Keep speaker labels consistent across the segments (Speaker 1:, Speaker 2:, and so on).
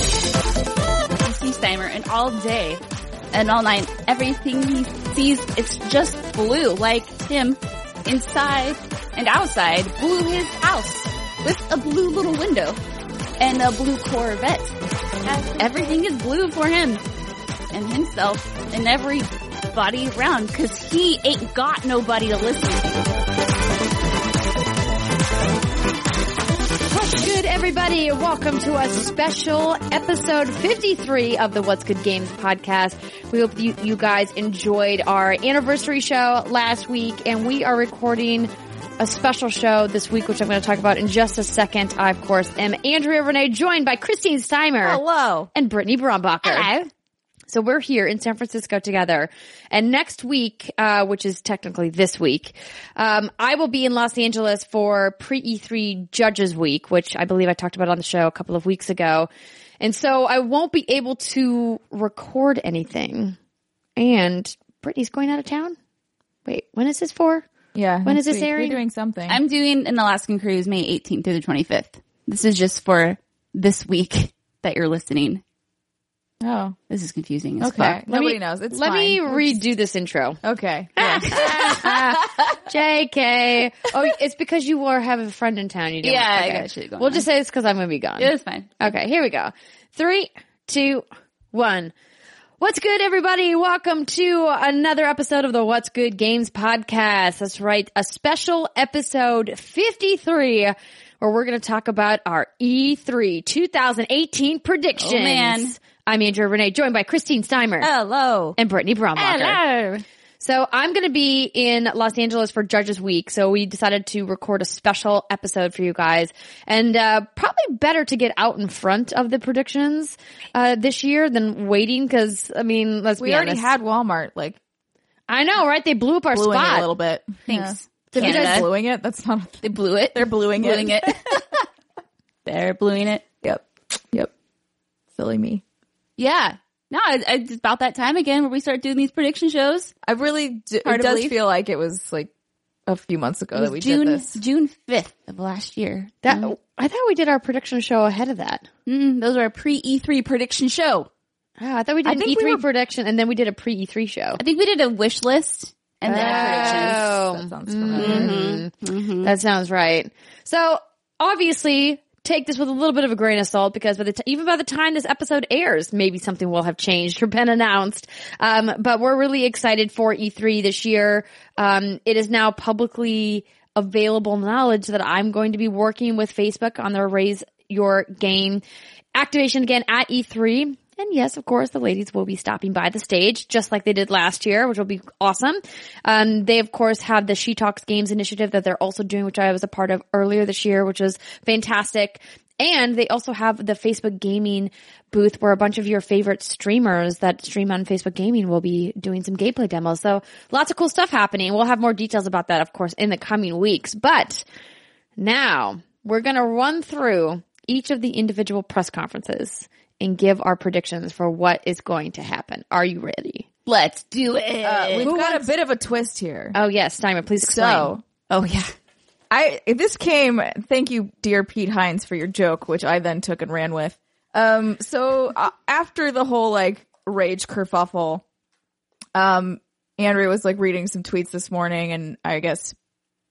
Speaker 1: He sees Steimer and all day and all night, everything he sees, it's just blue, like him, inside and outside, blew his house with a blue little window and a blue Corvette. Everything is blue for him and himself and everybody around because he ain't got nobody to listen
Speaker 2: What's good, everybody? Welcome to a special episode 53 of the What's Good Games podcast. We hope you, you guys enjoyed our anniversary show last week, and we are recording a special show this week, which I'm going to talk about in just a second. I, of course, am Andrea Renee, joined by Christine Steimer
Speaker 1: Hello.
Speaker 2: and Brittany Brombacher. So we're here in San Francisco together. And next week, uh, which is technically this week, um, I will be in Los Angeles for pre E3 Judges Week, which I believe I talked about on the show a couple of weeks ago. And so I won't be able to record anything. And Brittany's going out of town. Wait, when is this for?
Speaker 3: Yeah.
Speaker 2: When is
Speaker 3: next
Speaker 2: this
Speaker 3: week.
Speaker 2: airing?
Speaker 3: You're doing something.
Speaker 1: I'm doing an Alaskan cruise May 18th through the 25th. This is just for this week that you're listening.
Speaker 3: oh,
Speaker 1: This is confusing as
Speaker 3: okay.
Speaker 1: fuck.
Speaker 3: Nobody
Speaker 2: me-
Speaker 3: knows. It's
Speaker 2: Let
Speaker 3: fine.
Speaker 2: me redo this intro.
Speaker 3: Okay. Yeah.
Speaker 2: JK. Oh, it's because you are have a friend in town. You didn't
Speaker 1: Yeah,
Speaker 2: want-
Speaker 1: I
Speaker 2: okay.
Speaker 1: got shit going
Speaker 2: We'll
Speaker 1: on.
Speaker 2: just say it's because I'm going to be gone.
Speaker 1: It was fine.
Speaker 2: Okay, here we go. Three, two, one. What's good, everybody? Welcome to another episode of the What's Good Games podcast. That's right, a special episode 53 where we're going to talk about our E E3 2018 predictions.
Speaker 1: Oh, man.
Speaker 2: I'm Andrew Renee, joined by Christine Steimer
Speaker 1: Hello.
Speaker 2: and Brittany Brombacher.
Speaker 1: Oh. Hello.
Speaker 2: So I'm going to be in Los Angeles for Judges Week. So we decided to record a special episode for you guys and, uh, probably better to get out in front of the predictions, uh, this year than waiting. Cause I mean, let's
Speaker 3: we
Speaker 2: be
Speaker 3: already
Speaker 2: honest.
Speaker 3: had Walmart like
Speaker 2: I know, right? They blew up our
Speaker 3: bluing
Speaker 2: spot.
Speaker 3: it a little bit.
Speaker 1: Thanks.
Speaker 2: Did you guys
Speaker 3: Yeah.
Speaker 1: Canada.
Speaker 3: Bluing it. That's not.
Speaker 1: They blew it.
Speaker 3: They're bluing it.
Speaker 1: bluing it. They're bluing it.
Speaker 3: Yep. Yep. Silly me.
Speaker 1: Yeah. No, it- it's about that time again where we start doing these prediction shows.
Speaker 3: I really. Do,
Speaker 1: Hard to
Speaker 3: it does
Speaker 1: believe.
Speaker 3: feel like it was like a few months ago
Speaker 1: It was
Speaker 3: that we
Speaker 1: June
Speaker 3: did this.
Speaker 1: June fifth of last year.
Speaker 2: That, I thought we did our prediction show ahead of that.
Speaker 1: Mm, those are our pre E three prediction show.
Speaker 2: Oh, I thought we
Speaker 1: I
Speaker 2: did an
Speaker 1: think we
Speaker 2: E3
Speaker 1: were-
Speaker 2: prediction and then we did a pre E3 show.
Speaker 1: I think we did a wish list and then
Speaker 3: Ah.
Speaker 1: a
Speaker 2: Oh.
Speaker 3: That sounds familiar.
Speaker 2: That sounds right. So obviously, take this with a little bit of a grain of salt because by the t- even by the time this episode airs, maybe something will have changed or been announced. Um, but we're really excited for E3 this year. Um, it is now publicly available knowledge that I'm going to be working with Facebook on their raise your game activation again at E E3. And yes, of course, the ladies will be stopping by the stage just like they did last year, which will be awesome. Um, they of course have the She Talks Games initiative that they're also doing, which I was a part of earlier this year, which was fantastic. And they also have the Facebook gaming booth where a bunch of your favorite streamers that stream on Facebook gaming will be doing some gameplay demos. So lots of cool stuff happening. We'll have more details about that, of course, in the coming weeks, but now we're going to run through each of the individual press conferences and give our predictions for what is going to happen. Are you ready?
Speaker 1: Let's do it.
Speaker 3: Uh, we've got a bit of a twist here.
Speaker 2: Oh yes, Simon, please explain.
Speaker 3: so.
Speaker 1: oh yeah.
Speaker 3: I this came. Thank you, dear Pete Hines, for your joke, which I then took and ran with. Um, so uh, after the whole like rage kerfuffle, um, Andrea was like reading some tweets this morning, and I guess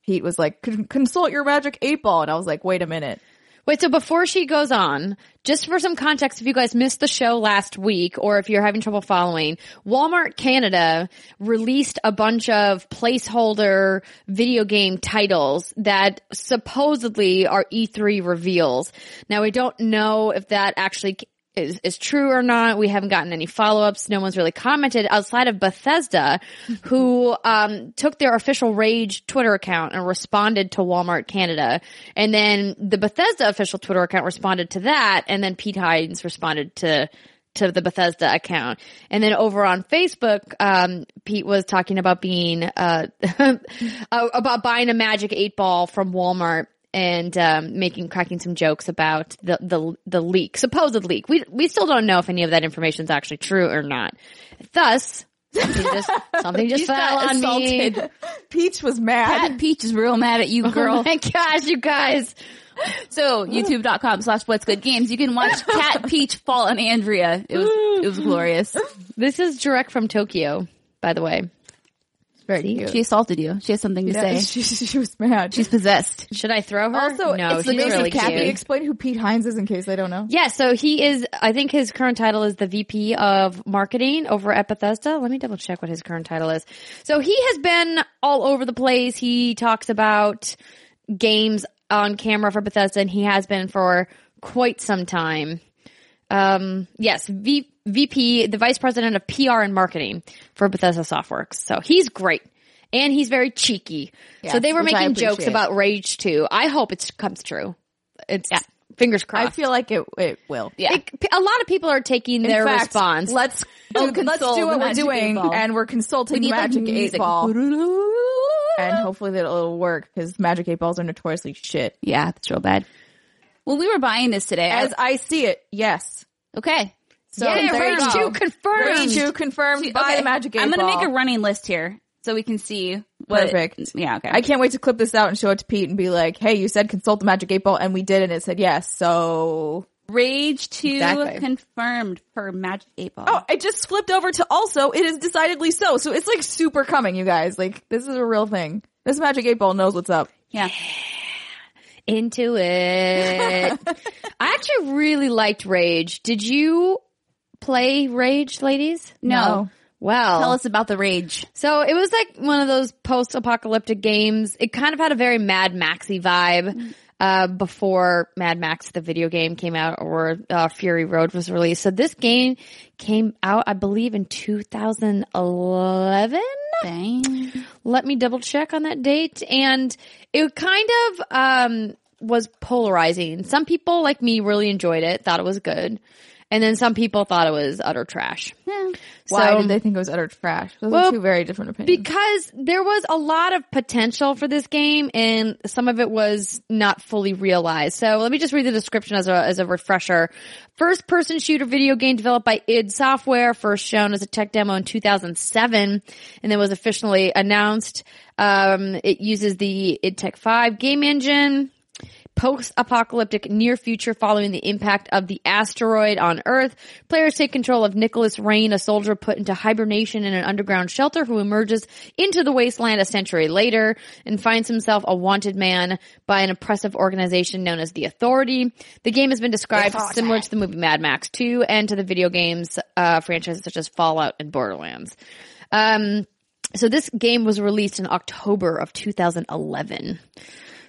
Speaker 3: Pete was like, "Con- "Consult your magic eight ball," and I was like, "Wait a minute."
Speaker 2: Wait, so before she goes on, just for some context, if you guys missed the show last week or if you're having trouble following, Walmart Canada released a bunch of placeholder video game titles that supposedly are E3 reveals. Now we don't know if that actually is, is true or not. We haven't gotten any follow ups. No one's really commented outside of Bethesda, who um, took their official Rage Twitter account and responded to Walmart Canada. And then the Bethesda official Twitter account responded to that. And then Pete Hines responded to to the Bethesda account. And then over on Facebook, um, Pete was talking about being, uh, uh, about buying a magic eight ball from Walmart and um, making cracking some jokes about the the the leak, supposed leak. We we still don't know if any of that information is actually true or not. Thus, something just, something
Speaker 1: Just
Speaker 2: just
Speaker 1: got
Speaker 2: fell on me.
Speaker 1: assaulted.
Speaker 3: Peach was mad.
Speaker 1: Pat Peach is real mad at you, girl.
Speaker 2: Oh my gosh, you guys!
Speaker 1: So youtube.com slash what's good games. You can watch Cat Peach fall on Andrea. It was it was glorious.
Speaker 2: This is direct from Tokyo, by the way. It's very cute.
Speaker 1: She assaulted you. She has something to say.
Speaker 3: Yeah, she, she was mad.
Speaker 1: She's possessed.
Speaker 2: Should I throw her?
Speaker 3: also
Speaker 2: no,
Speaker 3: it's the
Speaker 2: she's
Speaker 3: ghost
Speaker 2: really
Speaker 3: of Cappy.
Speaker 2: cute.
Speaker 3: Explain who Pete Hines is in case I don't know.
Speaker 2: Yeah, so he is. I think his current title is the VP of Marketing over at Bethesda. Let me double check what his current title is. So he has been all over the place. He talks about games on camera for Bethesda, and he has been for quite some time. Um, yes, v- VP, the Vice President of PR and Marketing for Bethesda Softworks. So he's great. And he's very cheeky. so they were
Speaker 3: which I
Speaker 2: making jokes
Speaker 3: appreciate.
Speaker 2: about Rage 2. I hope it comes true. It's fingers crossed.
Speaker 3: I feel like it it will.
Speaker 1: Yeah.
Speaker 2: It- a lot of people are taking their
Speaker 3: fact,
Speaker 2: response.
Speaker 1: Let's
Speaker 3: Dude,
Speaker 1: oh,
Speaker 3: let's
Speaker 1: console
Speaker 3: do
Speaker 1: the
Speaker 3: what we're
Speaker 1: Magic
Speaker 3: doing,
Speaker 1: Eight Ball.
Speaker 3: and we're consulting
Speaker 1: need, like,
Speaker 3: Magic Eight
Speaker 1: music.
Speaker 3: Ball, and hopefully that it'll work because Magic Eight Balls are notoriously shit.
Speaker 1: Yeah, it's real bad. Well, we were buying this today.
Speaker 3: As I see it, yes.
Speaker 1: okay. So
Speaker 2: yeah,
Speaker 1: there you
Speaker 2: Rage
Speaker 1: go.
Speaker 2: Two confirmed.
Speaker 3: Rage Two confirmed
Speaker 1: See,
Speaker 3: by
Speaker 1: okay,
Speaker 3: the Magic Eight
Speaker 1: I'm gonna
Speaker 3: Ball.
Speaker 1: make a running list here so we can see what
Speaker 3: Perfect.
Speaker 1: Yeah, okay.
Speaker 3: I can't wait to clip this out and show it to Pete and be like, "Hey, you said consult the Magic Eight Ball, and we did, and it said yes." So,
Speaker 1: Rage 2
Speaker 2: Exactly.
Speaker 1: confirmed per Magic 8 Ball.
Speaker 3: oh, I just flipped over to also. It is decidedly so. So it's like super coming, you guys. Like this is a real thing. This Magic Eight Ball knows what's up.
Speaker 1: yeah.
Speaker 2: Into it. I actually really liked Rage. Did you play Rage, ladies?
Speaker 1: No.
Speaker 3: No.
Speaker 2: Well,
Speaker 1: Tell us about the Rage.
Speaker 2: so it was like one of those post-apocalyptic games. It kind of had a very Mad Maxy vibe uh, before Mad Max, the video game, came out or uh, Fury Road was released. So this game came out, I believe, in 2011.
Speaker 1: Dang.
Speaker 2: let me double check on that date and it kind of um was polarizing some people like me really enjoyed it thought it was good and then some people thought it was utter trash
Speaker 3: Why
Speaker 2: So-
Speaker 3: did they think it was utter trash? Those
Speaker 2: Well,
Speaker 3: are two very different opinions.
Speaker 2: because there was a lot of potential for this game and some of it was not fully realized. So let me just read the description as a, as a refresher. First person shooter video game developed by id Software, first shown as a tech demo in 2007 and then was officially announced. Um, it uses the id Tech 5 game engine post-apocalyptic near future following the impact of the asteroid on Earth. Players take control of Nicholas Rain, a soldier put into hibernation in an underground shelter who emerges into the wasteland a century later and finds himself a wanted man by an oppressive organization known as the Authority. The game has been described similar to the movie Mad Max 2 and to the video games uh, franchises such as Fallout and Borderlands. Um, so this game was released in October of 2011.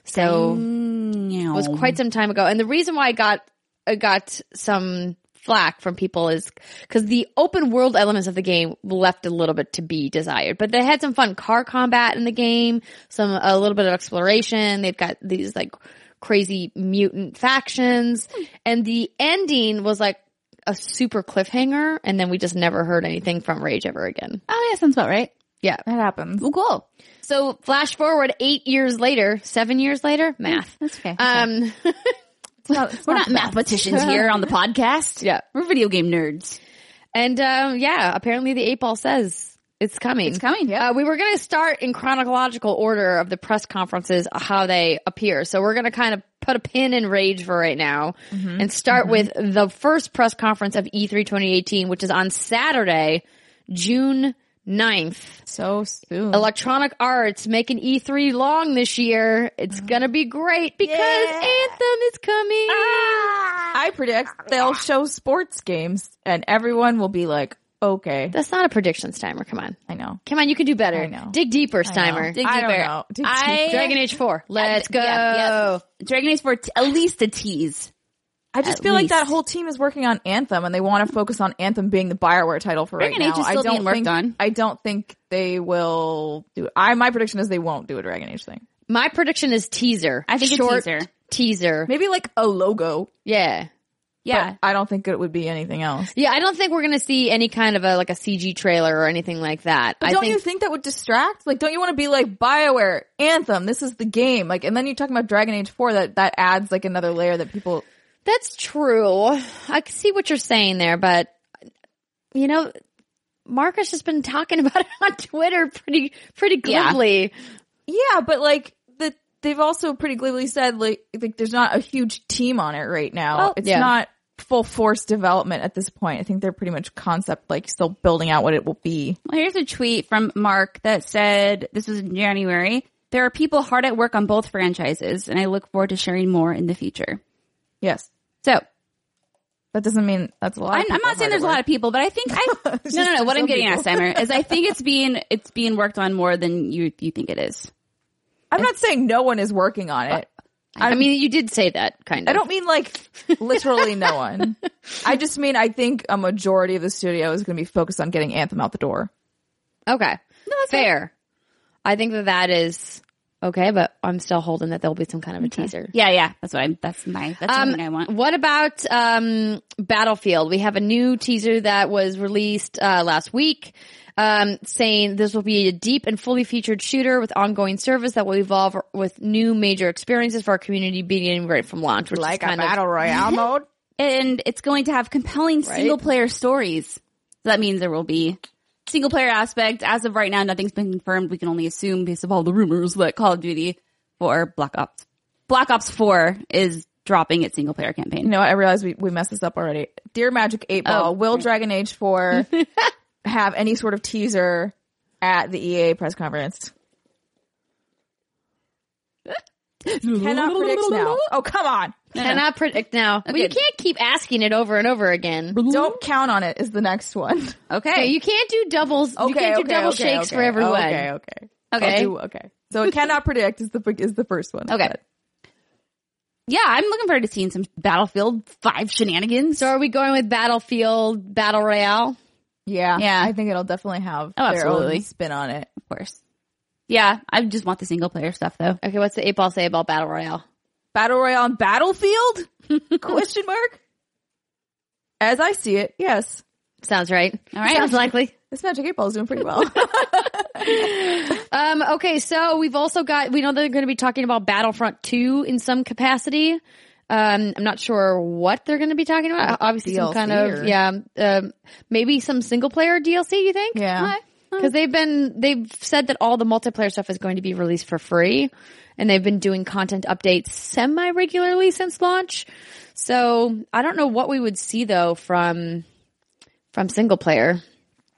Speaker 2: So
Speaker 1: It
Speaker 2: was quite some time ago. And the reason why I got I got some flack from people is because the open world elements of the game left a little bit to be desired. But they had some fun car combat in the game, some a little bit of exploration. They've got these like crazy mutant factions, and the ending was like a super cliffhanger. And then we just never heard anything from Rage ever again.
Speaker 1: Oh, yeah, sounds about right.
Speaker 2: Yeah.
Speaker 3: that happens.
Speaker 1: Well, cool.
Speaker 2: So flash forward eight years later, seven years later, math.
Speaker 1: That's okay.
Speaker 2: Um,
Speaker 3: It's not- it's
Speaker 1: We're
Speaker 3: not
Speaker 1: not mathematicians here on the podcast.
Speaker 2: Yeah.
Speaker 1: We're video game nerds.
Speaker 2: And um, yeah, apparently the eight ball says it's coming. It's
Speaker 1: coming, yeah.
Speaker 2: Uh, we were going to start in chronological order of the press conferences, how they appear. So we're going to kind of put a pin in rage for right now
Speaker 3: Mm-hmm.
Speaker 2: and start with the first press conference of E E3 2018, which is on Saturday, June 9th.
Speaker 3: so soon.
Speaker 2: Electronic Arts making E3 long this year. It's going to be great because
Speaker 3: Mm-hmm. Yeah. Ah.
Speaker 2: Anthem is coming.
Speaker 3: I predict they'll show sports games and everyone will be like, okay,
Speaker 2: That's not a prediction, Steimer. Come on.
Speaker 3: I know.
Speaker 2: Come on, you can do better.
Speaker 3: I know.
Speaker 2: Dig deeper, Steimer.
Speaker 1: Dig
Speaker 3: I
Speaker 1: deeper.
Speaker 3: don't know. Dig
Speaker 1: I,
Speaker 3: deeper.
Speaker 2: Dragon Age 4. Let's go.
Speaker 1: Yeah, yeah. Dragon Age 4, t- at least a tease.
Speaker 3: I just
Speaker 1: At
Speaker 3: feel like that
Speaker 1: least.
Speaker 3: whole team is working on Anthem and they want to focus on Anthem being the Bioware title for
Speaker 1: Dragon
Speaker 3: right
Speaker 1: Age
Speaker 3: now.
Speaker 1: is still
Speaker 3: I don't
Speaker 1: being worked
Speaker 3: think,
Speaker 1: on.
Speaker 3: I don't think they will do it. I my prediction is they won't do a Dragon Age thing.
Speaker 2: My prediction is teaser.
Speaker 1: I think a
Speaker 2: Short
Speaker 1: teaser.
Speaker 2: Teaser.
Speaker 3: Maybe like a logo.
Speaker 2: Yeah.
Speaker 1: Yeah.
Speaker 3: I don't think it would be anything else.
Speaker 2: Yeah, I don't think we're gonna see any kind of a like a CG trailer or anything like that.
Speaker 3: But
Speaker 2: I
Speaker 3: don't
Speaker 2: think
Speaker 3: you think that would distract? Like, don't you want to be like Bioware, Anthem? This is the game. Like, and then you're talking about Dragon Age Four. That that adds like another layer that people.
Speaker 2: that's true. I can see what you're saying there, but you know, Marcus has been talking about it on Twitter pretty pretty
Speaker 1: Yeah.
Speaker 2: glibly.
Speaker 3: Yeah, but like the they've also pretty glibly said like like there's not a huge team on it right now.
Speaker 2: Well,
Speaker 3: it's
Speaker 2: yeah.
Speaker 3: not full force development at this point. I think they're pretty much concept like still building out what it will be.
Speaker 1: Well, here's a tweet from Mark that said, this was in January. There are people hard at work on both franchises, and I look forward to sharing more in the future.
Speaker 3: Yes,
Speaker 1: So
Speaker 3: that doesn't mean that's a lot.
Speaker 1: I'm, I'm not saying there's a lot of people, but I think I no no no. What I'm getting at, Simon, is I think it's being it's being worked on more than you you think it is.
Speaker 3: I'm not saying no one is working on it.
Speaker 2: I mean, you did say that kind of.
Speaker 3: I don't mean like literally no one. I just mean I think a majority of the studio is going to be focused on getting Anthem out the door.
Speaker 2: Okay. No, fair. I think that that is okay, but I'm still holding that there'll be some kind of a teaser.
Speaker 1: Yeah yeah. That's what I'm. That's my that's
Speaker 2: Um,
Speaker 1: something I want.
Speaker 2: What about um, Battlefield? We have a new teaser that was released uh, last week. Um, saying this will be a deep and fully featured shooter with ongoing service that will evolve with new major experiences for our community beginning right from launch, which is kind of
Speaker 3: royale mode.
Speaker 1: and it's going to have compelling single player stories. So that means there will be single player aspect. As of right now, nothing's been confirmed. We can only assume based of all the rumors that Call of Duty for Black Ops Black Ops Four is dropping its single player campaign.
Speaker 3: You know what? I realized we, we messed this up already. Dear Magic Eight Ball, will Dragon Age Four have any sort of teaser at the EA press conference? Cannot predict now. Oh come on!
Speaker 2: cannot predict now. Well, you
Speaker 1: Okay.
Speaker 2: can't keep asking it over and over again.
Speaker 3: Don't count on it. Is the next one?
Speaker 2: Okay,
Speaker 1: Okay.
Speaker 2: you can't do doubles. you can't do double shakes for
Speaker 3: okay.
Speaker 2: everyone.
Speaker 3: Okay, okay,
Speaker 1: Okay.
Speaker 3: I'll do- okay. So it cannot predict is the is the first one.
Speaker 1: Okay. Yeah, I'm looking forward to seeing some Battlefield Five shenanigans.
Speaker 2: So are we going with Battlefield Battle Royale?
Speaker 3: Yeah,
Speaker 1: Yeah.
Speaker 3: I think it'll definitely have
Speaker 1: Oh,
Speaker 3: their own
Speaker 1: absolutely.
Speaker 3: spin on it.
Speaker 1: of course. Yeah, I just want the single player stuff though.
Speaker 2: Okay, what's the eight ball say about Battle Royale?
Speaker 3: Battle Royale on Battlefield? Question mark. As I see it, yes,
Speaker 2: Sounds right. All
Speaker 1: right.
Speaker 2: Sounds likely.
Speaker 3: this Magic Eight Ball is doing pretty well.
Speaker 2: Um, okay, so we've also got, we know they're going to be talking about Battlefront 2 in some capacity. Um, I'm not sure what they're going to be talking
Speaker 3: Uh,
Speaker 2: about. Obviously some
Speaker 3: DLC
Speaker 2: kind
Speaker 3: or-
Speaker 2: of, yeah, um, maybe some single player DLC, you think?
Speaker 3: yeah,
Speaker 2: Because they've been, they've said that all the multiplayer stuff is going to be released for free, and they've been doing content updates semi regularly since launch. So I don't know what we would see though from from single player.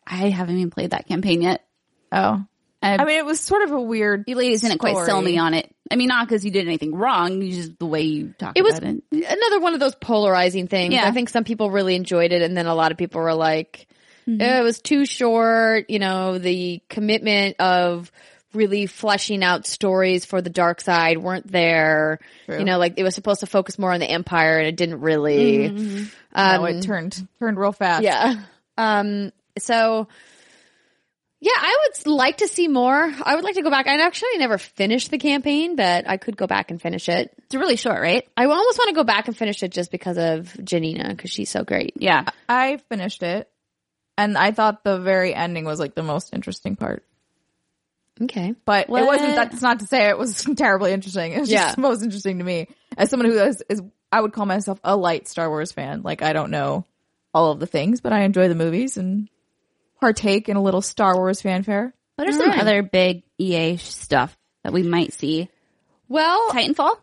Speaker 1: I haven't even played that campaign yet.
Speaker 3: oh,
Speaker 1: I,
Speaker 3: I mean, it was sort of a weird.
Speaker 1: Uh, you ladies didn't quite sell
Speaker 3: story.
Speaker 1: me on it. I mean, not because you did anything wrong, you just the way you talked
Speaker 2: It was
Speaker 1: about it.
Speaker 2: another one of those polarizing things.
Speaker 1: Yeah.
Speaker 2: I think some people really enjoyed it, and then a lot of people were like,
Speaker 1: Mm-hmm.
Speaker 2: "Eh, "It was too short." You know, the commitment of really fleshing out stories for the dark side weren't there. You know, like it was supposed to focus more on the empire, and it didn't really.
Speaker 1: Mm-hmm,
Speaker 3: Um, no, it turned turned real fast.
Speaker 2: Yeah. Um, so yeah, I would like to see more. I would like to go back. I actually never finished the campaign, but I could go back and finish it.
Speaker 1: It's really short, right?
Speaker 2: I almost want to go back and finish it just because of Janina because she's so great.
Speaker 1: Yeah.
Speaker 3: I finished it, and I thought the very ending was like the most interesting part.
Speaker 2: Okay.
Speaker 3: But
Speaker 1: What?
Speaker 3: it wasn't. That's not to say it was terribly interesting. It was
Speaker 2: Yeah.
Speaker 3: just the most interesting to me as someone who is, is. I would call myself a light Star Wars fan. Like I don't know all of the things, but I enjoy the movies and partake in a little Star Wars fanfare.
Speaker 1: What are some other big EA sh- stuff that we might see?
Speaker 2: Well,
Speaker 1: Titanfall?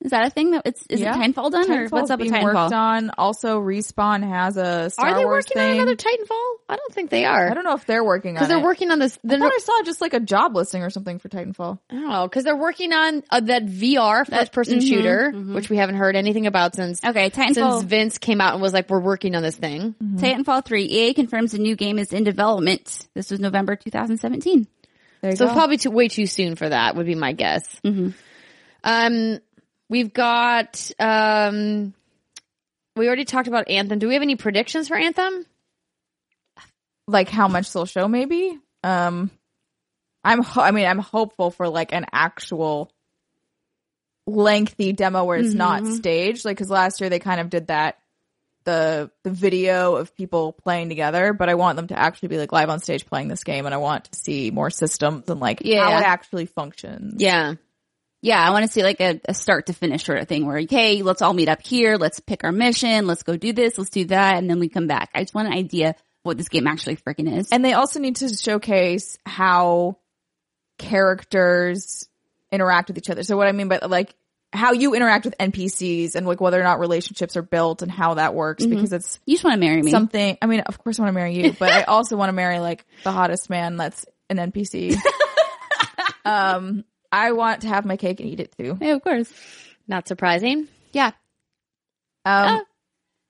Speaker 1: Is that a thing that it's is
Speaker 3: Yeah.
Speaker 1: it Titanfall done or what's
Speaker 3: Titanfall's
Speaker 1: up with
Speaker 3: being worked
Speaker 1: Titanfall?
Speaker 3: on. Also, Respawn has a Star
Speaker 2: are they
Speaker 3: Wars
Speaker 2: working on
Speaker 3: thing.
Speaker 2: another Titanfall? I don't think they
Speaker 3: I
Speaker 2: are.
Speaker 3: don't know if they're working on
Speaker 2: Because they're
Speaker 3: it.
Speaker 2: working on this. They're,
Speaker 3: I thought
Speaker 2: I
Speaker 3: I saw just like a job listing or something for Titanfall.
Speaker 2: don't know because they're working on uh, that VR first person
Speaker 3: mm-hmm,
Speaker 2: shooter, which we haven't heard anything about since
Speaker 1: Okay,
Speaker 2: since
Speaker 1: Titanfall
Speaker 2: Vince came out and was like, "We're working on this thing."
Speaker 3: mm-hmm.
Speaker 1: Titanfall 3 EA confirms a new game is in development. This was November 2017.
Speaker 3: There you
Speaker 2: So
Speaker 3: go.
Speaker 2: probably too, way too soon for that would be my guess. Um, we've got um, we already talked about Anthem. Do we have any predictions for Anthem?
Speaker 3: like how much they'll show maybe um i'm ho- i mean i'm hopeful for like an actual lengthy demo where it's not staged like because last year they kind of did that the the video of people playing together, but I want them to actually be like live on stage playing this game, and I want to see more systems and like how
Speaker 1: Yeah.
Speaker 3: it actually functions.
Speaker 2: Yeah.
Speaker 1: Yeah, I want to see like a, a start to finish sort of thing where, hey, let's all meet up here. Let's pick our mission. Let's go do this. Let's do that. And then we come back. I just want an idea of what this game actually freaking is.
Speaker 3: And they also need to showcase how characters interact with each other. So what I mean by like how you interact with NPCs and like whether or not relationships are built and how that works
Speaker 2: Mm-hmm.
Speaker 3: because it's
Speaker 1: you just want to marry me.
Speaker 3: something I mean, of course I want to marry you, but I also want to marry like the hottest man that's an NPC. um I want to have my cake and eat it too.
Speaker 1: yeah, of course.
Speaker 2: Not surprising.
Speaker 1: Yeah.
Speaker 3: Um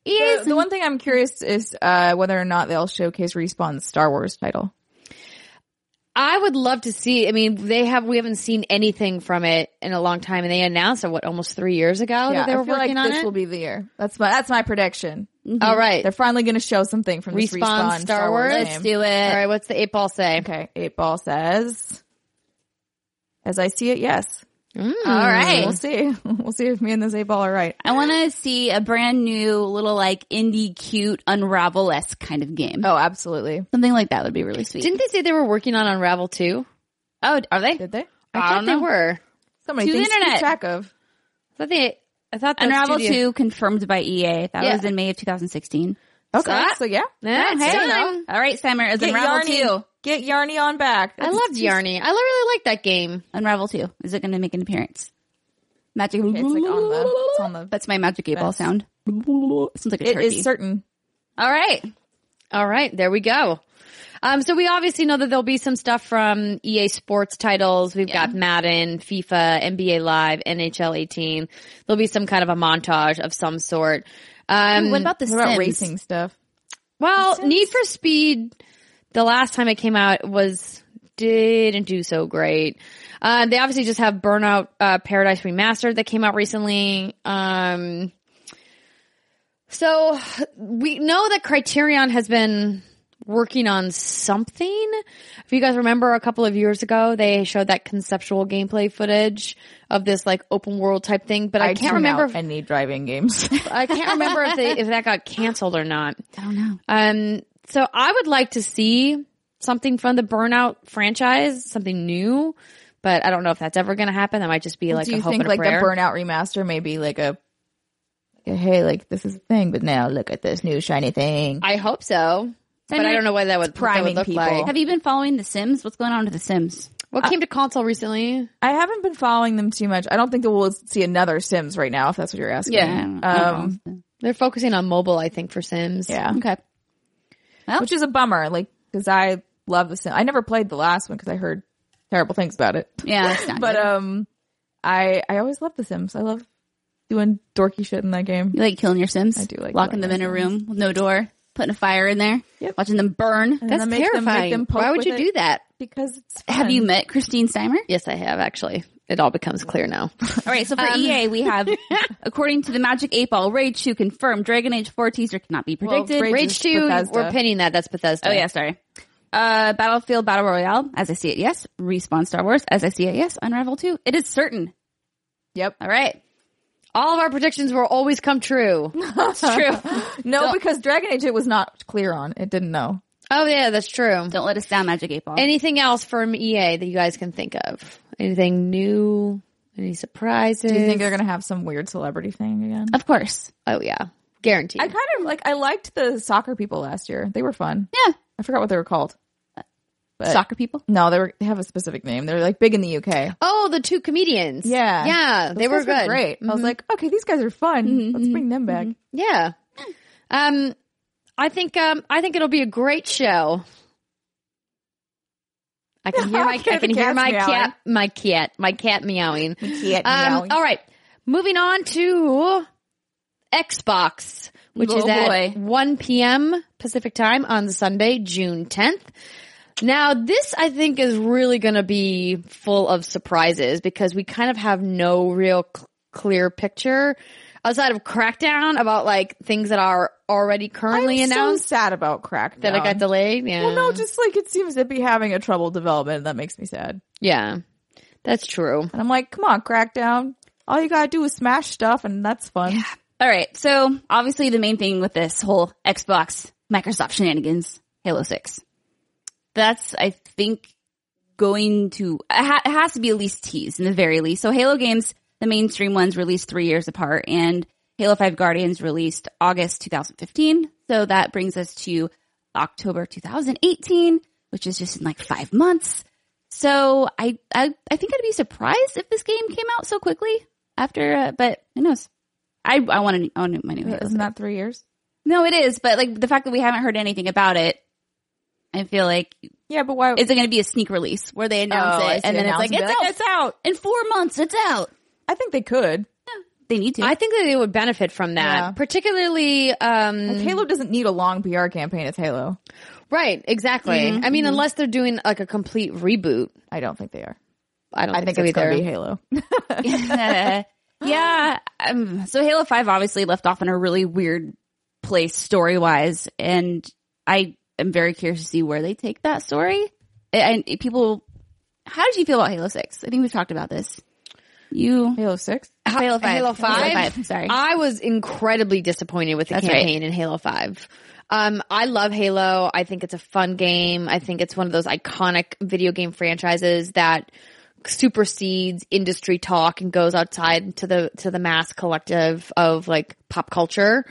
Speaker 3: the,
Speaker 1: Is
Speaker 3: the one thing I'm curious is uh whether or not they'll showcase Respawn's Star Wars title.
Speaker 2: I would love to see. I mean, they have. We haven't seen anything from it in a long time, and they announced it what almost three years ago Oh, that they were
Speaker 3: I feel
Speaker 2: working
Speaker 3: like
Speaker 2: on
Speaker 3: this
Speaker 2: it.
Speaker 3: will be the year. That's my that's my prediction.
Speaker 2: All right.
Speaker 3: They're finally going to show something from this
Speaker 2: Respawn
Speaker 3: Respawn
Speaker 2: Star Wars.
Speaker 1: let's
Speaker 3: game.
Speaker 1: do
Speaker 2: All
Speaker 1: it.
Speaker 2: right. What's the eight ball say?
Speaker 3: Okay, eight ball says, as I see it, yes.
Speaker 2: Mm.
Speaker 3: Hmm.
Speaker 1: All right.
Speaker 3: We'll see. We'll see if me and this eight ball are right.
Speaker 1: I want to see a brand new little like indie cute unravel esque kind of game.
Speaker 3: Oh, absolutely.
Speaker 1: Something like that would be really sweet.
Speaker 2: Didn't they say they were working on Unravel too?
Speaker 1: oh, are they?
Speaker 3: Did they?
Speaker 2: I, thought
Speaker 1: don't
Speaker 2: they
Speaker 1: know.
Speaker 2: were.
Speaker 3: Somebody
Speaker 1: To the
Speaker 3: things to keep
Speaker 1: internet.
Speaker 3: track of.
Speaker 2: I thought they. I thought that
Speaker 1: Unravel
Speaker 2: studio-
Speaker 1: 2 confirmed by EA. That
Speaker 2: Yeah.
Speaker 1: was in May of 2016.
Speaker 3: Okay,
Speaker 2: Scott?
Speaker 3: so yeah,
Speaker 2: Yeah,
Speaker 1: Hey,
Speaker 2: so-
Speaker 1: all right, Simon, is
Speaker 3: get
Speaker 1: Unravel
Speaker 3: Yarny.
Speaker 1: 2.
Speaker 3: Get Yarny on back.
Speaker 2: I loved Yarny. I really liked that game.
Speaker 1: Unravel 2. Is it going to make an appearance? Magic.
Speaker 3: It's like on the. It's on the.
Speaker 1: That's my magic eight ball
Speaker 3: That's-
Speaker 1: sound. Sounds like a
Speaker 3: It
Speaker 1: turkey.
Speaker 3: is certain.
Speaker 1: all right.
Speaker 2: All right, there we go. Um, so we obviously know that there'll be some stuff from EA Sports titles. We've got Madden, FIFA, NBA Live, NHL 18. There'll be some kind of a montage of some sort. Um,
Speaker 1: what about the
Speaker 3: What about
Speaker 1: Sims?
Speaker 3: racing stuff?
Speaker 2: well, Need for Speed, the last time it came out was didn't do so great. Uh, they obviously just have Burnout uh, Paradise Remastered that came out recently. Um, so we know that Criterion has been working on something. If you guys remember a couple of years ago, they showed that conceptual gameplay footage of this like open world type thing, but I, can't
Speaker 3: tune out
Speaker 2: remember if,
Speaker 3: any driving games.
Speaker 2: I can't remember if they if that got canceled or not.
Speaker 1: I don't know.
Speaker 2: Um, so I would like to see something from the Burnout franchise, something new, but I don't know if that's ever going to happen. That might just be like
Speaker 3: do
Speaker 2: a
Speaker 3: you
Speaker 2: hope
Speaker 3: think
Speaker 2: and a
Speaker 3: like
Speaker 2: prayer.
Speaker 3: the burnout remaster may be like a like a, hey like this is a thing but now look at this new shiny thing
Speaker 2: I hope so, but I
Speaker 1: it-
Speaker 2: don't know what that would, what that
Speaker 3: priming
Speaker 2: would look
Speaker 3: people.
Speaker 2: like. Uh,
Speaker 1: Have you been following The Sims? What's going on with The Sims?
Speaker 2: What came to console recently?
Speaker 3: i haven't been following them too much i don't think that we'll see another sims right now if that's what you're asking um
Speaker 2: They're focusing on mobile, I think, for Sims.
Speaker 3: yeah
Speaker 1: okay.
Speaker 3: which is a bummer like because i love the sims i never played the last one because i heard terrible things about it
Speaker 1: Yeah. it's not
Speaker 3: but
Speaker 1: good.
Speaker 3: um i i always love the sims i love doing dorky shit in that game
Speaker 1: you like killing your Sims? I
Speaker 3: do like
Speaker 1: locking them
Speaker 3: killing my
Speaker 1: in a room with no door, putting a fire in there, watching them burn.
Speaker 3: And then
Speaker 2: That's
Speaker 3: I make them- make
Speaker 2: terrifying.
Speaker 3: them poke
Speaker 2: Why would
Speaker 3: with
Speaker 2: you
Speaker 3: it
Speaker 2: do that?
Speaker 3: because it's
Speaker 1: Have
Speaker 3: fun.
Speaker 1: you met Christine Steimer?
Speaker 2: Yes, I have actually. It all becomes clear now.
Speaker 1: All right, so for EA, we have, according to the Magic 8 Ball, Raid 2 confirmed, Dragon Age 4 teaser cannot be predicted.
Speaker 3: Rage
Speaker 2: Rage
Speaker 3: is
Speaker 2: 2,
Speaker 3: Bethesda.
Speaker 2: we're pinning that. That's Bethesda.
Speaker 1: Oh yeah, sorry. Uh, Battlefield Battle Royale, as I see it, yes. Respawn Star Wars, as I see it, yes. Unravel 2, it is certain.
Speaker 3: yep
Speaker 1: All right.
Speaker 2: All of our predictions will always come true.
Speaker 1: It's true.
Speaker 3: no because dragon age it was not clear on it didn't know
Speaker 2: oh yeah, that's true.
Speaker 1: Don't let us down, Magic 8 Ball.
Speaker 2: Anything else from EA that you guys can think of? Anything new? Any surprises?
Speaker 3: Do you think they're gonna have some weird celebrity thing again?
Speaker 1: of course.
Speaker 2: oh yeah, guaranteed.
Speaker 3: I kind of like. I liked the soccer people last year. They were fun.
Speaker 1: Yeah.
Speaker 3: I forgot what they were called. But-
Speaker 1: Soccer people.
Speaker 3: No, they were. They have a specific name. They're like big in the UK.
Speaker 2: oh, the two comedians.
Speaker 3: Yeah.
Speaker 2: yeah, they
Speaker 3: Those
Speaker 2: were
Speaker 3: guys
Speaker 2: good.
Speaker 3: Great. I was like, okay, these guys are fun.
Speaker 2: Mm-hmm,
Speaker 3: Let's bring them back.
Speaker 2: Yeah. Um, I think um, I think it'll be a great show. I can hear my I
Speaker 3: Okay,
Speaker 2: can
Speaker 3: the
Speaker 2: hear
Speaker 3: cat's
Speaker 2: my
Speaker 3: meowing.
Speaker 2: cat my cat my cat meowing.
Speaker 3: Cat
Speaker 2: Um,
Speaker 3: meowing.
Speaker 2: all right, moving on to Xbox, which
Speaker 1: Oh,
Speaker 2: is at
Speaker 1: boy.
Speaker 2: 1 p.m. Pacific time on Sunday, June 10th. Now, this I think is really going to be full of surprises because we kind of have no real cl- clear picture outside of Crackdown about like things that are already currently
Speaker 3: I'm so
Speaker 2: announced
Speaker 3: sad about Crackdown.
Speaker 2: that I got delayed. Yeah.
Speaker 3: Well, no, just like it seems to be having a trouble development. That makes me sad.
Speaker 2: yeah. That's true.
Speaker 3: And I'm like, come on, Crackdown. All you gotta do is smash stuff, and that's fun.
Speaker 1: All right. So obviously the main thing with this whole Xbox Microsoft shenanigans, Halo 6. That's, I think, going to, it, ha- it has to be at least teased in the very least. So Halo games, the mainstream ones released three years apart and Halo 5 Guardians released August 2015. So that brings us to October 2018, which is just in like five months. So I, I, I think I'd be surprised if this game came out so quickly after, uh, but who knows? I, I want to own my new Halo.
Speaker 3: Isn't that three years?
Speaker 1: No, it is, but like the fact that we haven't heard anything about it, I feel like
Speaker 3: Yeah, but why?
Speaker 1: is it going to be a sneak release where they announce
Speaker 3: Oh, I
Speaker 1: it
Speaker 3: see,
Speaker 1: and then it's
Speaker 3: announce
Speaker 1: like
Speaker 3: and
Speaker 1: it's
Speaker 3: be
Speaker 1: out
Speaker 3: like, "It's out."
Speaker 1: in four months, it's out.
Speaker 3: I think they could.
Speaker 1: They need to.
Speaker 2: I think that they would benefit from that,
Speaker 3: Yeah.
Speaker 2: particularly. Um,
Speaker 3: Halo doesn't need a long PR campaign. It's Halo.
Speaker 2: right, exactly. I mean, unless they're doing like a complete reboot,
Speaker 3: I don't think they are.
Speaker 2: I don't
Speaker 3: I think
Speaker 2: so
Speaker 3: it's
Speaker 2: either.
Speaker 3: going to be Halo.
Speaker 1: yeah. Um, so Halo 5 obviously left off in a really weird place story wise. And I am very curious to see where they take that story. And and people, how did you feel about Halo 6? I think we've talked about this. You,
Speaker 3: Halo 6?
Speaker 1: Halo 5.
Speaker 2: Halo Five.
Speaker 1: Sorry.
Speaker 2: I was incredibly disappointed with the
Speaker 1: That's
Speaker 2: campaign in Halo Five. Um, I love Halo. I think it's a fun game. I think it's one of those iconic video game franchises that supersedes industry talk and goes outside to the to the mass collective of like pop culture.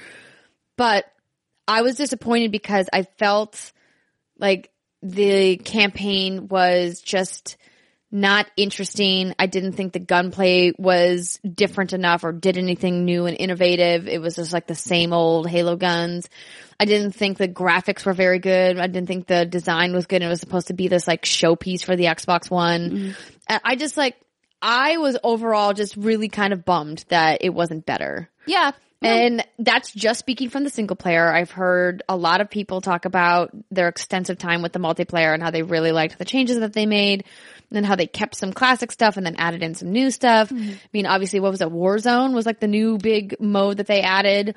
Speaker 2: But I was disappointed because I felt like the campaign was just not interesting. I didn't think the gunplay was different enough or did anything new and innovative. It was just like the same old Halo guns. I didn't think the graphics were very good. I didn't think the design was good. It was supposed to be this like showpiece for the Xbox One. And I just like, I was overall just really kind of bummed that it wasn't better.
Speaker 1: yeah.
Speaker 2: And that's just speaking from the single player. I've heard a lot of people talk about their extensive time with the multiplayer and how they really liked the changes that they made and how they kept some classic stuff and then added in some new stuff. I mean, obviously what was it? Warzone was like the new big mode that they added.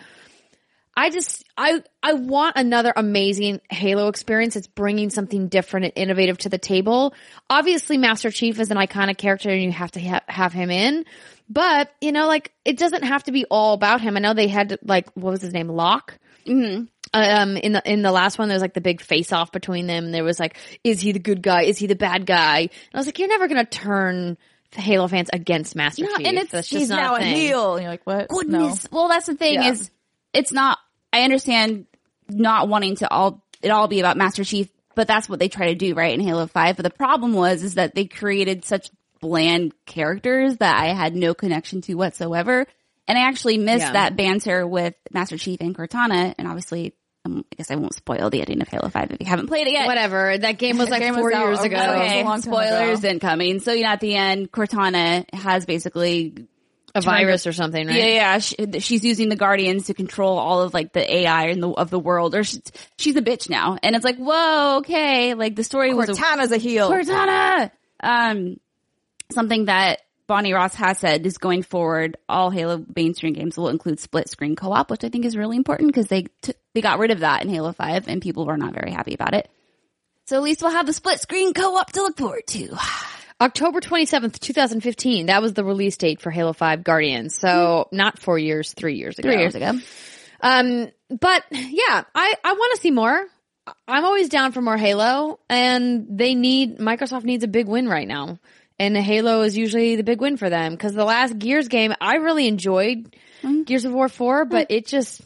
Speaker 2: I just I I want another amazing Halo experience that's bringing something different and innovative to the table. Obviously, Master Chief is an iconic character, and you have to ha- have him in. But you know, like it doesn't have to be all about him. I know they had like what was his name, Locke.
Speaker 3: Mm-hmm.
Speaker 2: Um, in the in the last one, there was like the big face off between them. There was like, is he the good guy? Is he the bad guy? And I was like, you're never gonna turn Halo fans against Master
Speaker 1: No,
Speaker 2: Chief.
Speaker 1: and it's-
Speaker 2: That's just
Speaker 3: He's
Speaker 2: not
Speaker 3: now a
Speaker 2: thing.
Speaker 3: heel. And you're like, what? No.
Speaker 1: goodness. Well, that's the thing
Speaker 3: Yeah.
Speaker 1: is, it's not. I understand not wanting to all it all be about Master Chief, but that's what they try to do, right? In Halo Five. But the problem was is that they created such bland characters that I had no connection to whatsoever, and I actually missed
Speaker 2: Yeah.
Speaker 1: that banter with Master Chief and Cortana, and obviously. Um, I guess I won't spoil the ending of Halo 5 if you haven't played it yet.
Speaker 2: Whatever. That game was like
Speaker 3: game was
Speaker 2: four
Speaker 3: out
Speaker 2: years
Speaker 3: over-
Speaker 2: ago.
Speaker 3: That was
Speaker 1: Okay,
Speaker 3: a long time
Speaker 1: spoilers
Speaker 3: ago.
Speaker 1: incoming. So, you know, at the end, Cortana has basically
Speaker 2: A virus or something, right?
Speaker 1: yeah, yeah. She, she's using the guardians to control all of like the AI and the of the world, or she, she's a bitch now. And it's like, whoa, okay. Like the story was a,
Speaker 3: Cortana's a heel.
Speaker 1: Cortana. Um, something that Bonnie Ross has said is going forward, all Halo mainstream games will include split screen co op, which I think is really important because they t- they got rid of that in Halo Five, and people were not very happy about it. So at least we'll have the split screen co op to look forward to.
Speaker 2: October 27th, 2015. That was the release date for Halo 5 Guardians. So not four years, Hmm. three years ago.
Speaker 1: Three years ago,
Speaker 2: Um, but yeah, I, I want to see more. I- I'm always down for more Halo and they need, Microsoft needs a big win right now. And Halo is usually the big win for them because the last Gears game, I really enjoyed Gears of War 4, but it just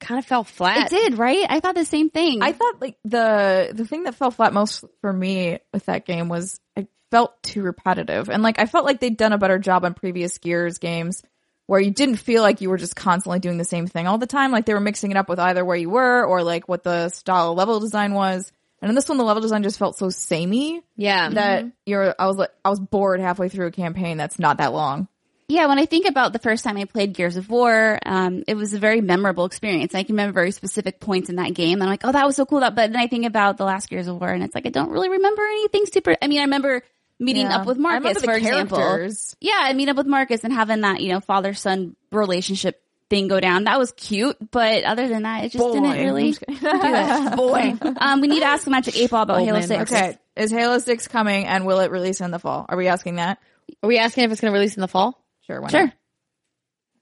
Speaker 2: kind of fell flat.
Speaker 1: it did right. I thought the same thing.
Speaker 3: I thought like the the thing that fell flat most for me with that game was I felt too repetitive. And like I felt like they'd done a better job on previous Gears games where you didn't feel like you were just constantly doing the same thing all the time. Like they were mixing it up with either where you were or like what the style of level design was. And in this one the level design just felt so samey
Speaker 2: Yeah.
Speaker 3: that
Speaker 1: Mm-hmm.
Speaker 3: you're I was like I was bored halfway through a campaign that's not that long.
Speaker 1: Yeah, when I think about the first time I played Gears of War, um, it was a very memorable experience. I can remember very specific points in that game. I'm like, oh, that was so cool. That, but then I think about the last Gears of War, and it's like I don't really remember anything super. I mean, I remember meeting
Speaker 3: Yeah.
Speaker 1: up with
Speaker 3: I remember
Speaker 1: Marcus,
Speaker 3: the
Speaker 1: for example.
Speaker 3: characters.
Speaker 1: Yeah, I meet up with Marcus and having that you know father son relationship thing go down. That was cute, but other than that, it just didn't
Speaker 3: Boy.
Speaker 1: really do it. Boy, um, we need to ask Magic Eight Ball about Halo
Speaker 2: man
Speaker 1: Six.
Speaker 2: Marcus.
Speaker 3: Okay, is Halo 6 coming and will it release in the fall? Are we asking that?
Speaker 2: Are we asking if it's going to release in the fall?
Speaker 3: Sure, why not?
Speaker 1: sure.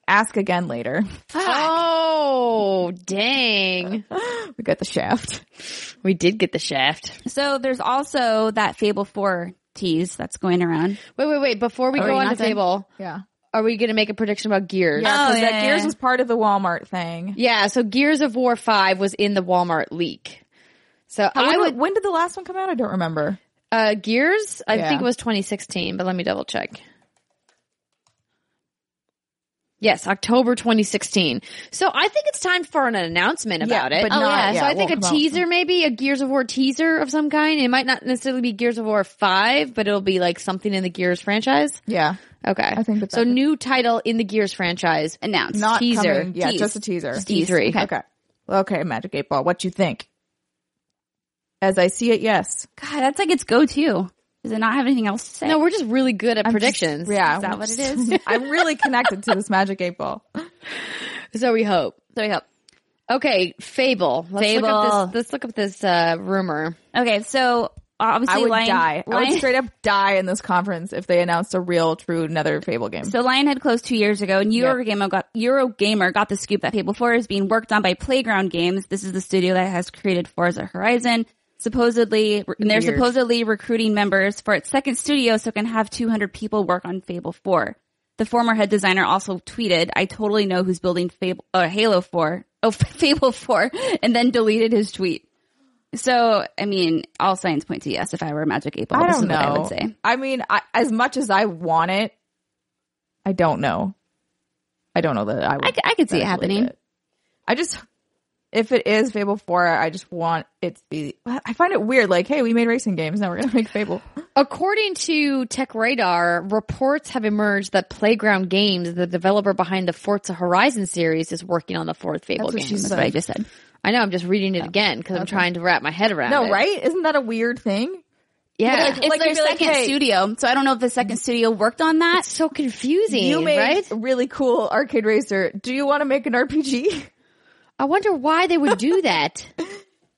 Speaker 3: ask again later.
Speaker 2: Oh, dang.
Speaker 3: we got the shaft.
Speaker 2: We did get the shaft.
Speaker 1: So there's also that Fable 4 tease that's going around.
Speaker 2: Wait, wait, wait. Before we
Speaker 1: Are we
Speaker 2: go on to
Speaker 1: not done?
Speaker 2: Fable,
Speaker 3: Yeah.
Speaker 2: are we going to make a prediction about Gears?
Speaker 3: Yeah, 'cause
Speaker 1: Oh,
Speaker 3: that
Speaker 1: yeah,
Speaker 3: Gears
Speaker 1: yeah.
Speaker 3: was part of the Walmart thing.
Speaker 2: Yeah, so Gears of War 5 was in the Walmart leak. So
Speaker 3: When,
Speaker 2: I
Speaker 3: did-
Speaker 2: would,
Speaker 3: when did the last one come out? I don't remember.
Speaker 2: uh, Gears, I
Speaker 3: Yeah.
Speaker 2: think it was 2016, but let me double check. Yes, October 2016. So I think it's time for an announcement about it.
Speaker 3: but
Speaker 1: Oh,
Speaker 3: not-
Speaker 1: yeah,
Speaker 2: so I
Speaker 3: it
Speaker 2: think
Speaker 3: won't
Speaker 2: a
Speaker 3: come out.
Speaker 2: teaser, maybe a Gears of War teaser of some kind. It might not necessarily be Gears of War 5, but it'll be like something in the Gears franchise.
Speaker 3: Yeah.
Speaker 2: Okay. I
Speaker 3: think that's
Speaker 2: so
Speaker 3: it.
Speaker 2: new title in the Gears franchise.
Speaker 1: Announced.
Speaker 3: Not
Speaker 2: Teaser.
Speaker 3: coming. Yeah,
Speaker 1: Tease.
Speaker 3: just a teaser.
Speaker 2: Tease. E3.
Speaker 1: Okay.
Speaker 3: Okay. Okay, Magic 8 Ball. What you think? As I see it, yes.
Speaker 1: God, that's like its go-to. Does it not have anything else to say?
Speaker 2: No, we're just really good at
Speaker 3: I'm just-
Speaker 2: predictions.
Speaker 3: yeah.
Speaker 1: Is that what it
Speaker 3: just-
Speaker 1: is?
Speaker 3: I'm really connected to this Magic 8 Ball.
Speaker 2: So we hope.
Speaker 1: so we hope.
Speaker 2: Okay, Fable. Let's Look
Speaker 1: Fable.
Speaker 2: up this, let's look up this uh, rumor.
Speaker 1: Okay, so obviously
Speaker 3: I would
Speaker 1: Lion,
Speaker 3: die. I
Speaker 1: Lion-
Speaker 3: would straight up die in this conference if they announced a real, true, another Fable game.
Speaker 1: So Lionhead closed two years ago, and Eurogamer got Eurogamer got the scoop that Fable Four is being worked on by Playground Games. This is the studio that has created Forza Horizon. Supposedly, and they're
Speaker 2: Weird.
Speaker 1: supposedly recruiting members for its second studio, so it can have 200 people work on Fable Four. The former head designer also tweeted, "I totally know who's building Fable uh, Halo Four, oh Fable Four, and then deleted his tweet. So, I mean, all signs point to yes. If I were a Magic Eight Ball,
Speaker 3: I
Speaker 1: this
Speaker 3: don't
Speaker 1: is
Speaker 3: know.
Speaker 1: what I would say.
Speaker 3: I mean, I, as much as I want it, I don't know. I don't know that I would.
Speaker 1: I, c- I could see it
Speaker 3: eventually
Speaker 1: happening.
Speaker 3: get it. I just, if it is Fable 4, I just want it to be. I find it weird. Like, hey, we made racing games. Now we're going to make Fable.
Speaker 2: According to Tech Radar, reports have emerged that Playground Games, the developer behind the Forza Horizon series, is working on the fourth Fable
Speaker 3: That's what
Speaker 2: game.
Speaker 3: she
Speaker 1: That's
Speaker 3: said. Oh,
Speaker 1: what I just said.
Speaker 2: I know. I'm just reading it again because I'm trying to wrap my head around.
Speaker 3: No,
Speaker 2: it.
Speaker 3: right? Isn't that a weird thing?
Speaker 2: Yeah,
Speaker 1: It's
Speaker 3: Like,
Speaker 1: their
Speaker 3: I feel like,
Speaker 1: second
Speaker 3: hey-
Speaker 1: studio, so I don't know if the second studio worked on that.
Speaker 2: it's so confusing,
Speaker 3: You made
Speaker 2: right?
Speaker 3: a really cool arcade racer. Do you want to make an RPG?
Speaker 2: I wonder why they would do that.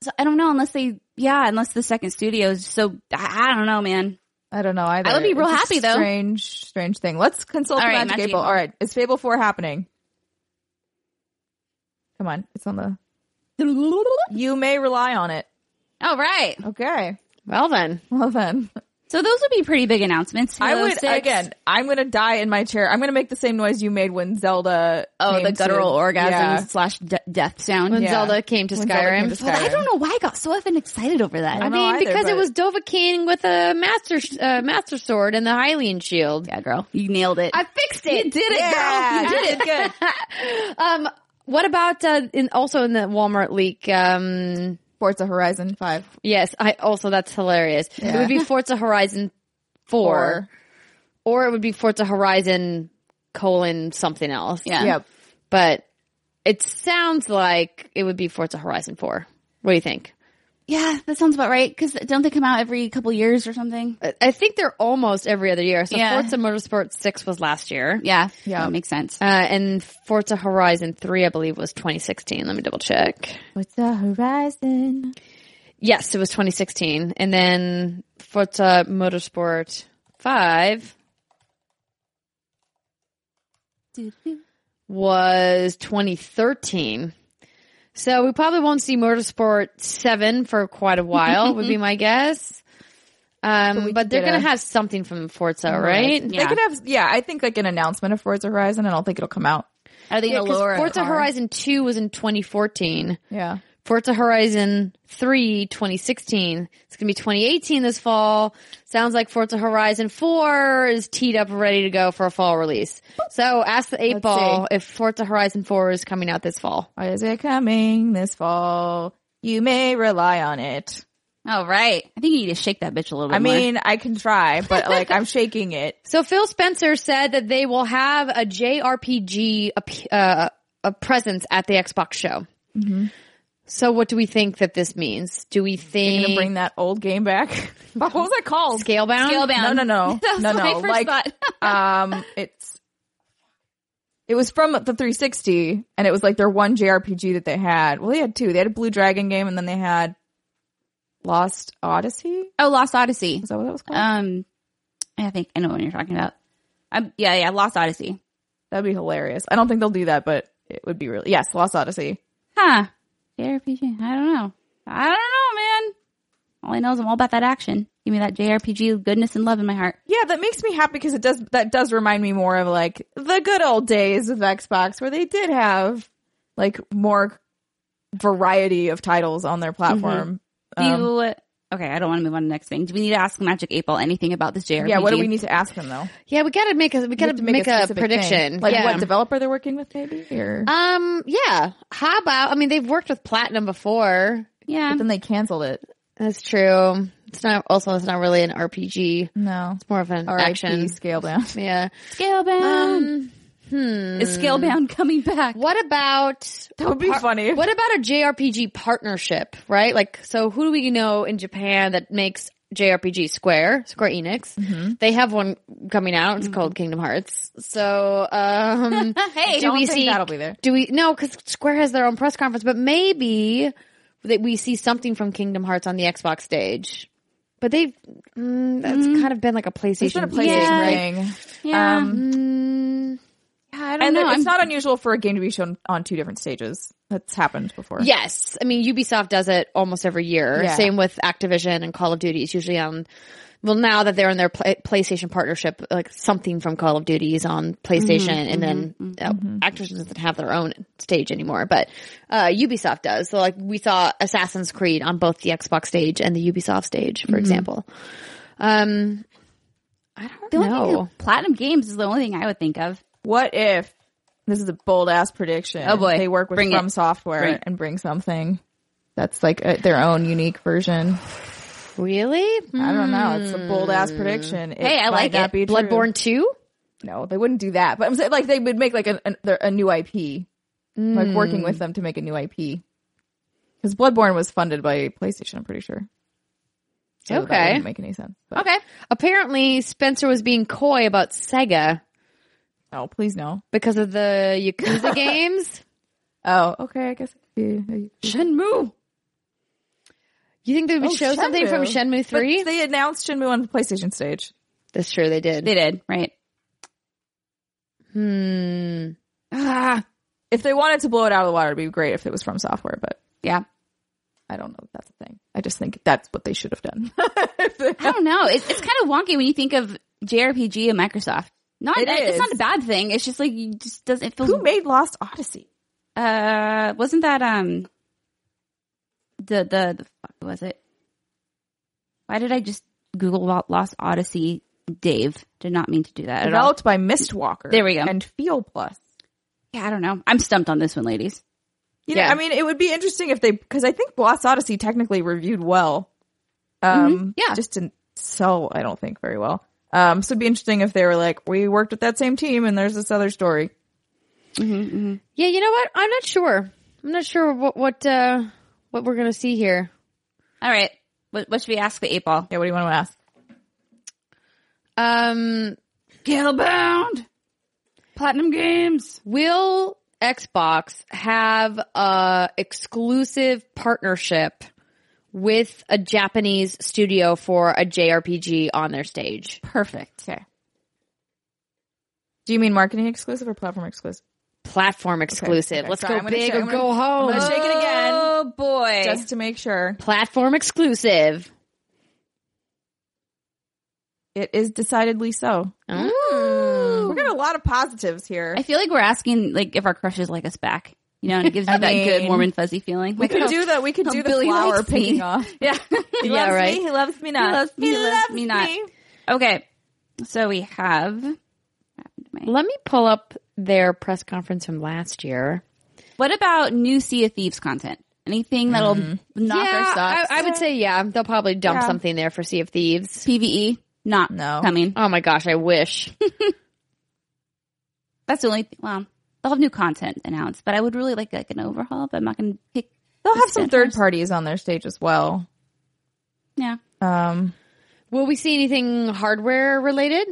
Speaker 1: So I don't know unless they, yeah, unless the second studio is so. I, I don't know, man.
Speaker 3: I don't know either.
Speaker 1: I would be real
Speaker 3: It's a
Speaker 1: happy, though.
Speaker 3: Strange, strange thing. Let's consult
Speaker 1: All
Speaker 3: the
Speaker 1: right,
Speaker 3: Magic
Speaker 1: Magic
Speaker 3: Eight Ball.
Speaker 1: Eight Ball.
Speaker 3: All right, is Fable Four happening? Come on, it's on the.
Speaker 1: All
Speaker 3: You may rely on it.
Speaker 1: right.
Speaker 3: Okay,
Speaker 2: well, then
Speaker 3: well then,
Speaker 1: So those would be pretty big announcements.
Speaker 3: I
Speaker 1: Halo
Speaker 3: would
Speaker 1: 6.
Speaker 3: again. I'm gonna die in my chair. I'm gonna make the same noise you made when Zelda.
Speaker 1: Oh,
Speaker 3: came
Speaker 1: the
Speaker 3: to-
Speaker 1: guttural orgasm
Speaker 3: Yeah.
Speaker 1: slash de- death sound.
Speaker 2: when
Speaker 3: Yeah.
Speaker 2: Zelda came to
Speaker 3: When Zelda
Speaker 2: Skyrim,
Speaker 3: came to
Speaker 1: Well, I don't know why I got so effing excited over that.
Speaker 2: I
Speaker 3: I
Speaker 2: mean,
Speaker 3: know either,
Speaker 2: because it
Speaker 3: but-
Speaker 2: was Dovahkiin with a master sh- uh, master sword and the Hylian shield.
Speaker 1: yeah, girl, you nailed it.
Speaker 2: I fixed it.
Speaker 1: you did it, girl.
Speaker 3: Yeah,
Speaker 1: You did it.
Speaker 3: Good.
Speaker 2: Um, what about uh, in also in the Walmart leak? Um,
Speaker 3: Forza Horizon Five
Speaker 2: yes, I also that's hilarious. It
Speaker 3: Yeah.
Speaker 2: would be Forza Horizon four,
Speaker 3: or
Speaker 2: or it would be Forza Horizon colon something else.
Speaker 1: Yeah.
Speaker 3: yep.
Speaker 2: but it sounds like it would be Forza Horizon four. What do you think?
Speaker 1: Yeah, that sounds about right. Because don't they come out every couple years or something?
Speaker 2: I- I think they're almost every other year. So
Speaker 1: Yeah.
Speaker 2: Forza Motorsport six was last year.
Speaker 1: Yeah,
Speaker 3: Yeah.
Speaker 1: that makes sense.
Speaker 2: Uh, and Forza Horizon 3, I believe, was 2016. Let me double check.
Speaker 3: Forza Horizon.
Speaker 2: Yes, it was 2016. And then Forza Motorsport 5 was 2013. So we probably won't see Motorsport 7 for quite a while, would be my guess. Um,
Speaker 3: we
Speaker 2: but
Speaker 3: could
Speaker 2: they're
Speaker 3: get
Speaker 2: going to
Speaker 3: a-
Speaker 2: have something from Forza, right?
Speaker 1: Yeah.
Speaker 3: They could have. Yeah, I think like an announcement of Forza Horizon. I don't think it'll come out.
Speaker 1: Are they gonna
Speaker 2: 'cause
Speaker 1: lower? a
Speaker 2: Forza
Speaker 1: car?
Speaker 2: Horizon 2 was in 2014.
Speaker 3: Yeah.
Speaker 2: Forza Horizon 3 2016. It's going to be 2018 this fall. Sounds like Forza Horizon 4 is teed up ready to go for a fall release. So ask the 8
Speaker 3: Let's
Speaker 2: ball if Forza Horizon 4 is coming out this fall.
Speaker 3: Why is it coming this fall? You may rely on it.
Speaker 1: All Oh, right. I think you need to shake that bitch a little bit.
Speaker 3: I
Speaker 1: more.
Speaker 3: mean, I can try, but like I'm shaking it.
Speaker 2: So Phil Spencer said that they will have a JRPG ap- uh, a presence at the Xbox show.
Speaker 3: Mm-hmm.
Speaker 2: So what do we think that this means? Do we
Speaker 3: I'm
Speaker 2: think
Speaker 3: gonna bring that old game back. what was it called?
Speaker 2: Scalebound?
Speaker 1: Scalebound.
Speaker 3: No, no, no,
Speaker 1: That was
Speaker 3: no,
Speaker 1: my
Speaker 3: no.
Speaker 1: first
Speaker 3: Like,
Speaker 1: thought.
Speaker 3: um, it's it was from the 360, and it was like their one JRPG that they had. Well, they had two. They had a Blue Dragon game, and then they had Lost Odyssey.
Speaker 1: oh, Lost Odyssey. Uh,
Speaker 3: Is that what that was called?
Speaker 1: Um, I think I know what you're talking about. Um, yeah, yeah, Lost Odyssey.
Speaker 3: That'd be hilarious. I don't think they'll do that, but it would be really yes, Lost Odyssey.
Speaker 1: Huh. The JRPG. I don't know. I don't know, man. All I know is I'm all about that action. Give me that JRPG goodness and love in my heart.
Speaker 3: Yeah, that makes me happy because it does that does remind me more of like the good old days of Xbox where they did have like more variety of titles on
Speaker 2: Mm-hmm.
Speaker 3: their platform.
Speaker 1: Do
Speaker 3: Um,
Speaker 1: you, okay, I don't want to move on to the next thing. Do we need to ask Magic Eight Ball anything about this JRPG?
Speaker 3: yeah, what do we need to ask them though?
Speaker 2: Yeah, we gotta make a we
Speaker 3: We
Speaker 2: gotta
Speaker 3: have to
Speaker 2: make, a,
Speaker 3: specific thing.
Speaker 2: prediction.
Speaker 3: Like
Speaker 2: yeah.
Speaker 3: what developer they're working with maybe? Or
Speaker 2: um, yeah. How about? I mean, they've worked with platinum before.
Speaker 1: Yeah.
Speaker 3: but then they canceled it.
Speaker 2: That's true. It's not also it's not really an RPG.
Speaker 3: No.
Speaker 2: It's more of an
Speaker 3: RIP
Speaker 2: action.
Speaker 3: scale down.
Speaker 2: Yeah.
Speaker 1: Scalebound.
Speaker 2: Um,
Speaker 3: hmm.
Speaker 1: Is Scalebound coming back?
Speaker 2: what about
Speaker 3: That would be funny.
Speaker 2: what about a JRPG partnership? Right. Like, so who do we know in Japan that makes JRPG Square Square Enix? They have one coming out. It's called Kingdom Hearts. So um,
Speaker 1: Hey,
Speaker 2: do
Speaker 3: don't
Speaker 2: we
Speaker 3: think
Speaker 2: see
Speaker 3: that'll be there.
Speaker 2: Do we no? Because Square has their own press conference, but maybe that we see something from Kingdom Hearts on the Xbox stage. But they've mm, that's kind of been like a PlayStation.
Speaker 3: It's been a PlayStation
Speaker 1: Yeah.
Speaker 3: thing.
Speaker 1: Yeah.
Speaker 3: Um,
Speaker 2: Mm,
Speaker 3: I
Speaker 1: don't
Speaker 3: don't
Speaker 1: know.
Speaker 3: It's
Speaker 1: I'm-
Speaker 3: not unusual for a game to be shown on two different stages. That's happened before.
Speaker 2: yes, I mean Ubisoft does it almost every year.
Speaker 3: Yeah.
Speaker 2: Same with Activision and Call of Duty. It's usually on. Well, now that they're in their play, PlayStation partnership, like something from Call of Duty is on PlayStation, and
Speaker 3: Mm-hmm.
Speaker 2: then uh, Activision doesn't have their own stage anymore, but uh, Ubisoft does. So, like we saw Assassin's Creed on both the Xbox stage and the Ubisoft stage,
Speaker 3: Mm-hmm.
Speaker 2: for example. Um, I don't
Speaker 1: the only
Speaker 2: know.
Speaker 1: thing, Platinum Games is the only thing I would think of.
Speaker 3: What if this is a bold ass prediction?
Speaker 1: Oh, boy.
Speaker 3: they work with
Speaker 1: Bring
Speaker 3: From
Speaker 1: it.
Speaker 3: Software
Speaker 1: Bring it.
Speaker 3: and bring something that's like a, their own unique version.
Speaker 2: Really?
Speaker 3: I don't know. It's a bold ass prediction. It
Speaker 1: Hey, I like
Speaker 3: might not
Speaker 1: it.
Speaker 3: Be true.
Speaker 2: Bloodborne two.
Speaker 3: No, they wouldn't do that. But I'm saying like they would make like an, an, their- a new IP, like working with them to make a new IP. Because Bloodborne was funded by PlayStation, I'm pretty sure. So that
Speaker 2: Okay.
Speaker 3: wouldn't make any sense. But,
Speaker 2: Okay. Apparently, Spencer was being coy about Sega
Speaker 3: Oh, please no.
Speaker 2: because of the Yakuza games.
Speaker 3: Oh, okay. I guess. it could be-
Speaker 1: Shenmue.
Speaker 2: You think they would
Speaker 3: Oh,
Speaker 2: show something from
Speaker 3: Shenmue.
Speaker 2: Shenmue Three?
Speaker 3: But they announced Shenmue on the PlayStation stage.
Speaker 2: That's true. They did.
Speaker 1: They did, right?
Speaker 2: Hmm.
Speaker 1: Ah,
Speaker 3: If they wanted to blow it out of the water, it'd be great if it was from software, but
Speaker 1: yeah.
Speaker 3: I don't know if that's a thing. I just think that's what they should have done. If they-
Speaker 1: I don't know. It's, it's kind of wonky when you think of JRPG and Microsoft. Not
Speaker 3: It
Speaker 1: that, it's
Speaker 3: is.
Speaker 1: not a bad thing. It's just like you just doesn't it feels
Speaker 3: Who made Lost Odyssey?
Speaker 1: uh wasn't that um the the, the fuck was it? Why did I just Google Lo- Lost Odyssey? Dave did not mean to do that at all.
Speaker 3: Developed by Mistwalker.
Speaker 1: There we go.
Speaker 3: And Feel Plus.
Speaker 1: Yeah, I don't know. I'm stumped on this one, ladies.
Speaker 3: You know,
Speaker 2: Yeah.
Speaker 3: I mean, it would be interesting if they, because I think Lost Odyssey technically reviewed well.
Speaker 1: Mm-hmm.
Speaker 3: Um,
Speaker 2: Yeah.
Speaker 3: Just didn't sell, I don't think, very well. Um, so it'd be interesting if they were like, we worked with that same team and there's this other story.
Speaker 2: Yeah. You know what? I'm not sure. I'm not sure what what uh, what we're gonna see here.
Speaker 1: All right. What, what should we ask the eight ball?
Speaker 3: Yeah, what do you want to ask?
Speaker 2: Um.
Speaker 1: Scalebound. Platinum Games.
Speaker 2: Will Xbox have a exclusive partnership with a Japanese studio for a JRPG on their stage?
Speaker 1: Perfect. Okay.
Speaker 3: Do you mean marketing exclusive or platform exclusive?
Speaker 2: Platform exclusive.
Speaker 3: okay.
Speaker 2: Let's
Speaker 3: Sorry, I'm
Speaker 2: go
Speaker 3: gonna
Speaker 2: big
Speaker 3: shake-
Speaker 2: or
Speaker 3: I'm
Speaker 2: go home.
Speaker 3: I'm gonna shake it again.
Speaker 1: Oh boy.
Speaker 3: Just to make sure.
Speaker 2: Platform exclusive.
Speaker 3: It is decidedly so.
Speaker 2: Oh.
Speaker 3: We're getting a lot of positives here.
Speaker 1: I feel like we're asking like if our crushes like us back. You know, and it gives you that good
Speaker 3: mean,
Speaker 1: warm and fuzzy feeling.
Speaker 3: we could do that. We could
Speaker 1: how
Speaker 3: do the
Speaker 1: Billy
Speaker 3: flower
Speaker 1: likes me.
Speaker 3: picking off.
Speaker 1: Yeah.
Speaker 3: He
Speaker 2: Yeah,
Speaker 3: loves
Speaker 2: right.
Speaker 3: me. He loves me not.
Speaker 1: He loves me, he loves me not. okay. So we have
Speaker 2: Let me pull up their press conference from last year.
Speaker 1: what about new Sea of Thieves content? Anything that'll
Speaker 3: Mm.
Speaker 1: knock our socks?
Speaker 2: I, I would say yeah. They'll probably dump something there for Sea of Thieves.
Speaker 1: PVE E, not
Speaker 3: No.
Speaker 1: coming.
Speaker 2: Oh my gosh, I wish.
Speaker 1: That's the only thing. Well, they'll have new content announced, but I would really like like an overhaul. But I'm not going to pick.
Speaker 3: They'll have some third parties on their stage as well.
Speaker 1: Yeah.
Speaker 3: Um,
Speaker 2: Will we see anything hardware related?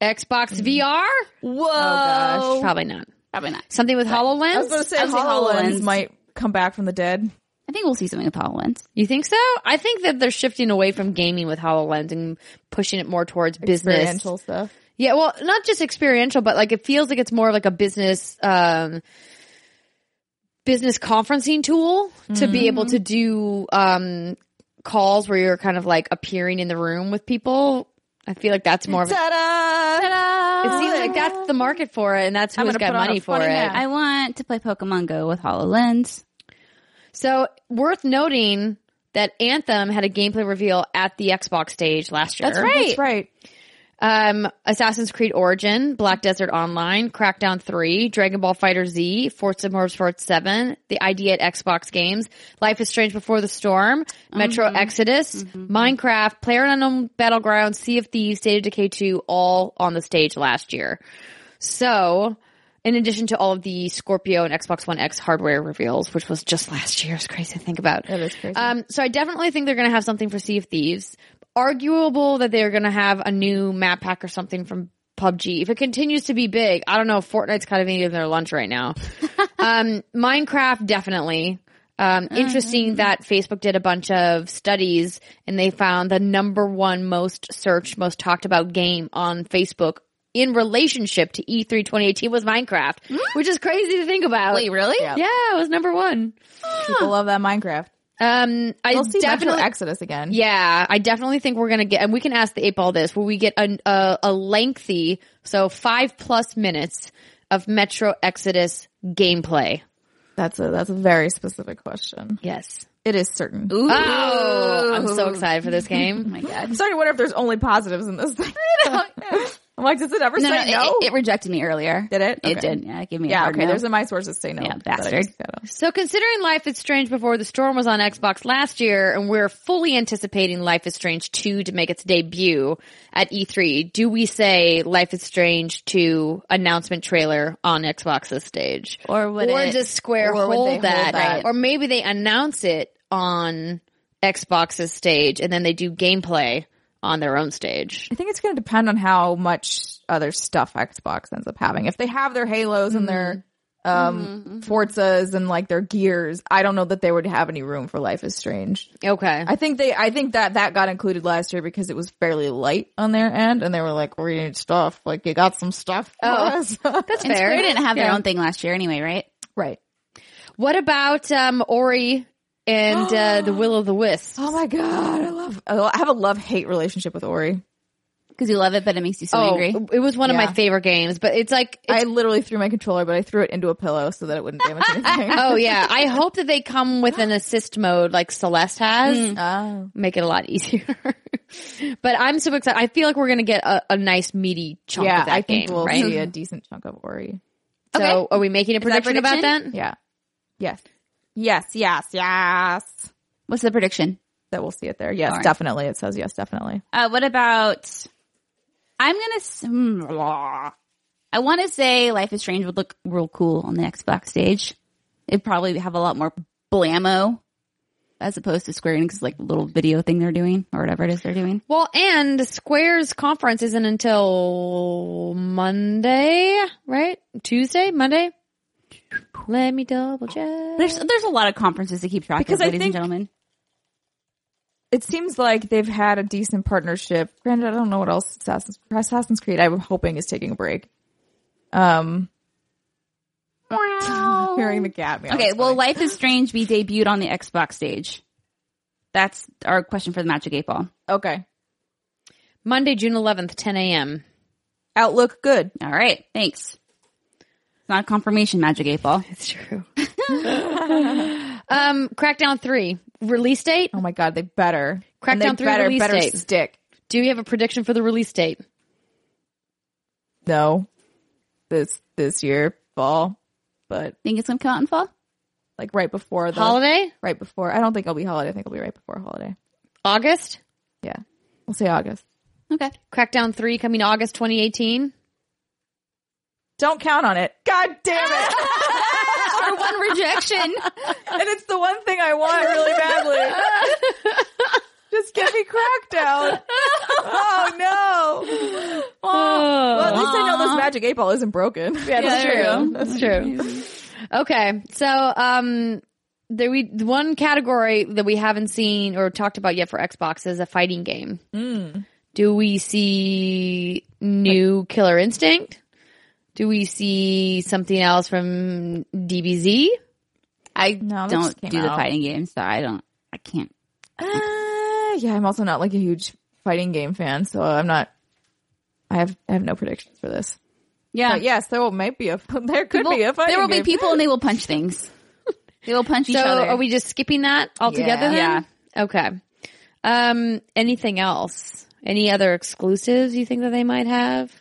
Speaker 2: Xbox
Speaker 3: Hmm.
Speaker 2: VR?
Speaker 1: Whoa. Oh,
Speaker 3: gosh.
Speaker 2: Probably not.
Speaker 1: Probably not.
Speaker 2: Something with HoloLens?
Speaker 3: Oh, I was going to say
Speaker 1: I'd say
Speaker 3: HoloLens
Speaker 1: HoloLens.
Speaker 3: might come back from the dead.
Speaker 1: I think we'll see something with HoloLens.
Speaker 2: you think so? I think that they're shifting away from gaming with HoloLens and pushing it more towards business.
Speaker 3: Experiential stuff.
Speaker 2: Yeah, well, not just experiential, but like it feels like it's more of like a business um business conferencing tool to be
Speaker 3: Mm-hmm.
Speaker 2: able to do um calls where you're kind of like appearing in the room with people. I feel like that's more of a, it
Speaker 3: Ta-da!
Speaker 2: seems like that's the market for it and that's who's
Speaker 3: gonna
Speaker 2: got
Speaker 3: put on a
Speaker 2: money for it.
Speaker 3: funny hat.
Speaker 1: I want to play Pokemon Go with HoloLens.
Speaker 2: So worth noting that Anthem had a gameplay reveal at the Xbox stage last year.
Speaker 3: That's right.
Speaker 2: Um, Assassin's Creed Origin, Black Desert Online, Crackdown 3, Dragon Ball Fighter Z, Forza Motorsport 7, the ID at Xbox games, Life is Strange Before the Storm, Metro Exodus, Minecraft, Player Unknown Battlegrounds, Sea of Thieves, State of Decay 2, all on the stage last year. So, in addition to all of the Scorpio and Xbox One X hardware reveals, which was just last year, it's crazy to think about.
Speaker 3: That is
Speaker 1: Uh,
Speaker 3: crazy.
Speaker 2: Um, so I definitely think they're going to have something for Sea of Thieves. Arguable that they're going to have a new map pack or something from PUBG. If it continues to be big, I don't know. if Fortnite's kind of eating their lunch right now. um, Minecraft, definitely. Um, interesting that Facebook did a bunch of studies and they found the number one most searched, most talked about game on Facebook in relationship to E E3 2018 was Minecraft, which is crazy to think about.
Speaker 1: Wait, really?
Speaker 3: Yeah.
Speaker 2: Yeah, it was number one.
Speaker 3: People love that Minecraft.
Speaker 2: Um, I
Speaker 3: We'll see
Speaker 2: definitely,
Speaker 3: Metro Exodus again.
Speaker 2: yeah, I definitely think we're gonna get, and we can ask the eight ball this. Will we get a a, a lengthy, so five plus minutes of Metro Exodus gameplay?
Speaker 3: That's a that's a very specific question.
Speaker 2: Yes.
Speaker 3: It is certain.
Speaker 1: Ooh.
Speaker 2: Oh, I'm so excited for this
Speaker 1: Oh
Speaker 2: game.
Speaker 1: my god.
Speaker 3: I'm starting to wonder if there's only positives in this thing. I'm like, does it ever
Speaker 1: No, no,
Speaker 3: say
Speaker 1: it,
Speaker 3: no?
Speaker 1: it- it rejected me earlier.
Speaker 3: Did it?
Speaker 1: It
Speaker 3: Okay.
Speaker 1: did. Yeah, give me. a
Speaker 3: yeah,
Speaker 1: hard
Speaker 3: okay.
Speaker 1: no.
Speaker 3: There's in my sources say no.
Speaker 1: Yeah,
Speaker 3: that I
Speaker 1: bastard.
Speaker 3: just got off.
Speaker 2: so considering Life is Strange Before the Storm was on Xbox last year, and we're fully anticipating Life is Strange 2 to make its debut at E3, do we say Life is Strange 2 announcement trailer on Xbox's stage?
Speaker 1: or would
Speaker 2: or
Speaker 1: it,
Speaker 2: does Square
Speaker 3: or would
Speaker 2: hold,
Speaker 3: they hold
Speaker 2: that?
Speaker 3: that?
Speaker 2: Or maybe they announce it on Xbox's stage and then they do gameplay on their own stage.
Speaker 3: I think it's going to depend on how much other stuff Xbox ends up having. If they have their Halos and their
Speaker 1: Mm-hmm.
Speaker 3: um Forzas and like their Gears, I don't know that they would have any room for Life is Strange.
Speaker 2: Okay.
Speaker 3: I think they I think that that got included last year because it was fairly light on their end and they were like we need stuff like you got some stuff for
Speaker 1: Oh.
Speaker 3: us.
Speaker 2: That's
Speaker 1: And Square
Speaker 2: fair.
Speaker 1: didn't have their own thing last year anyway, right?
Speaker 3: right.
Speaker 2: What about um, Ori and uh, the Will of the Wisp?
Speaker 3: Oh my god, I love oh, I have a love-hate relationship with Ori.
Speaker 1: Because you love it, but it makes you so angry.
Speaker 2: it was one of
Speaker 3: Oh, Yeah.
Speaker 2: my favorite games, but it's like, it's,
Speaker 3: I literally threw my controller but I threw it into a pillow so that it wouldn't damage anything.
Speaker 2: oh yeah. I hope that they come with an assist mode like Celeste has.
Speaker 3: Oh.
Speaker 2: Make it a lot easier. but I'm so excited. I feel like we're going to get a, a nice meaty chunk
Speaker 3: Yeah,
Speaker 2: of that
Speaker 3: I think
Speaker 2: game,
Speaker 3: we'll
Speaker 2: right?
Speaker 3: see a decent chunk of Ori.
Speaker 2: So
Speaker 1: Okay.
Speaker 2: are we making a
Speaker 1: that
Speaker 2: prediction, about
Speaker 1: prediction?
Speaker 2: that?
Speaker 3: Yeah. Yes. Yes, yes, yes.
Speaker 1: What's the prediction?
Speaker 3: That we'll see it there. Yes,
Speaker 1: All right.
Speaker 3: definitely. It says yes, definitely.
Speaker 1: Uh, what about? I'm gonna. s- mm, blah. I want to say Life is Strange would look real cool on the Xbox stage. It'd probably have a lot more blammo, as opposed to Square Enix's like little video thing they're doing or whatever it is they're doing.
Speaker 2: Well, and Square's conference isn't until Monday, right? Tuesday, Monday. Let me double check.
Speaker 1: There's there's a lot of conferences to keep track
Speaker 3: Because
Speaker 1: of,
Speaker 3: I
Speaker 1: ladies and
Speaker 3: think-
Speaker 1: gentlemen.
Speaker 3: It seems like they've had a decent partnership. Granted, I don't know what else Assassin's, Assassin's Creed I'm hoping is taking a break. Um, hearing the cat meow.
Speaker 1: Okay,
Speaker 3: is
Speaker 1: well,
Speaker 3: funny.
Speaker 1: Life is Strange be debuted on the Xbox stage. That's our question for the Magic Eight Ball.
Speaker 3: okay.
Speaker 2: Monday, June 11th, 10 a.m.
Speaker 3: Outlook good.
Speaker 1: All right, thanks. It's not a confirmation, Magic Eight Ball.
Speaker 2: It's true. um, Crackdown 3 release date.
Speaker 3: Oh my god, they better And they
Speaker 2: Crackdown three
Speaker 3: better
Speaker 2: release
Speaker 3: better
Speaker 2: date.
Speaker 3: stick.
Speaker 2: Do you have a prediction for the release date?
Speaker 3: No, this this year fall, but
Speaker 1: Think it's gonna come out in fall?
Speaker 3: like right before the
Speaker 2: Holiday?
Speaker 3: right before. I don't think it'll be holiday. I think it'll be right before holiday.
Speaker 2: August?
Speaker 3: Yeah, we'll say August.
Speaker 1: Okay.
Speaker 2: Crackdown 3 coming August 2018.
Speaker 3: Don't count on it. God damn it.
Speaker 1: Our one rejection.
Speaker 3: and it's the one thing I want really badly. Just get me cracked out. Oh no.
Speaker 2: Oh.
Speaker 3: Well, at least I know this magic eight ball isn't broken. Yeah,
Speaker 2: that's true. That's true. Okay, so um, there we the
Speaker 3: Hmm.
Speaker 2: one category that we haven't seen or talked about yet for Xbox is a fighting game. Do we see new Killer Instinct? Do we see something else from DBZ?
Speaker 1: I
Speaker 3: No, that
Speaker 1: don't
Speaker 3: just came
Speaker 1: do the
Speaker 3: out.
Speaker 1: fighting games, so I don't. I can't.
Speaker 3: Uh, yeah, I'm also not like a huge fighting game fan, so I'm not. I have I have no predictions for this.
Speaker 1: Yeah,
Speaker 3: But yes, there will might be a there could
Speaker 1: People-
Speaker 3: be a fighting
Speaker 1: there will
Speaker 3: game.
Speaker 1: be people, and they will punch things. they will punch
Speaker 2: so
Speaker 1: each other.
Speaker 2: are we just skipping that altogether
Speaker 3: Yeah.
Speaker 2: then? Okay. Um, anything else? Any other exclusives you think that they might have?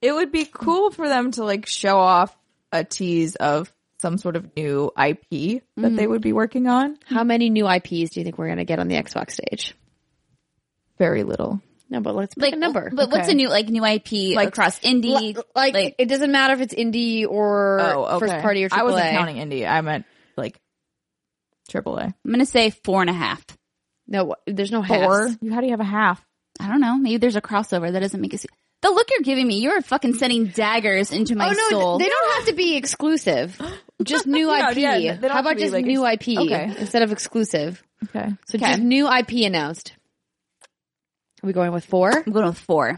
Speaker 3: It would be cool for them to like show off a tease of some sort of new IP that they would be working on.
Speaker 2: How many new IPs do you think we're going to get on the Xbox stage?
Speaker 3: Very little.
Speaker 2: No, but let's pick
Speaker 1: like
Speaker 2: a number.
Speaker 1: But what's
Speaker 3: Okay.
Speaker 1: a new like new IP like
Speaker 3: Like,
Speaker 1: across indie?
Speaker 2: L- like, it doesn't matter if it's indie or first party or AAA.
Speaker 3: Oh, I wasn't counting indie. I meant like AAA.
Speaker 1: I'm gonna say four and a half.
Speaker 2: No, there's no
Speaker 3: Four.
Speaker 2: halves.
Speaker 3: You how do you have a half?
Speaker 1: I don't know. Maybe there's a crossover that doesn't make it. The look you're giving me, you're fucking sending daggers into my
Speaker 2: Oh no,
Speaker 1: soul.
Speaker 2: they don't have to be exclusive. Just new
Speaker 3: Yeah,
Speaker 2: IP.
Speaker 3: yeah, they don't
Speaker 2: How
Speaker 3: have to
Speaker 2: about
Speaker 3: be,
Speaker 2: just
Speaker 3: like,
Speaker 2: new IP
Speaker 3: okay.
Speaker 2: instead of exclusive?
Speaker 3: Okay.
Speaker 2: So
Speaker 1: Okay.
Speaker 2: just new IP announced. Are we going with four?
Speaker 1: I'm going with four.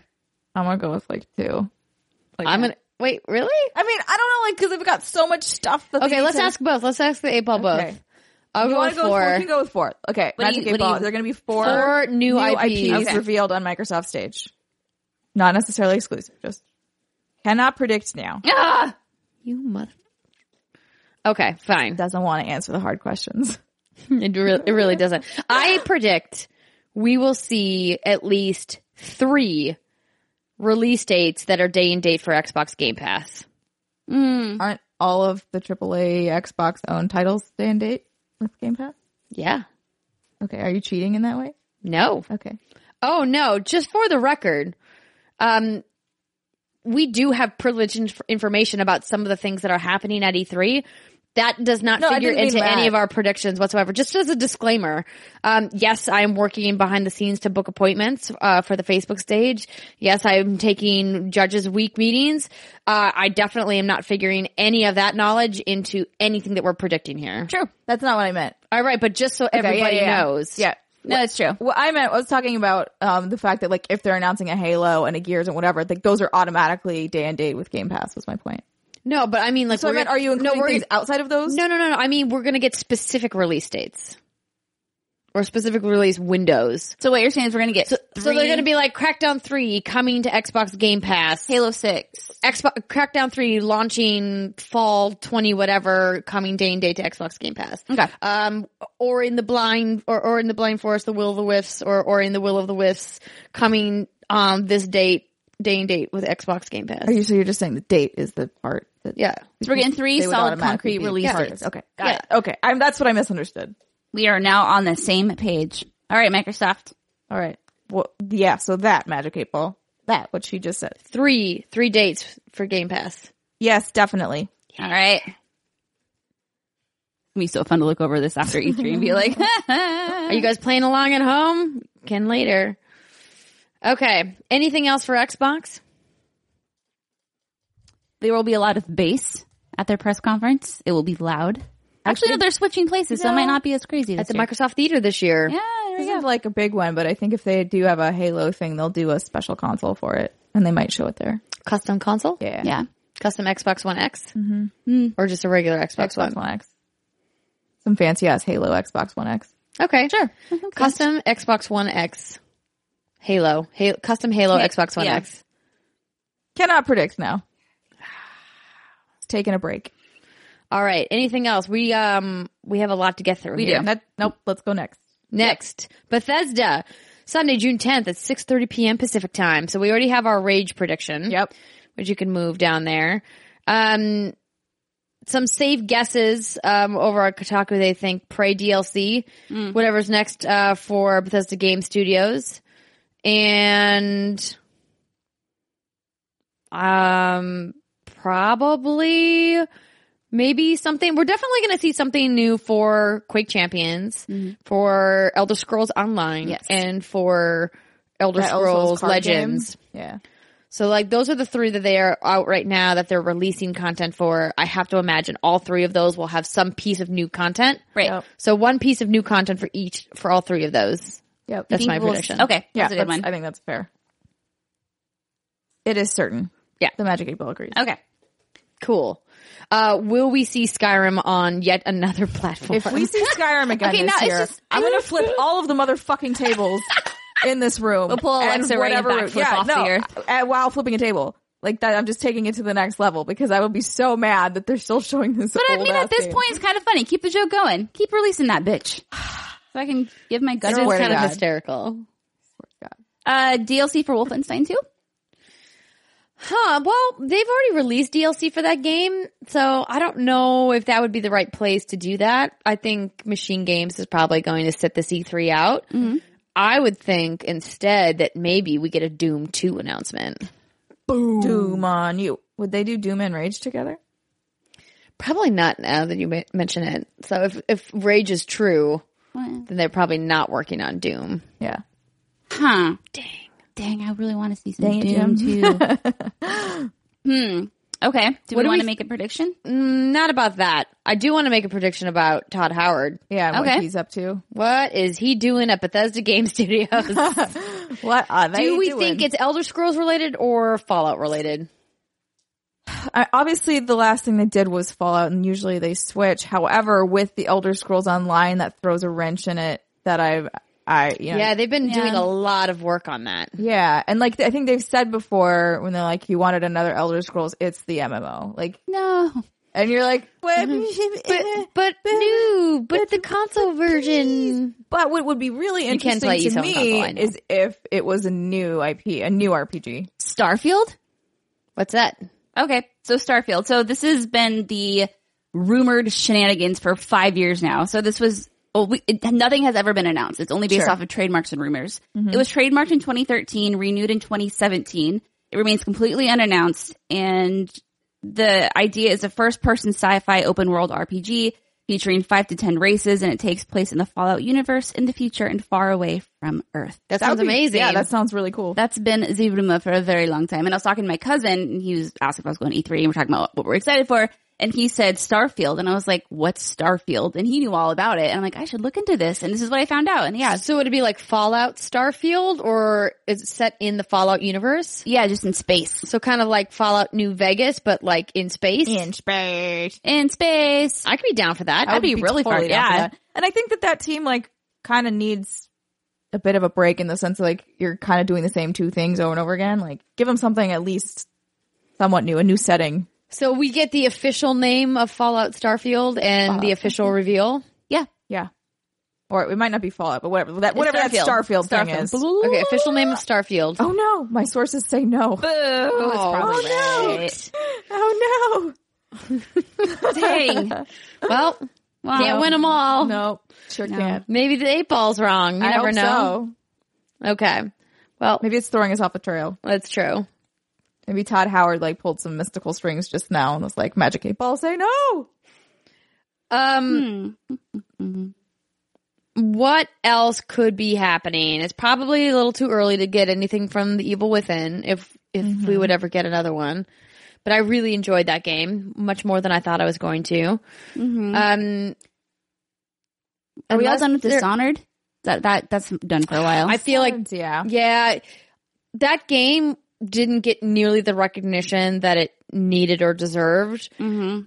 Speaker 3: I'm gonna go with like two. Like,
Speaker 2: I'm gonna wait. Really?
Speaker 3: I mean, I don't know, like because they've got so much stuff. That they
Speaker 2: Okay,
Speaker 3: need
Speaker 2: let's
Speaker 3: to-
Speaker 2: ask both. Let's ask the eight ball
Speaker 3: Okay.
Speaker 2: both. I'll
Speaker 3: You
Speaker 2: go
Speaker 3: wanna
Speaker 2: with
Speaker 3: go with
Speaker 2: four.
Speaker 3: You can go with four. Okay,
Speaker 1: What do you-
Speaker 3: Magic
Speaker 1: what
Speaker 3: Eight
Speaker 1: do
Speaker 3: Ball.
Speaker 1: you-
Speaker 3: There are going to be four,
Speaker 2: Four new IPs.
Speaker 3: IPs revealed on Microsoft stage. Not necessarily exclusive. Just cannot predict now.
Speaker 1: Ah!
Speaker 2: You mother. Okay, fine.
Speaker 3: Doesn't want to answer the hard questions.
Speaker 2: It really, it really doesn't. I predict we will see at least three release dates that are day and date for Xbox Game Pass.
Speaker 1: Mm.
Speaker 3: Aren't all of the AAA Xbox owned titles day and date with Game Pass?
Speaker 2: Yeah.
Speaker 3: Okay, are you cheating in that way?
Speaker 2: No.
Speaker 3: Okay,
Speaker 2: Oh no. Just for the record, um, we do have privileged inf- information about some of the things that are happening at E3. That does not
Speaker 3: No, I
Speaker 2: figure
Speaker 3: didn't mean
Speaker 2: into any
Speaker 3: that.
Speaker 2: of our predictions whatsoever. Just as a disclaimer, um, yes, I am working behind the scenes to book appointments uh, for the Facebook stage. Yes, I am taking judges' week meetings. Uh, I definitely am not figuring any of that knowledge into anything that we're predicting here.
Speaker 3: true. That's not what I meant.
Speaker 2: All right, but just so
Speaker 3: Okay, yeah,
Speaker 2: everybody
Speaker 3: yeah, yeah.
Speaker 2: knows,
Speaker 3: Yeah.
Speaker 1: No, it's true.
Speaker 3: What I meant I was talking about um, the fact that like if they're announcing a Halo and a Gears and whatever, like those are automatically day and date with Game Pass. Was my point.
Speaker 2: No, but I mean, like,
Speaker 3: So I
Speaker 2: we're
Speaker 3: meant,
Speaker 2: gonna-
Speaker 3: are you including
Speaker 2: we're-
Speaker 3: things outside of those?
Speaker 2: No, no, no, no. I mean, we're going to get specific release dates or specific release windows.
Speaker 1: So what you're saying is we're gonna get
Speaker 2: So they're
Speaker 1: three
Speaker 2: going to be like Crackdown 3 coming to Xbox Game Pass.
Speaker 1: Halo Six.
Speaker 2: Xbox Crackdown 3 launching fall 20 whatever coming day and date to Xbox Game Pass.
Speaker 1: Okay.
Speaker 2: Um or in the blind or, or in the blind forest the will of the whiffs or or in the will of the whiffs coming um this date day and date with Xbox Game Pass.
Speaker 3: Are you so you're just saying the date is the part that
Speaker 2: yeah.
Speaker 1: So we're getting three
Speaker 3: they would
Speaker 1: solid
Speaker 3: automatically
Speaker 1: concrete
Speaker 3: be
Speaker 1: release
Speaker 3: part of.
Speaker 1: dates.
Speaker 3: Okay.
Speaker 1: Got
Speaker 2: Yeah.
Speaker 1: it.
Speaker 3: Okay. I'm that's what I misunderstood.
Speaker 1: We are now on the same page. All right, Microsoft.
Speaker 3: All right. Well yeah, so that magic eight ball. That what she just said.
Speaker 2: 3 3 dates for Game Pass.
Speaker 3: Yes, definitely.
Speaker 1: All right. It's gonna be so fun to look over this after E3 and be like,
Speaker 2: Are you guys playing along at home? Can later. Okay. Anything else for Xbox?
Speaker 1: there will be a lot of bass at their press conference. It will be loud. Actually, no, they're switching places, so it might not be as crazy.
Speaker 2: At
Speaker 1: This
Speaker 2: the
Speaker 1: year.
Speaker 2: Microsoft Theater this year.
Speaker 1: Oh, yeah, there we
Speaker 3: This
Speaker 1: go.
Speaker 3: is like a big one, but I think if they do have a Halo thing, they'll do a special console for it. And they might show it there.
Speaker 2: Custom console?
Speaker 3: Yeah.
Speaker 1: Yeah.
Speaker 2: Custom Xbox One X? Mm-hmm. Or just a regular Xbox, One?
Speaker 3: Xbox One X. Some fancy ass Halo Xbox One X.
Speaker 2: Okay. Sure. Custom Xbox One X. Halo. Halo custom Halo
Speaker 1: Yeah,
Speaker 2: Xbox One
Speaker 1: yeah.
Speaker 2: X.
Speaker 3: Cannot predict now. It's taking a break.
Speaker 2: All right. Anything else? We um we have a lot to get through.
Speaker 1: We
Speaker 2: here.
Speaker 1: do.
Speaker 3: That, nope, let's go next.
Speaker 2: Next, Bethesda. Sunday, June 10th at 6:30 p.m. Pacific time. So we already have our rage prediction.
Speaker 3: Yep.
Speaker 2: which you can move down there. Um, some safe guesses um, over at Kotaku. They think Prey DLC,
Speaker 3: Mm.
Speaker 2: whatever's next uh, for Bethesda Game Studios, and um, probably maybe something. We're definitely going to see something new for Quake Champions,
Speaker 3: Mm-hmm.
Speaker 2: for Elder Scrolls Online,
Speaker 1: Yes.
Speaker 2: and for Elder
Speaker 3: That Elder
Speaker 2: Scrolls
Speaker 3: card game.
Speaker 2: Legends.
Speaker 3: Yeah.
Speaker 2: So like those are the three that they are out right now that they're releasing content for. I have to imagine all three of those will have some piece of new content.
Speaker 1: Right.
Speaker 3: Yep.
Speaker 2: So one piece of new content for each for all three of those
Speaker 3: Yep.
Speaker 2: That's
Speaker 1: Think
Speaker 2: my
Speaker 1: we'll-
Speaker 2: prediction.
Speaker 1: okay,
Speaker 3: yeah,
Speaker 1: that's a good
Speaker 3: that's-
Speaker 1: one.
Speaker 3: I think that's fair. It is certain.
Speaker 2: Yeah.
Speaker 3: The Magic 8 Ball agrees.
Speaker 1: okay,
Speaker 2: Cool. Uh, will we see Skyrim on yet another platform?
Speaker 3: If we see Skyrim again
Speaker 1: Okay,
Speaker 3: this
Speaker 1: now it's
Speaker 3: year,
Speaker 1: just-
Speaker 3: I'm gonna flip all of the motherfucking tables in this room. We'll
Speaker 1: pull Alexa Ray and backflip
Speaker 3: yeah,
Speaker 1: off
Speaker 3: no,
Speaker 1: the earth.
Speaker 3: uh, while flipping a table. Like that, I'm just taking it to the next level because I would be so mad that they're still showing this.
Speaker 1: but I mean, at this point, it's kind of funny. Keep the joke going. Keep releasing that bitch, so I can give my
Speaker 2: It is
Speaker 1: guttural.
Speaker 3: Swear to
Speaker 2: kind of
Speaker 3: God.
Speaker 2: hysterical.
Speaker 1: Uh, DLC for Wolfenstein 2.
Speaker 2: Huh. Well, they've already released DLC for that game, so I don't know if that would be the right place to do that. I think Machine Games is probably going to sit this E3 out.
Speaker 3: Mm-hmm.
Speaker 2: I would think instead that maybe we get a Doom 2 announcement.
Speaker 3: Doom on you. Would they do Doom and Rage together?
Speaker 2: Probably not now that you ma- mention it. So if, if Rage is true,
Speaker 1: Well,
Speaker 2: then they're probably not working on Doom.
Speaker 3: Yeah.
Speaker 1: Huh. Dang. Dang, I really want to see some
Speaker 3: Dang it,
Speaker 1: Doom too. hmm. Okay. Do
Speaker 2: What
Speaker 1: we
Speaker 2: do
Speaker 1: want to
Speaker 2: we-
Speaker 1: make a prediction?
Speaker 2: Mm, Not about that. I do want to make a prediction about Todd Howard.
Speaker 3: Yeah. And
Speaker 1: Okay.
Speaker 3: What he's up to?
Speaker 2: What is he doing at Bethesda Game Studios?
Speaker 3: What are they?
Speaker 2: do we
Speaker 3: doing?
Speaker 2: think it's Elder Scrolls related or Fallout related?
Speaker 3: I, obviously the last thing they did was Fallout, and usually they switch. However, with the Elder Scrolls Online, that throws a wrench in it. That I, I, you know,
Speaker 2: Yeah, they've been
Speaker 1: Yeah.
Speaker 2: doing a lot of work on that.
Speaker 3: yeah, and like I think they've said before when they're like, "You wanted another Elder Scrolls? It's the MMO." Like,
Speaker 1: No.
Speaker 3: and you're like, "What?"
Speaker 2: Mm-hmm. But but new, but the console version.
Speaker 3: But what would be really
Speaker 2: can
Speaker 3: interesting
Speaker 2: play
Speaker 3: to
Speaker 2: Eternal Console,
Speaker 3: me
Speaker 2: I know.
Speaker 3: is if it was a new IP, a new RPG.
Speaker 1: Starfield?
Speaker 2: What's that?
Speaker 1: Okay. So Starfield. So this has been the rumored shenanigans for five years now. So this was, well, we, it, nothing has ever been announced. It's only based
Speaker 3: Sure.
Speaker 1: off of trademarks and rumors. It was trademarked in 2013, renewed in 2017. It remains completely unannounced and the idea is a first person sci-fi open world RPG featuring five to 10 races and it takes place in the Fallout universe in the future and far away from Earth.
Speaker 2: That,
Speaker 3: That
Speaker 2: sounds
Speaker 3: would be-
Speaker 2: amazing.
Speaker 3: Yeah, that sounds really cool.
Speaker 1: That's been the rumor for a very long time. And I was talking to my cousin, and he was asking if I was going to E3, and we're talking about what we're excited for. And he said Starfield, and I was like, "What's Starfield?" And he knew all about it. And I'm like, "I should look into this." And this is what I found out. And yeah,
Speaker 2: so it'd be like Fallout Starfield or is it set in the Fallout universe?
Speaker 1: yeah, just in space,
Speaker 2: So kind of like Fallout New Vegas, but like in space.
Speaker 3: space.
Speaker 1: in space.
Speaker 2: I could be down for that.
Speaker 1: I would be really fun,
Speaker 3: down for
Speaker 1: yeah.
Speaker 3: that. And I think that that team like kind of needs a bit of a break in the sense of like you're kind of doing the same two things over and over again. Like give them something at least somewhat new, a new setting.
Speaker 2: So we get the official name of Fallout Starfield and the official reveal.
Speaker 1: Yeah,
Speaker 3: Yeah. Or it might not be Fallout, but whatever that whatever that Starfield thing is.
Speaker 2: Okay, official name of Starfield.
Speaker 3: Oh no, my sources say no.
Speaker 1: Boo.
Speaker 2: Oh,
Speaker 1: probably
Speaker 3: no.
Speaker 1: right.
Speaker 3: Oh
Speaker 1: Dang.
Speaker 2: Well,
Speaker 1: Wow.
Speaker 2: can't win them all.
Speaker 3: no. No, sure can't.
Speaker 2: Maybe the eight ball's wrong. You
Speaker 3: I
Speaker 2: never
Speaker 3: hope
Speaker 2: know.
Speaker 3: so.
Speaker 2: Okay. Well,
Speaker 3: Maybe it's throwing us off the trail.
Speaker 2: that's true.
Speaker 3: Maybe Todd Howard like pulled some mystical strings just now and was like, "Magic eight ball, say no."
Speaker 2: Um,
Speaker 1: Hmm.
Speaker 2: what else could be happening? It's probably a little too early to get anything from The Evil Within if if
Speaker 1: Mm-hmm.
Speaker 2: we would ever get another one. But I really enjoyed that game much more than I thought I was going to. Um,
Speaker 1: Mm-hmm. Are we all
Speaker 2: unless
Speaker 1: done with
Speaker 2: there-
Speaker 1: Dishonored? That that that's done for a while.
Speaker 2: I feel like
Speaker 3: yeah.
Speaker 2: Yeah, that game didn't get nearly the recognition that it needed or deserved.
Speaker 1: hmm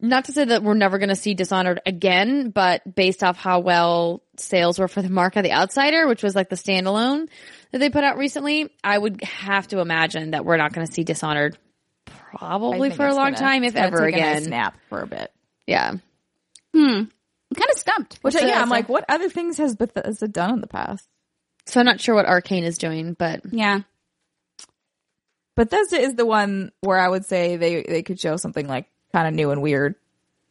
Speaker 2: Not to say that we're never going to see Dishonored again, but based off how well sales were for the Mark of the Outsider, which was like the standalone that they put out recently, I would have to imagine that we're not going to see Dishonored
Speaker 3: I
Speaker 2: probably
Speaker 3: think
Speaker 2: for a
Speaker 3: it's
Speaker 2: long
Speaker 3: gonna-
Speaker 2: time, if
Speaker 3: it's gonna
Speaker 2: ever
Speaker 3: take a nice
Speaker 2: again.
Speaker 3: nap for a bit.
Speaker 2: yeah.
Speaker 1: I'm kind of stumped.
Speaker 3: Which
Speaker 1: So-
Speaker 3: yeah, I'm like, what other things has Bethesda done in the past?
Speaker 2: So I'm not sure what Arcane is doing, but
Speaker 1: yeah.
Speaker 3: Bethesda is the one where I would say they they could show something like kind of new and weird,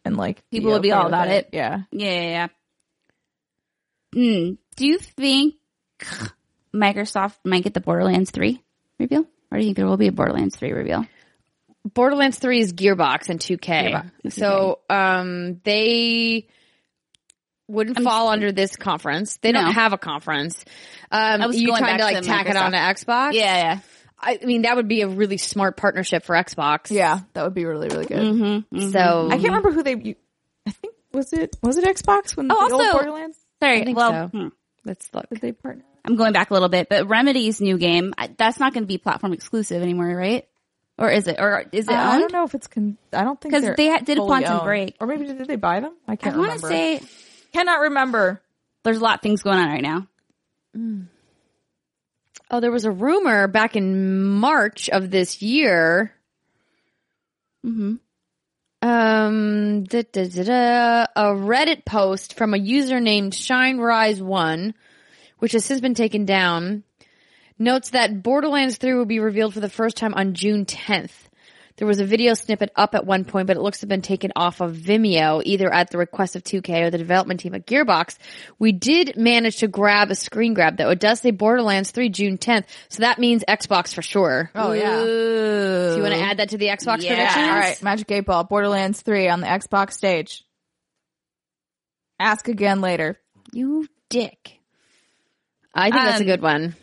Speaker 3: and like
Speaker 1: People would be
Speaker 3: okay
Speaker 1: all
Speaker 3: with
Speaker 1: about it.
Speaker 3: Yeah,
Speaker 1: Yeah, yeah, yeah. Mm. Do you think Microsoft might get the Borderlands 3 reveal? Or do you think there will be a Borderlands 3 reveal?
Speaker 2: Borderlands 3 is Gearbox and 2K.
Speaker 1: Gearbox and
Speaker 2: So um they wouldn't fall under this conference. They
Speaker 1: No.
Speaker 2: don't have a conference. Um
Speaker 1: I was
Speaker 2: you
Speaker 1: going
Speaker 2: trying
Speaker 1: back
Speaker 2: to
Speaker 1: to
Speaker 2: like
Speaker 1: the
Speaker 2: tack it on to Xbox?
Speaker 1: Yeah,
Speaker 2: I mean that would be a really smart partnership for Xbox.
Speaker 3: yeah, that would be really really good.
Speaker 1: yeah. hmm
Speaker 2: So
Speaker 3: I can't remember who they. You, I think was it was it Xbox when
Speaker 1: Oh,
Speaker 3: the old
Speaker 1: also-
Speaker 3: Borderlands.
Speaker 1: Sorry.
Speaker 2: think
Speaker 1: well,
Speaker 2: so.
Speaker 1: hmm.
Speaker 2: Let's look.
Speaker 3: Did they partner?
Speaker 1: I'm going back a little bit, but Remedy's new game, I- that's not going to be platform exclusive anymore, right? Or is it? Or is it
Speaker 3: Uh, I don't
Speaker 1: owned?
Speaker 3: know if it's. Con- I don't think
Speaker 1: 'Cause
Speaker 3: they're
Speaker 1: they ha- did a
Speaker 3: fully
Speaker 1: Quantum
Speaker 3: owned.
Speaker 1: Break.
Speaker 3: or maybe did they buy them? I
Speaker 1: I
Speaker 3: can't.
Speaker 1: want to
Speaker 3: remember.
Speaker 1: say
Speaker 3: cannot remember.
Speaker 1: there's a lot of things going on right now.
Speaker 2: Oh, there was a rumor back in March of this year.
Speaker 1: Mm-hmm.
Speaker 2: Um, da, da, da, da, a Reddit post from a user named Shine Rise One, which has since been taken down, notes that Borderlands Three will be revealed for the first time on June 10th. There was a video snippet up at one point, but it looks to have been taken off of Vimeo, either at the request of 2K or the development team at Gearbox. We did manage to grab a screen grab though. It does say Borderlands 3 June 10th, so that means Xbox for sure.
Speaker 3: Oh yeah.
Speaker 2: Do you want to add that to the Xbox
Speaker 1: Yeah.
Speaker 2: predictions?
Speaker 1: All
Speaker 3: All right, Magic Eight Ball, Borderlands Three on the Xbox stage. Ask again later.
Speaker 1: You dick.
Speaker 2: I think that's a
Speaker 1: Um,
Speaker 2: good one.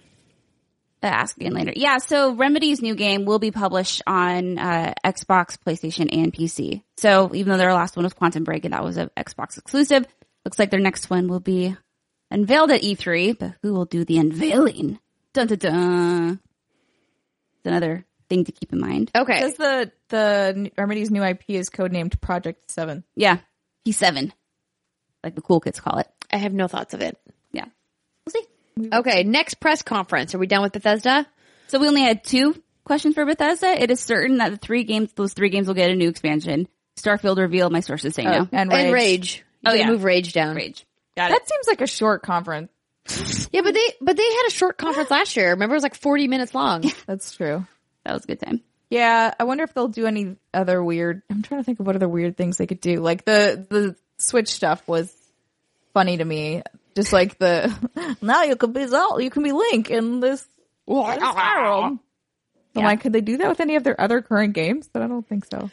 Speaker 1: Uh, ask again later. Yeah, so Remedy's new game will be published on uh, Xbox, PlayStation, and PC. So even though their last one was Quantum Break and that was an Xbox exclusive, looks like their next one will be unveiled at E3. But who will do the unveiling? Dun dun dun. It's another thing to keep in mind.
Speaker 2: Okay.
Speaker 3: Says the the Remedy's new IP is codenamed Project Seven.
Speaker 1: Yeah, P7, like the cool kids call it.
Speaker 2: I have no thoughts of it.
Speaker 1: Yeah, we'll see.
Speaker 2: Okay, next press conference. Are we done with Bethesda?
Speaker 1: So we only had two questions for Bethesda. It is certain that the three games, those three games, will get a new expansion. Starfield reveal. My sources say no.
Speaker 3: And Rage.
Speaker 2: And Rage. You
Speaker 1: Oh,
Speaker 2: gotta
Speaker 1: yeah.
Speaker 2: move Rage down.
Speaker 1: Rage. Got
Speaker 3: That seems like a short conference.
Speaker 2: Yeah, but they but they had a short conference last year. Remember, it was like forty minutes long.
Speaker 3: That's true.
Speaker 1: That was a good time.
Speaker 3: Yeah, I wonder if they'll do any other weird. I'm trying to think of what other weird things they could do. Like the the Switch stuff was funny to me. Just like the now you can be Zal, you can be Link in this. this world. I'm
Speaker 1: Yeah.
Speaker 3: like, could they do that with any of their other current games? But I don't think so.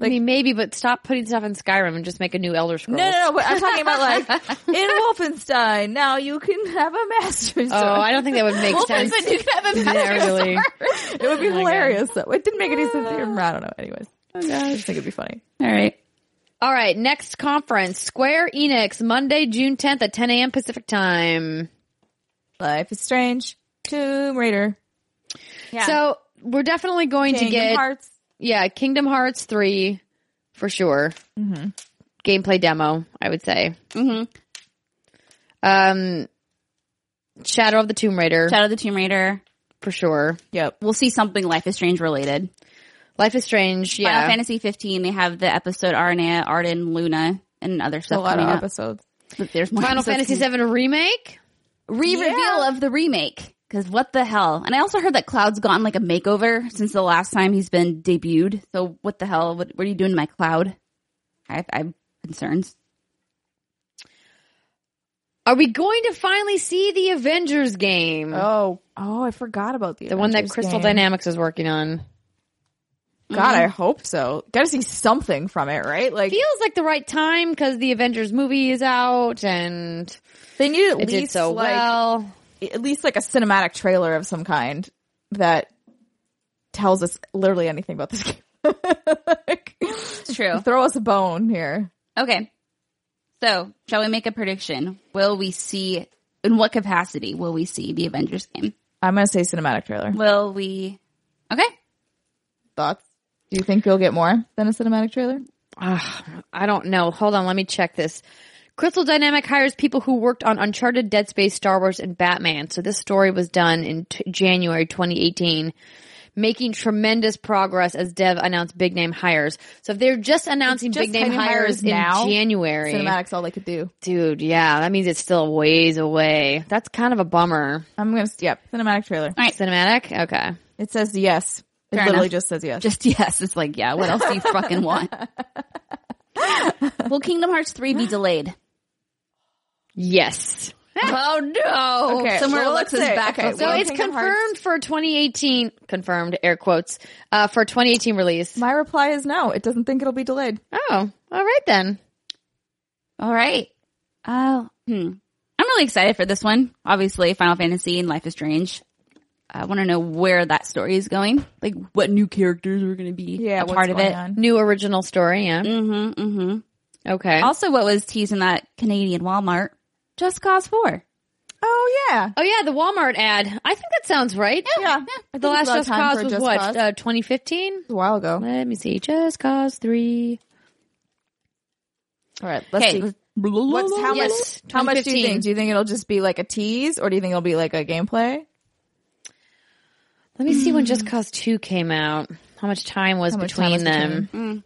Speaker 2: I mean, maybe, but stop putting stuff in Skyrim and just make a new Elder Scrolls.
Speaker 3: No, no, no. But I'm talking about like in Wolfenstein. Now you can have a master sword.
Speaker 2: Oh, I don't think that would make sense.
Speaker 3: Wolfenstein, you can have a
Speaker 2: Yeah,
Speaker 3: master
Speaker 2: really.
Speaker 3: sword. It would be hilarious though. It didn't make any sense. to him. I don't know. Anyways, I just think it'd be funny.
Speaker 1: All right.
Speaker 2: All right, next conference, Square Enix, Monday, June tenth at ten a.m. Pacific time.
Speaker 3: Life is strange. Tomb Raider.
Speaker 1: Yeah.
Speaker 2: So we're definitely going
Speaker 3: Kingdom
Speaker 2: to get
Speaker 3: Hearts.
Speaker 2: yeah, Kingdom Hearts three for sure. Gameplay demo, I would say.
Speaker 1: hmm
Speaker 2: Um, Shadow of the Tomb Raider
Speaker 1: Shadow of the Tomb Raider.
Speaker 2: for sure.
Speaker 3: Yep.
Speaker 1: We'll see something Life is Strange related.
Speaker 2: Life is Strange, yeah.
Speaker 1: Final Fantasy 15. They have the episode Arna, Arden, Luna, and other
Speaker 3: A
Speaker 1: stuff.
Speaker 3: lot
Speaker 1: coming
Speaker 3: of
Speaker 1: up.
Speaker 3: episodes.
Speaker 1: But There's more
Speaker 2: Final
Speaker 1: episodes
Speaker 2: Fantasy
Speaker 1: coming.
Speaker 2: VII remake.
Speaker 1: re-reveal
Speaker 3: Yeah.
Speaker 1: of the remake. Because what the hell? And I also heard that Cloud's gotten like a makeover since the last time he's been debuted. So what the hell? What, what are you doing to my Cloud? I, I have concerns.
Speaker 2: Are we going to finally see the Avengers game?
Speaker 3: Oh, oh, I forgot about the
Speaker 2: the one that
Speaker 3: Avengers
Speaker 2: Crystal Mm-hmm.
Speaker 3: game.
Speaker 2: Dynamics is working on.
Speaker 3: God, I hope so. Got to see something from it, right? Like
Speaker 2: Feels like the right time because the Avengers movie is out and
Speaker 3: they need at
Speaker 2: it did
Speaker 3: least
Speaker 2: so
Speaker 3: like
Speaker 2: well.
Speaker 3: at least like a cinematic trailer of some kind that tells us literally anything about this game. Like,
Speaker 1: It's true.
Speaker 3: throw us a bone here.
Speaker 1: Okay. So, shall we make a prediction? Will we see, in what capacity will we see the Avengers game?
Speaker 3: I'm gonna say cinematic
Speaker 2: Mm-hmm.
Speaker 3: trailer.
Speaker 1: Will we, okay.
Speaker 3: Thoughts? Do you think you'll get more than a cinematic trailer?
Speaker 2: Ugh, I don't know. Hold on, let me check this. Crystal Dynamic hires people who worked on Uncharted, Dead Space, Star Wars, and Batman. So this story was done in t- January 2018, making tremendous progress as Dev announced big name hires. So if they're just announcing
Speaker 3: Just
Speaker 2: big name
Speaker 3: hitting
Speaker 2: hires,
Speaker 3: hires
Speaker 2: in
Speaker 3: now,
Speaker 2: January,
Speaker 3: Cinematic's all they could do.
Speaker 2: dude, yeah, that means it's still a ways away. That's kind of a bummer.
Speaker 3: I'm gonna yep, cinematic trailer.
Speaker 1: Right.
Speaker 2: Cinematic, okay.
Speaker 3: It says yes. It
Speaker 1: Fair
Speaker 3: literally
Speaker 1: enough.
Speaker 3: just says yes.
Speaker 1: Just yes. It's like, yeah, what else do you fucking want? will Kingdom Hearts 3 be delayed?
Speaker 2: Yes. oh no.
Speaker 3: Okay,
Speaker 1: Somewhere
Speaker 3: well,
Speaker 1: Alexa's
Speaker 3: let's say-
Speaker 1: back.
Speaker 3: okay,
Speaker 1: from-
Speaker 2: So
Speaker 3: Well,
Speaker 2: it's
Speaker 3: Kingdom
Speaker 2: confirmed
Speaker 3: Hearts-
Speaker 2: for 2018, confirmed air quotes, uh, for 2018 release.
Speaker 3: My reply is no. It doesn't think it'll be delayed.
Speaker 2: Oh, all right then.
Speaker 1: All right. Oh, hmm. I'm really excited for this one. Obviously, Final Fantasy and Life is Strange. I want to know where that story is going. Like, what new characters are going to be a
Speaker 3: what's
Speaker 1: part of
Speaker 3: going
Speaker 1: it.
Speaker 3: on?
Speaker 2: New original
Speaker 3: Mm.
Speaker 2: story, yeah.
Speaker 1: Mm-hmm, mm-hmm.
Speaker 2: Okay.
Speaker 1: Also, what was teased in that Canadian Walmart? Just Cause 4.
Speaker 3: Oh yeah.
Speaker 2: Oh yeah, the Walmart ad. I think that sounds right.
Speaker 3: Yeah. I
Speaker 2: The
Speaker 3: think
Speaker 2: last
Speaker 3: it's about
Speaker 2: Just
Speaker 3: time
Speaker 2: Cause
Speaker 3: for
Speaker 2: was
Speaker 3: Just
Speaker 2: what?
Speaker 3: Cause.
Speaker 2: Uh, 2015?
Speaker 3: a while ago.
Speaker 2: Let me see. Just Cause 3.
Speaker 3: All right, let's see. What's how
Speaker 2: Yes,
Speaker 3: much? How much do you
Speaker 2: 2015.
Speaker 3: think? Do you think it'll just be like a tease, or do you think it'll be like a gameplay?
Speaker 2: Let me see when Just Cause 2 came out. How much time was
Speaker 3: Mm. How much time
Speaker 2: between
Speaker 3: was Mm.
Speaker 2: them?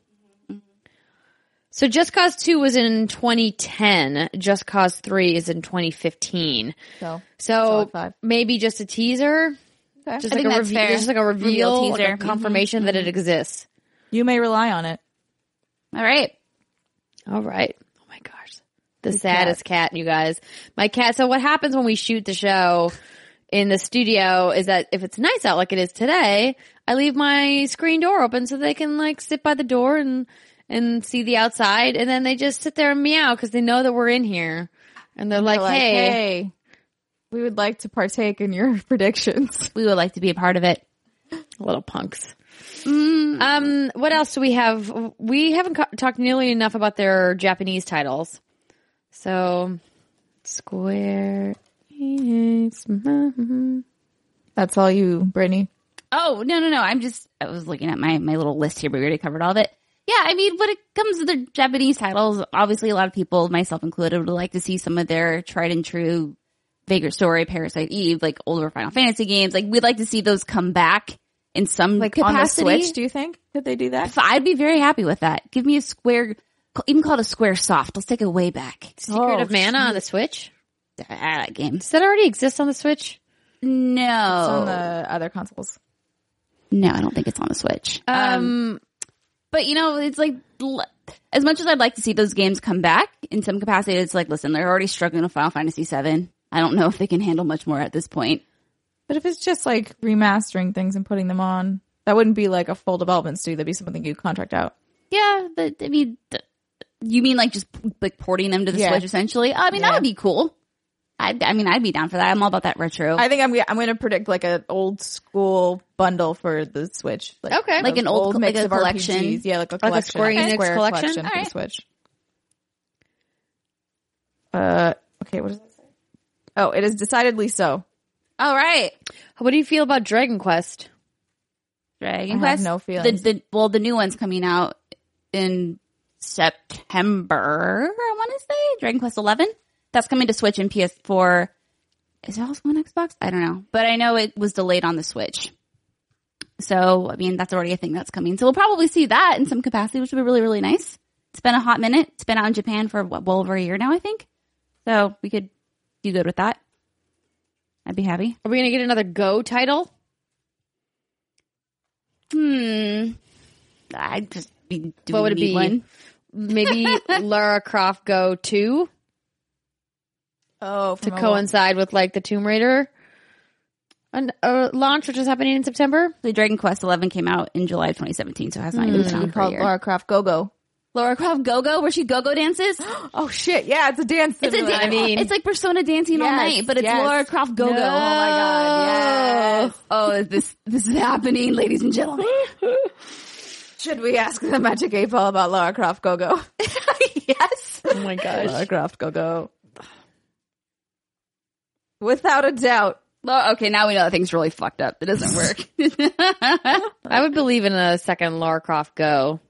Speaker 2: So Just Cause 2 was in 2010. Just Cause 3 is in 2015.
Speaker 3: So
Speaker 2: So
Speaker 3: Solid five.
Speaker 2: maybe just a teaser,
Speaker 3: okay.
Speaker 2: just
Speaker 1: I
Speaker 2: like
Speaker 1: think
Speaker 2: a
Speaker 1: that's
Speaker 2: reveal,
Speaker 1: fair.
Speaker 2: just like a reveal,
Speaker 1: Reveal
Speaker 2: like a
Speaker 1: teaser. Mhm,
Speaker 3: Mm-hmm.
Speaker 2: confirmation that it exists.
Speaker 3: you may rely on it.
Speaker 1: All right.
Speaker 2: All right. Oh my gosh. The, saddest cat. you guys. My cat. So what happens when we shoot the show in the studio is that if it's nice out like it is today, I leave my screen door open so they can like sit by the door and, and see the outside. And then they just sit there and meow because they know that we're in here. And they're, like,
Speaker 3: Like, hey,
Speaker 2: hey,
Speaker 3: we would like to partake in your predictions.
Speaker 1: We would like to be a part of it.
Speaker 2: little punks. Um, what else do we have? We haven't co- talked nearly enough about their Japanese titles. So, Square Enix. mhm.
Speaker 3: That's all you, Brittany.
Speaker 1: Oh, no, no, no. I'm just, I was looking at my, my little list here, but we already covered all of it. Yeah, I mean, when it comes to the Japanese titles, obviously a lot of people, myself included, would like to see some of their tried and true Vagrant Story, Parasite Eve, like older Final Fantasy games. Like, we'd like to see those come back in some
Speaker 3: Like on the
Speaker 1: capacity.
Speaker 3: Switch, do you think could they do that?
Speaker 1: If- I'd be very happy with that. Give me a square, even call it a square soft. Let's take it way back.
Speaker 2: Secret
Speaker 3: Oh,
Speaker 2: of Mana on the Switch.
Speaker 1: that game.
Speaker 2: Does that already exist on the Switch?
Speaker 1: Oh.
Speaker 3: It's on the
Speaker 1: No,
Speaker 3: other consoles.
Speaker 1: no, I don't think it's on the Switch.
Speaker 2: Um,
Speaker 1: Uh, but you know, it's like l- as much as I'd like to see those games come back in some capacity, it's like listen, they're already struggling with Final Fantasy VII. I don't know if they can handle much more at this point.
Speaker 3: But if it's just like remastering things and putting them on, that wouldn't be like a full development studio. That'd be something you contract out.
Speaker 1: Yeah, but I mean, th- you mean like just p- like porting them to the
Speaker 3: Yeah.
Speaker 1: Switch essentially? I mean, that would be cool. I, I mean, I'd be down for that. I'm all about that
Speaker 2: Oh.
Speaker 1: retro.
Speaker 3: I think I'm I'm going to predict like an old school bundle for the Switch. Like,
Speaker 2: Okay.
Speaker 1: Like
Speaker 3: those
Speaker 1: an old co-
Speaker 3: mix
Speaker 1: like a
Speaker 3: of
Speaker 1: collection.
Speaker 3: RPGs. Yeah, like a
Speaker 2: a
Speaker 3: collection.
Speaker 2: Square Enix collection?
Speaker 3: for
Speaker 1: Alright.
Speaker 3: the Switch. Uh, okay. What does that say? Oh, it is decidedly so.
Speaker 1: all right,
Speaker 2: what do you feel about Dragon Quest?
Speaker 1: Dragon
Speaker 3: I have
Speaker 1: Quest.
Speaker 3: no
Speaker 1: The,
Speaker 3: feelings.
Speaker 1: the well, the new one's coming out in September. I want to say Dragon Quest Eleven. That's coming to Switch and PS4. Is it also on Xbox? I don't know, but I know it was delayed on the Switch. So I mean, that's already a thing that's coming. So we'll probably see that in some capacity, which would be really really nice. It's been a hot minute. It's been out in Japan for what, well over a year now, I think. So we could do good with that. I'd be happy.
Speaker 2: Are we going to get another Go title?
Speaker 1: Hmm. I'd just be doing
Speaker 2: What would it be?
Speaker 1: One.
Speaker 2: Maybe Lara Croft Go 2
Speaker 3: Oh,
Speaker 2: to coincide with like the Tomb Raider an, uh, launch, which is happening in September.
Speaker 1: The Dragon Quest Eleven came out in July of 2017, so it has not even been out for a
Speaker 3: called
Speaker 1: year.
Speaker 3: Lara Croft Go Go.
Speaker 1: Hmm. Laura Croft Go Go, where she go go dances.
Speaker 3: Oh shit! Yeah, it's a dance.
Speaker 1: It's a
Speaker 3: simulator.
Speaker 1: dance.
Speaker 2: I mean-
Speaker 1: it's like Persona dancing all
Speaker 3: Yes,
Speaker 1: night, but it's
Speaker 3: yes.
Speaker 1: Laura Croft Go Go.
Speaker 3: Oh my god! Yes.
Speaker 1: Oh, this this is happening, ladies and gentlemen.
Speaker 3: Should we ask the Magic Eight Ball about Lara Croft Go Go?
Speaker 1: yes.
Speaker 2: Oh my gosh.
Speaker 3: Lara Croft Go Go. Without a doubt,
Speaker 1: Laura, okay, now we know that thing's really fucked up. It doesn't work.
Speaker 2: I would believe in a second Lara Croft go.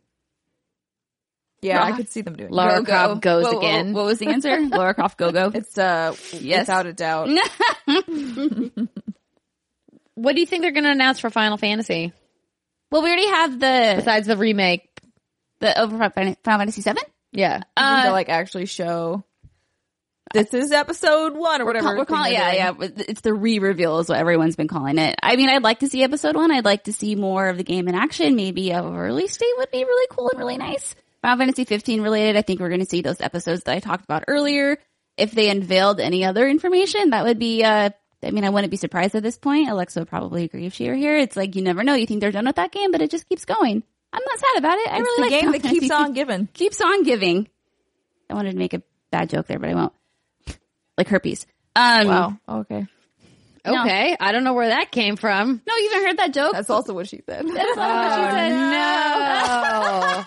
Speaker 3: yeah, I
Speaker 1: Lara-
Speaker 3: could see them doing. it.
Speaker 2: Lara
Speaker 1: Go, go.
Speaker 2: Croft goes
Speaker 1: Whoa, whoa,
Speaker 2: again.
Speaker 1: What was the answer? Laura Croft Go Go.
Speaker 3: It's uh,
Speaker 1: Yes.
Speaker 3: without a doubt.
Speaker 2: What do you think they're going to announce for Final Fantasy
Speaker 1: Well, we already have the
Speaker 2: besides the remake?
Speaker 1: the over Final Fantasy Seven.
Speaker 2: Yeah.
Speaker 3: I think
Speaker 1: Uh,
Speaker 3: they'll like actually show this is episode one or whatever.
Speaker 1: We're calling,
Speaker 3: thing
Speaker 1: yeah,
Speaker 3: they're
Speaker 1: yeah. It's the re-reveal is what everyone's been calling it. I mean, I'd like to see episode one. I'd like to see more of the game in action. Maybe a release date would be really cool and really nice. Final Fantasy 15 related. I think we're going to see those episodes that I talked about earlier. If they unveiled any other information, that would be, uh, I mean, I wouldn't be surprised at this point. Alexa would probably agree if she were here. It's like, you never know. You think they're done with that game, but it just keeps going. I'm not sad about it. I
Speaker 3: It's
Speaker 1: really
Speaker 3: the
Speaker 1: like
Speaker 3: game
Speaker 1: Final
Speaker 3: that
Speaker 1: Fantasy
Speaker 3: keeps on giving.
Speaker 1: keeps on giving. I wanted to make a bad joke there, but I won't. Like herpes. Um,
Speaker 3: Wow. Okay.
Speaker 1: No.
Speaker 2: Okay. I don't know where that came from.
Speaker 1: No, you haven't heard that joke.
Speaker 3: That's also what she said.
Speaker 1: That's not what she said.
Speaker 2: no.
Speaker 1: Ah,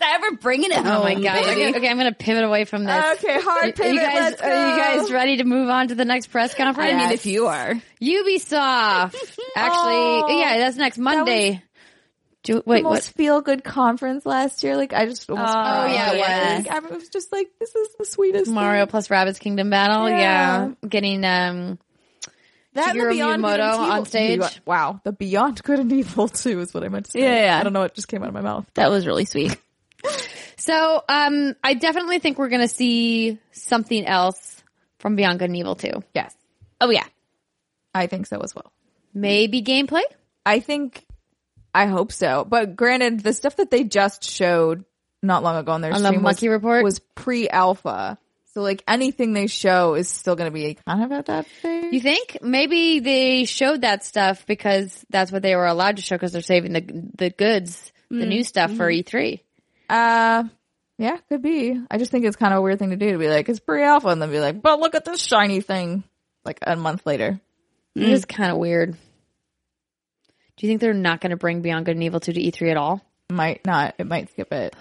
Speaker 1: ever bringing it home.
Speaker 2: Oh my god. Okay,
Speaker 1: baby.
Speaker 2: okay, I'm going to pivot away from this.
Speaker 3: Okay, hard
Speaker 2: Are
Speaker 3: pivot.
Speaker 2: you guys,
Speaker 3: let's go.
Speaker 2: are you guys ready to move on to the next press conference?
Speaker 1: I mean, if you are,
Speaker 2: Ubisoft. Actually,
Speaker 3: Oh,
Speaker 2: yeah, that's next Monday. Do, wait, what?
Speaker 3: most feel good conference last year. Like I just almost.
Speaker 1: Oh,
Speaker 3: cried.
Speaker 2: yeah, it
Speaker 1: was.
Speaker 3: Like, I was just like, this is the sweetest.
Speaker 2: Mario
Speaker 3: thing.
Speaker 2: plus Rabbit's Kingdom Battle. Yeah.
Speaker 3: Yeah.
Speaker 2: Getting, um,
Speaker 3: that and the
Speaker 2: Shigeru
Speaker 3: Beyond Good
Speaker 2: Miyamoto
Speaker 3: and Evil-
Speaker 2: on stage.
Speaker 3: Beyond- Wow, the Beyond Good and Evil too is what I meant to say.
Speaker 1: Yeah, yeah.
Speaker 3: I don't know what just came out of my mouth.
Speaker 1: that was really sweet.
Speaker 2: so, um, I definitely think we're going to see something else from Beyond Good and Evil too.
Speaker 3: Yes,
Speaker 1: Oh yeah,
Speaker 3: I think so as well.
Speaker 2: Maybe gameplay?
Speaker 3: I think I hope so. But granted, the stuff that they just showed not long ago on their
Speaker 2: On the
Speaker 3: stream was-
Speaker 2: Monkey Report?
Speaker 3: was pre-alpha. So like anything they show is still going to be kind of at that phase.
Speaker 2: You think? Maybe they showed that stuff because that's what they were allowed to show because they're saving the, the goods, the new stuff for E E3.
Speaker 3: Uh yeah, could be. I just think it's kind of a weird thing to do to be like it's pre-alpha and then be like, "But look at this shiny thing." Like a month later.
Speaker 2: It is kind of weird. Do you think they're not going to bring Beyond Good and Evil 2 to E3 at all?
Speaker 3: Might not. It might skip it.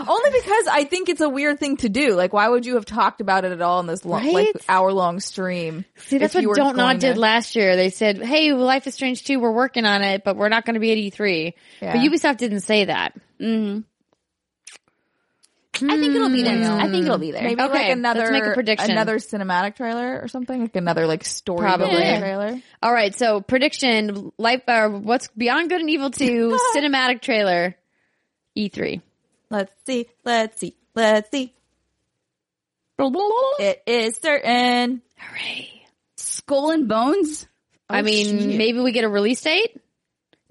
Speaker 3: Only because I think it's a weird thing to do. Like, why would you have talked about it at all in this long, like
Speaker 2: Right?
Speaker 3: hour long stream?
Speaker 2: See, that's
Speaker 3: if you
Speaker 2: what
Speaker 3: were
Speaker 2: Don't Nod
Speaker 3: going to-
Speaker 2: did last year. They said, hey, Life is Strange 2, we're working on it, but we're not going to be at E3. But
Speaker 3: Yeah.
Speaker 2: Ubisoft didn't say that.
Speaker 1: Mm-hmm. I think it'll be there. I think it'll be there.
Speaker 3: Maybe
Speaker 2: Okay,
Speaker 3: like another
Speaker 2: let's make a prediction.
Speaker 3: another cinematic trailer or something, like another like story
Speaker 2: Probably.
Speaker 3: building trailer.
Speaker 2: All right, so prediction, Life, uh, what's Beyond Good and Evil 2 cinematic trailer, E E3.
Speaker 3: Let's see, let's see, let's see.
Speaker 1: Mm.
Speaker 3: It is certain.
Speaker 2: Hooray.
Speaker 1: Skull and bones.
Speaker 2: I mean,
Speaker 3: shit.
Speaker 2: maybe we get a release date,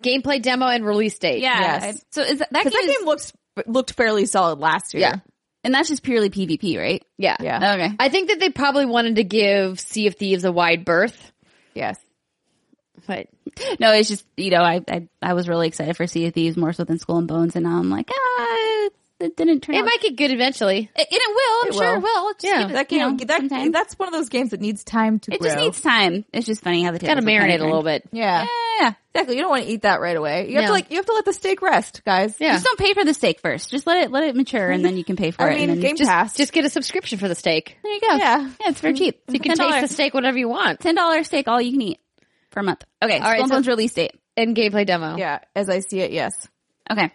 Speaker 2: gameplay demo, and release date.
Speaker 1: Yeah.
Speaker 3: Yes.
Speaker 1: So is that, that, game,
Speaker 3: Because that
Speaker 1: is-
Speaker 3: game looks looked fairly solid last year.
Speaker 2: Yeah.
Speaker 1: and that's just purely PvP, right?
Speaker 2: yeah,
Speaker 3: Yeah.
Speaker 1: Okay.
Speaker 2: I think that they probably wanted to give Sea of Thieves a wide berth,
Speaker 3: Yes.
Speaker 2: but
Speaker 1: No, it's just you know I I, I was really excited for Sea of Thieves more so than Skull and Bones, and now I'm like ah, it didn't turn.
Speaker 2: it
Speaker 1: out.
Speaker 2: might get good eventually.
Speaker 1: it, it will. I'm
Speaker 3: It
Speaker 1: sure
Speaker 3: will.
Speaker 1: it will. Just
Speaker 2: Yeah.
Speaker 1: give it,
Speaker 3: That
Speaker 1: you
Speaker 3: game,
Speaker 1: know,
Speaker 3: that,
Speaker 1: some time.
Speaker 3: that's one of those games that needs time to
Speaker 1: it
Speaker 3: grow.
Speaker 1: just needs time. It's just funny how the
Speaker 2: Got to marinate a little bit.
Speaker 3: yeah.
Speaker 1: Yeah.
Speaker 3: Exactly. You don't want to eat that right away. You have
Speaker 2: No.
Speaker 3: to like you have to let the steak rest, guys.
Speaker 2: Yeah.
Speaker 1: Just don't pay for the steak first. Just let it let it mature, and then you can pay for it.
Speaker 3: I
Speaker 1: and
Speaker 3: mean,
Speaker 1: then
Speaker 3: Game
Speaker 1: just,
Speaker 3: Pass.
Speaker 2: Just get a subscription for the steak.
Speaker 1: There you go.
Speaker 3: Yeah.
Speaker 1: it's for cheap.
Speaker 2: You can taste the steak whatever you want.
Speaker 1: ten dollar steak, all you can eat for a month. Okay,
Speaker 2: right,
Speaker 1: Skull and
Speaker 2: so-
Speaker 1: Bones release date.
Speaker 2: And gameplay demo.
Speaker 3: yeah, as I see it, yes.
Speaker 1: Okay,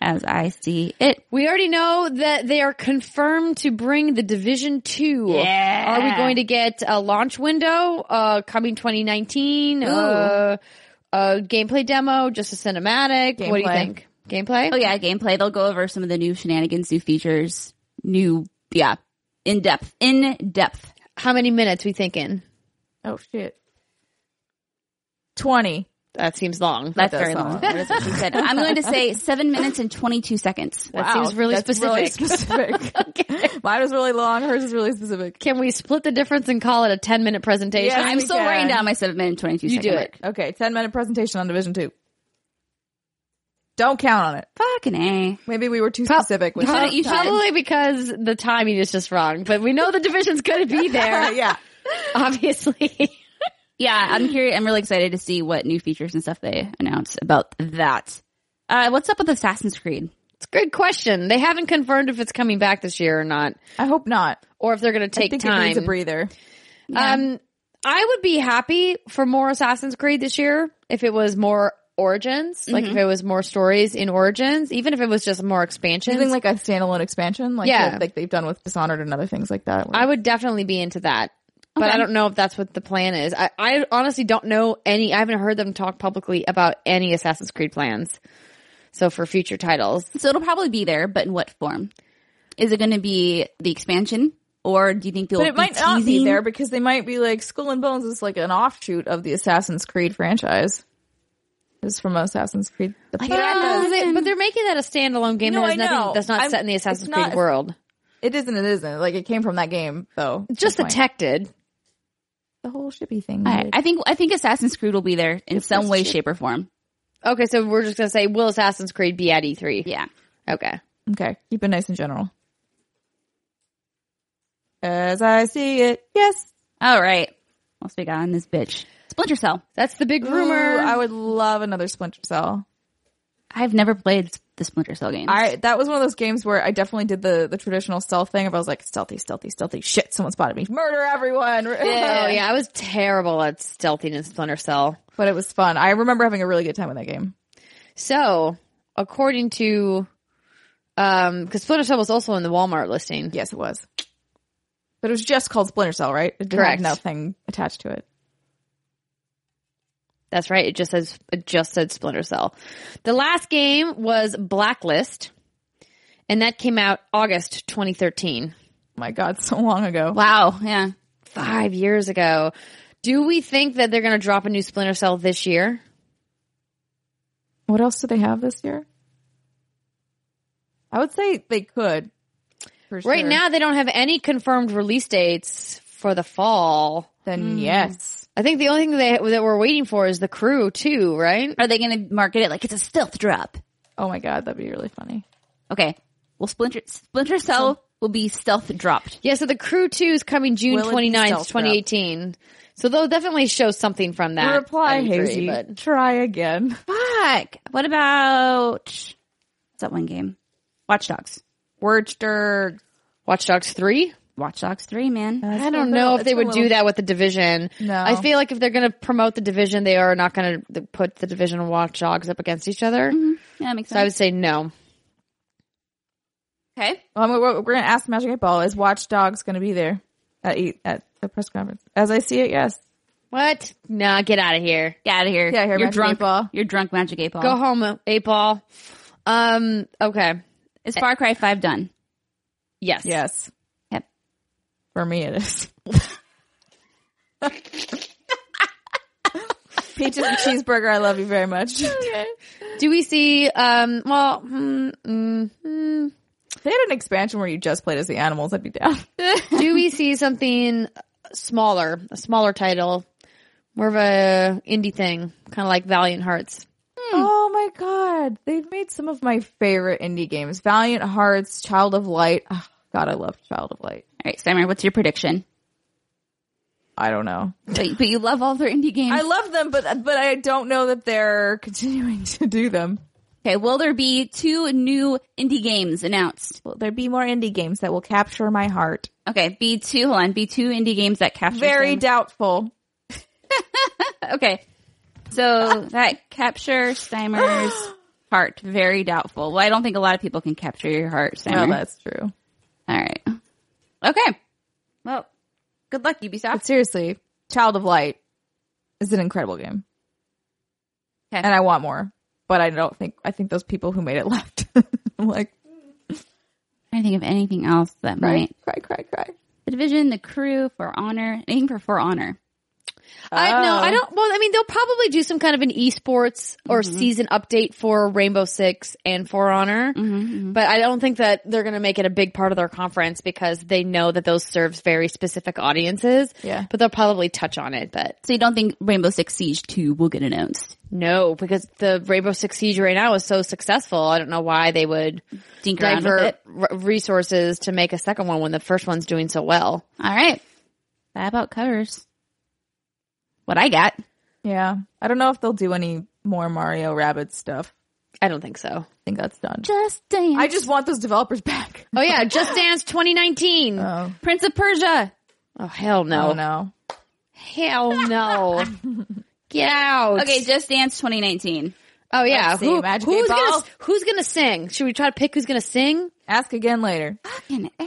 Speaker 1: as I see it.
Speaker 2: We already know that they are confirmed to bring the Division 2.
Speaker 1: Yeah.
Speaker 2: Are we going to get a launch window uh, coming 2019? Uh, a gameplay demo, just a cinematic? What do you
Speaker 3: Gameplay.
Speaker 2: think? Gameplay?
Speaker 1: Oh yeah, gameplay. They'll go over some of the new shenanigans, new features, new yeah, in depth, in depth.
Speaker 2: How many minutes we thinking?
Speaker 3: Oh shit. Twenty.
Speaker 2: That seems long.
Speaker 1: That's
Speaker 3: does
Speaker 1: very
Speaker 3: sound
Speaker 1: long.
Speaker 3: like
Speaker 1: That's what she said. I'm going to say seven minutes and twenty two seconds.
Speaker 2: That seems really
Speaker 3: that's really specific. Mine was really long. Hers is really specific.
Speaker 2: Can we split the difference and call it a 10 minute presentation?
Speaker 3: Yeah.
Speaker 1: I'm
Speaker 3: we
Speaker 1: still
Speaker 3: can.
Speaker 1: writing down my seven minute and twenty two
Speaker 2: You
Speaker 1: second
Speaker 2: do
Speaker 1: mark.
Speaker 2: it.
Speaker 3: Okay, ten minute presentation on Division Two. Don't count on it.
Speaker 1: Fucking a.
Speaker 3: Maybe we were too specific. With
Speaker 2: Prob-
Speaker 1: shouldn't- you shouldn't.
Speaker 2: Probably because the timing is just wrong, but we know the division's going to be there,
Speaker 3: yeah.
Speaker 2: obviously.
Speaker 1: Yeah, I'm curious. I'm really excited to see what new features and stuff they announce about that. Uh, what's up with Assassin's Creed?
Speaker 2: It's a good question. They haven't confirmed if it's coming back this year or not,
Speaker 3: I hope not.
Speaker 2: or if they're going to
Speaker 3: I
Speaker 2: take
Speaker 3: think
Speaker 2: time.
Speaker 3: it needs a breather.
Speaker 2: Um, I would be happy for more Assassin's Creed this year if it was more Origins, like
Speaker 3: Mm-hmm.
Speaker 2: if it was more stories in Origins, even if it was just more expansions.
Speaker 3: Something like a standalone expansion, like
Speaker 2: Yeah.
Speaker 3: they- like they've done with Dishonored and other things like that.
Speaker 2: I would definitely be into that. But I don't know if that's what the plan is. I, I honestly don't know any, I haven't heard them talk publicly about any Assassin's Creed plans. So for future titles,
Speaker 1: So it'll probably be there, but in what form? Is it going to be the expansion, or do you think they'll
Speaker 3: but it
Speaker 1: be
Speaker 3: might not be
Speaker 1: teasing-
Speaker 3: there because they might be like Skull and Bones is like an offshoot of the Assassin's Creed franchise. It's from Assassin's Creed. The
Speaker 1: Like,
Speaker 2: but,
Speaker 1: Yeah.
Speaker 2: I thought they- but they're making that a standalone game
Speaker 3: No,
Speaker 2: that has
Speaker 3: I
Speaker 2: nothing,
Speaker 3: know.
Speaker 2: that's not
Speaker 3: I'm-
Speaker 2: set in the Assassin's
Speaker 3: it's not-
Speaker 2: Creed world.
Speaker 3: It isn't. It isn't. Like it came from that game, though.
Speaker 2: Just
Speaker 3: Good point.
Speaker 2: detected.
Speaker 3: the whole shippy thing.
Speaker 1: I, I think I think Assassin's Creed will be there in some way, shape, or form.
Speaker 2: Okay, so we're just gonna say, will Assassin's Creed be at E3?
Speaker 1: Yeah.
Speaker 2: Okay.
Speaker 3: okay, keep it nice and general. As I see it, yes.
Speaker 1: All right. I'll speak on this bitch. Splinter Cell.
Speaker 2: That's the big rumor.
Speaker 3: Ooh, I would love another Splinter Cell.
Speaker 1: I've never played the Splinter Cell games.
Speaker 3: I that was one of those games where I definitely did the the traditional stealth thing. If I was like stealthy, stealthy, stealthy, shit, someone spotted me, murder everyone.
Speaker 2: Oh yeah, I was terrible at stealthiness in Splinter Cell.
Speaker 3: but it was fun. I remember having a really good time with that game.
Speaker 2: So, according to, um, because Splinter Cell was also in the Walmart listing.
Speaker 3: Yes, it was. But it was just called Splinter Cell, right? It didn't
Speaker 2: Correct.
Speaker 3: have nothing attached to it.
Speaker 2: That's right. It just says it just said Splinter Cell. The last game was Blacklist, and that came out August 2013.
Speaker 3: Oh my god, so long ago.
Speaker 1: wow. Yeah.
Speaker 2: Five years ago. Do we think that they're going to drop a new Splinter Cell this year?
Speaker 3: What else do they have this year? I would say they could. for
Speaker 2: Right
Speaker 3: sure.
Speaker 2: now, they don't have any confirmed release dates for the fall.
Speaker 3: then yes.
Speaker 2: I think the only thing they, that we're waiting for is the crew too, right?
Speaker 1: Are they going to market it like it's a stealth drop?
Speaker 3: Oh my god, that'd be really funny.
Speaker 1: Okay. Well, Splinter Splinter Cell will be stealth dropped.
Speaker 2: Yeah, so the crew two is coming June
Speaker 3: Will it be
Speaker 2: 29th,
Speaker 3: stealth drop?
Speaker 2: 2018. So they'll definitely show something from that.
Speaker 3: Reply
Speaker 2: I'm sure,
Speaker 3: hazy.
Speaker 2: but-
Speaker 3: Try again.
Speaker 1: Fuck. What about what's that one game? Watch Dogs.
Speaker 3: Werchter.
Speaker 2: Watch Dogs 3?
Speaker 1: Watch Dogs Three, man.
Speaker 2: I don't know if they would do that with the division.
Speaker 3: No.
Speaker 2: I feel like if they're going to promote the division, they are not going to put the division and Watch Dogs up against each other.
Speaker 3: Mm-hmm.
Speaker 1: yeah, that makes
Speaker 2: So I
Speaker 1: sense.
Speaker 2: would say no.
Speaker 1: okay.
Speaker 3: Um, we're, we're gonna ask Magic Eight Ball. Is Watch Dogs gonna be there at eight, at the press conference? As I see it, yes.
Speaker 2: What? Nah, get out of here.
Speaker 1: Get out of here.
Speaker 3: Get outta here,
Speaker 1: You're
Speaker 3: Magic
Speaker 1: drunk.
Speaker 3: Eight Ball.
Speaker 1: You're drunk. Magic eight ball.
Speaker 2: Go home, eight ball. Um. Okay.
Speaker 1: Is Far Cry Five done?
Speaker 2: Yes.
Speaker 3: Yes.
Speaker 1: Yep.
Speaker 3: For me, it is. Peaches and cheeseburger. I love you very much.
Speaker 2: Do we see? Um. Well. Hmm, mm, hmm.
Speaker 3: They had an expansion where you just played as the animals. I'd be down.
Speaker 2: Do we see something smaller? A smaller title, more of a indie thing, kind of like Valiant Hearts.
Speaker 3: Oh my god, they've made some of my favorite indie games: Valiant Hearts, Child of Light. Oh, god, I love Child of Light.
Speaker 1: All right, Summer. What's your prediction?
Speaker 3: I don't know.
Speaker 1: But, but you love all their indie games.
Speaker 3: I love them, but but I don't know that they're continuing to do them.
Speaker 1: okay. Will there be two new indie games announced?
Speaker 3: Will there be more indie games that will capture my heart?
Speaker 1: Okay. Be two. Hold on. Be two indie games that capture.
Speaker 3: Very
Speaker 1: Sam-
Speaker 3: doubtful.
Speaker 1: Okay. So that capture Steimer's heart. Very doubtful. Well, I don't think a lot of people can capture your heart, Steimer.
Speaker 3: Well, Oh, that's true.
Speaker 1: All right. Okay. Well, good luck,
Speaker 3: But
Speaker 1: Ubisoft.
Speaker 3: seriously, Child of Light is an incredible game,
Speaker 1: Okay.
Speaker 3: and I want more. But I don't think I think those people who made it left. I'm like
Speaker 1: I'm trying to think of anything else that
Speaker 3: cry,
Speaker 1: might.
Speaker 3: cry, cry, cry.
Speaker 1: The Division, The Crew, For Honor, anything for For Honor.
Speaker 2: I no,
Speaker 3: Oh.
Speaker 2: I don't. Well, I mean, they'll probably do some kind of an esports or
Speaker 3: Mm-hmm.
Speaker 2: season update for Rainbow Six and For Honor,
Speaker 3: Mm-hmm,
Speaker 2: but I don't think that they're going to make it a big part of their conference because they know that those serves very specific audiences.
Speaker 3: Yeah.
Speaker 2: but they'll probably touch on it. But
Speaker 1: So you don't think Rainbow Six Siege 2 will get announced?
Speaker 2: no, because the Rainbow Six Siege right now is so successful, I don't know why they would
Speaker 1: Dink around with
Speaker 2: divert
Speaker 1: it.
Speaker 2: r- resources to make a second one when the first one's doing so well.
Speaker 1: All right. That about covers what I got.
Speaker 3: Yeah, I don't know if they'll do any more Mario Rabbit stuff.
Speaker 2: I don't think so.
Speaker 3: I think that's done.
Speaker 1: Just dance.
Speaker 3: I just want those developers back.
Speaker 2: Oh yeah, Just Dance 2019.
Speaker 3: Oh,
Speaker 1: Prince of Persia.
Speaker 2: oh hell no.
Speaker 3: oh no.
Speaker 2: Hell no. Get out.
Speaker 1: Okay, Just Dance 2019.
Speaker 2: Oh yeah.
Speaker 3: Let's see, Magic
Speaker 2: who's
Speaker 3: Eight
Speaker 2: gonna
Speaker 3: Ball?
Speaker 2: who's gonna sing? Should we try to pick who's gonna sing?
Speaker 3: Ask again later.
Speaker 1: Fucking A.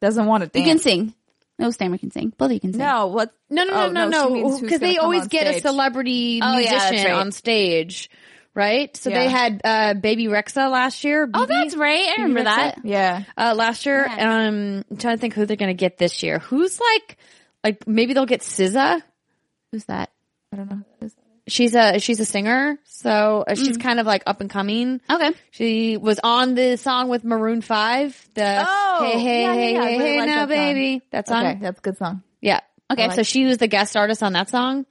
Speaker 3: Doesn't want to
Speaker 1: You can
Speaker 3: dance.
Speaker 1: sing. No, Stammer can sing. Both of you can sing.
Speaker 3: no, what?
Speaker 2: No, no, no,
Speaker 3: Oh,
Speaker 2: no,
Speaker 3: she means
Speaker 2: no.
Speaker 3: who's
Speaker 2: Because
Speaker 3: gonna
Speaker 2: they
Speaker 3: come
Speaker 2: always
Speaker 3: on
Speaker 2: get a
Speaker 3: stage.
Speaker 2: celebrity
Speaker 1: Oh, yeah, that's
Speaker 2: musician
Speaker 1: right.
Speaker 2: on stage, right? So they
Speaker 3: Yeah.
Speaker 2: had uh, Baby Rexa last year.
Speaker 1: Oh,
Speaker 2: BB,
Speaker 1: that's right. I remember
Speaker 2: Rexa?
Speaker 1: that.
Speaker 3: Yeah,
Speaker 2: uh, last year.
Speaker 1: Yeah.
Speaker 2: Um, I'm trying to think who they're gonna get this year. Who's like, like maybe they'll get SZA.
Speaker 1: Who's that?
Speaker 3: I don't know.
Speaker 2: She's a she's a singer, so uh,
Speaker 3: Mm.
Speaker 2: she's kind of like up and coming.
Speaker 1: Okay.
Speaker 2: She was on the song with Maroon Five. The
Speaker 3: Oh,
Speaker 2: hey hey
Speaker 3: yeah, yeah,
Speaker 2: hey
Speaker 3: yeah, I
Speaker 2: hey,
Speaker 3: really
Speaker 2: hey
Speaker 3: like
Speaker 2: now
Speaker 3: that song.
Speaker 2: baby that song.
Speaker 3: Okay, that's a good song.
Speaker 2: Yeah.
Speaker 1: Okay.
Speaker 2: so she was the guest artist on that song,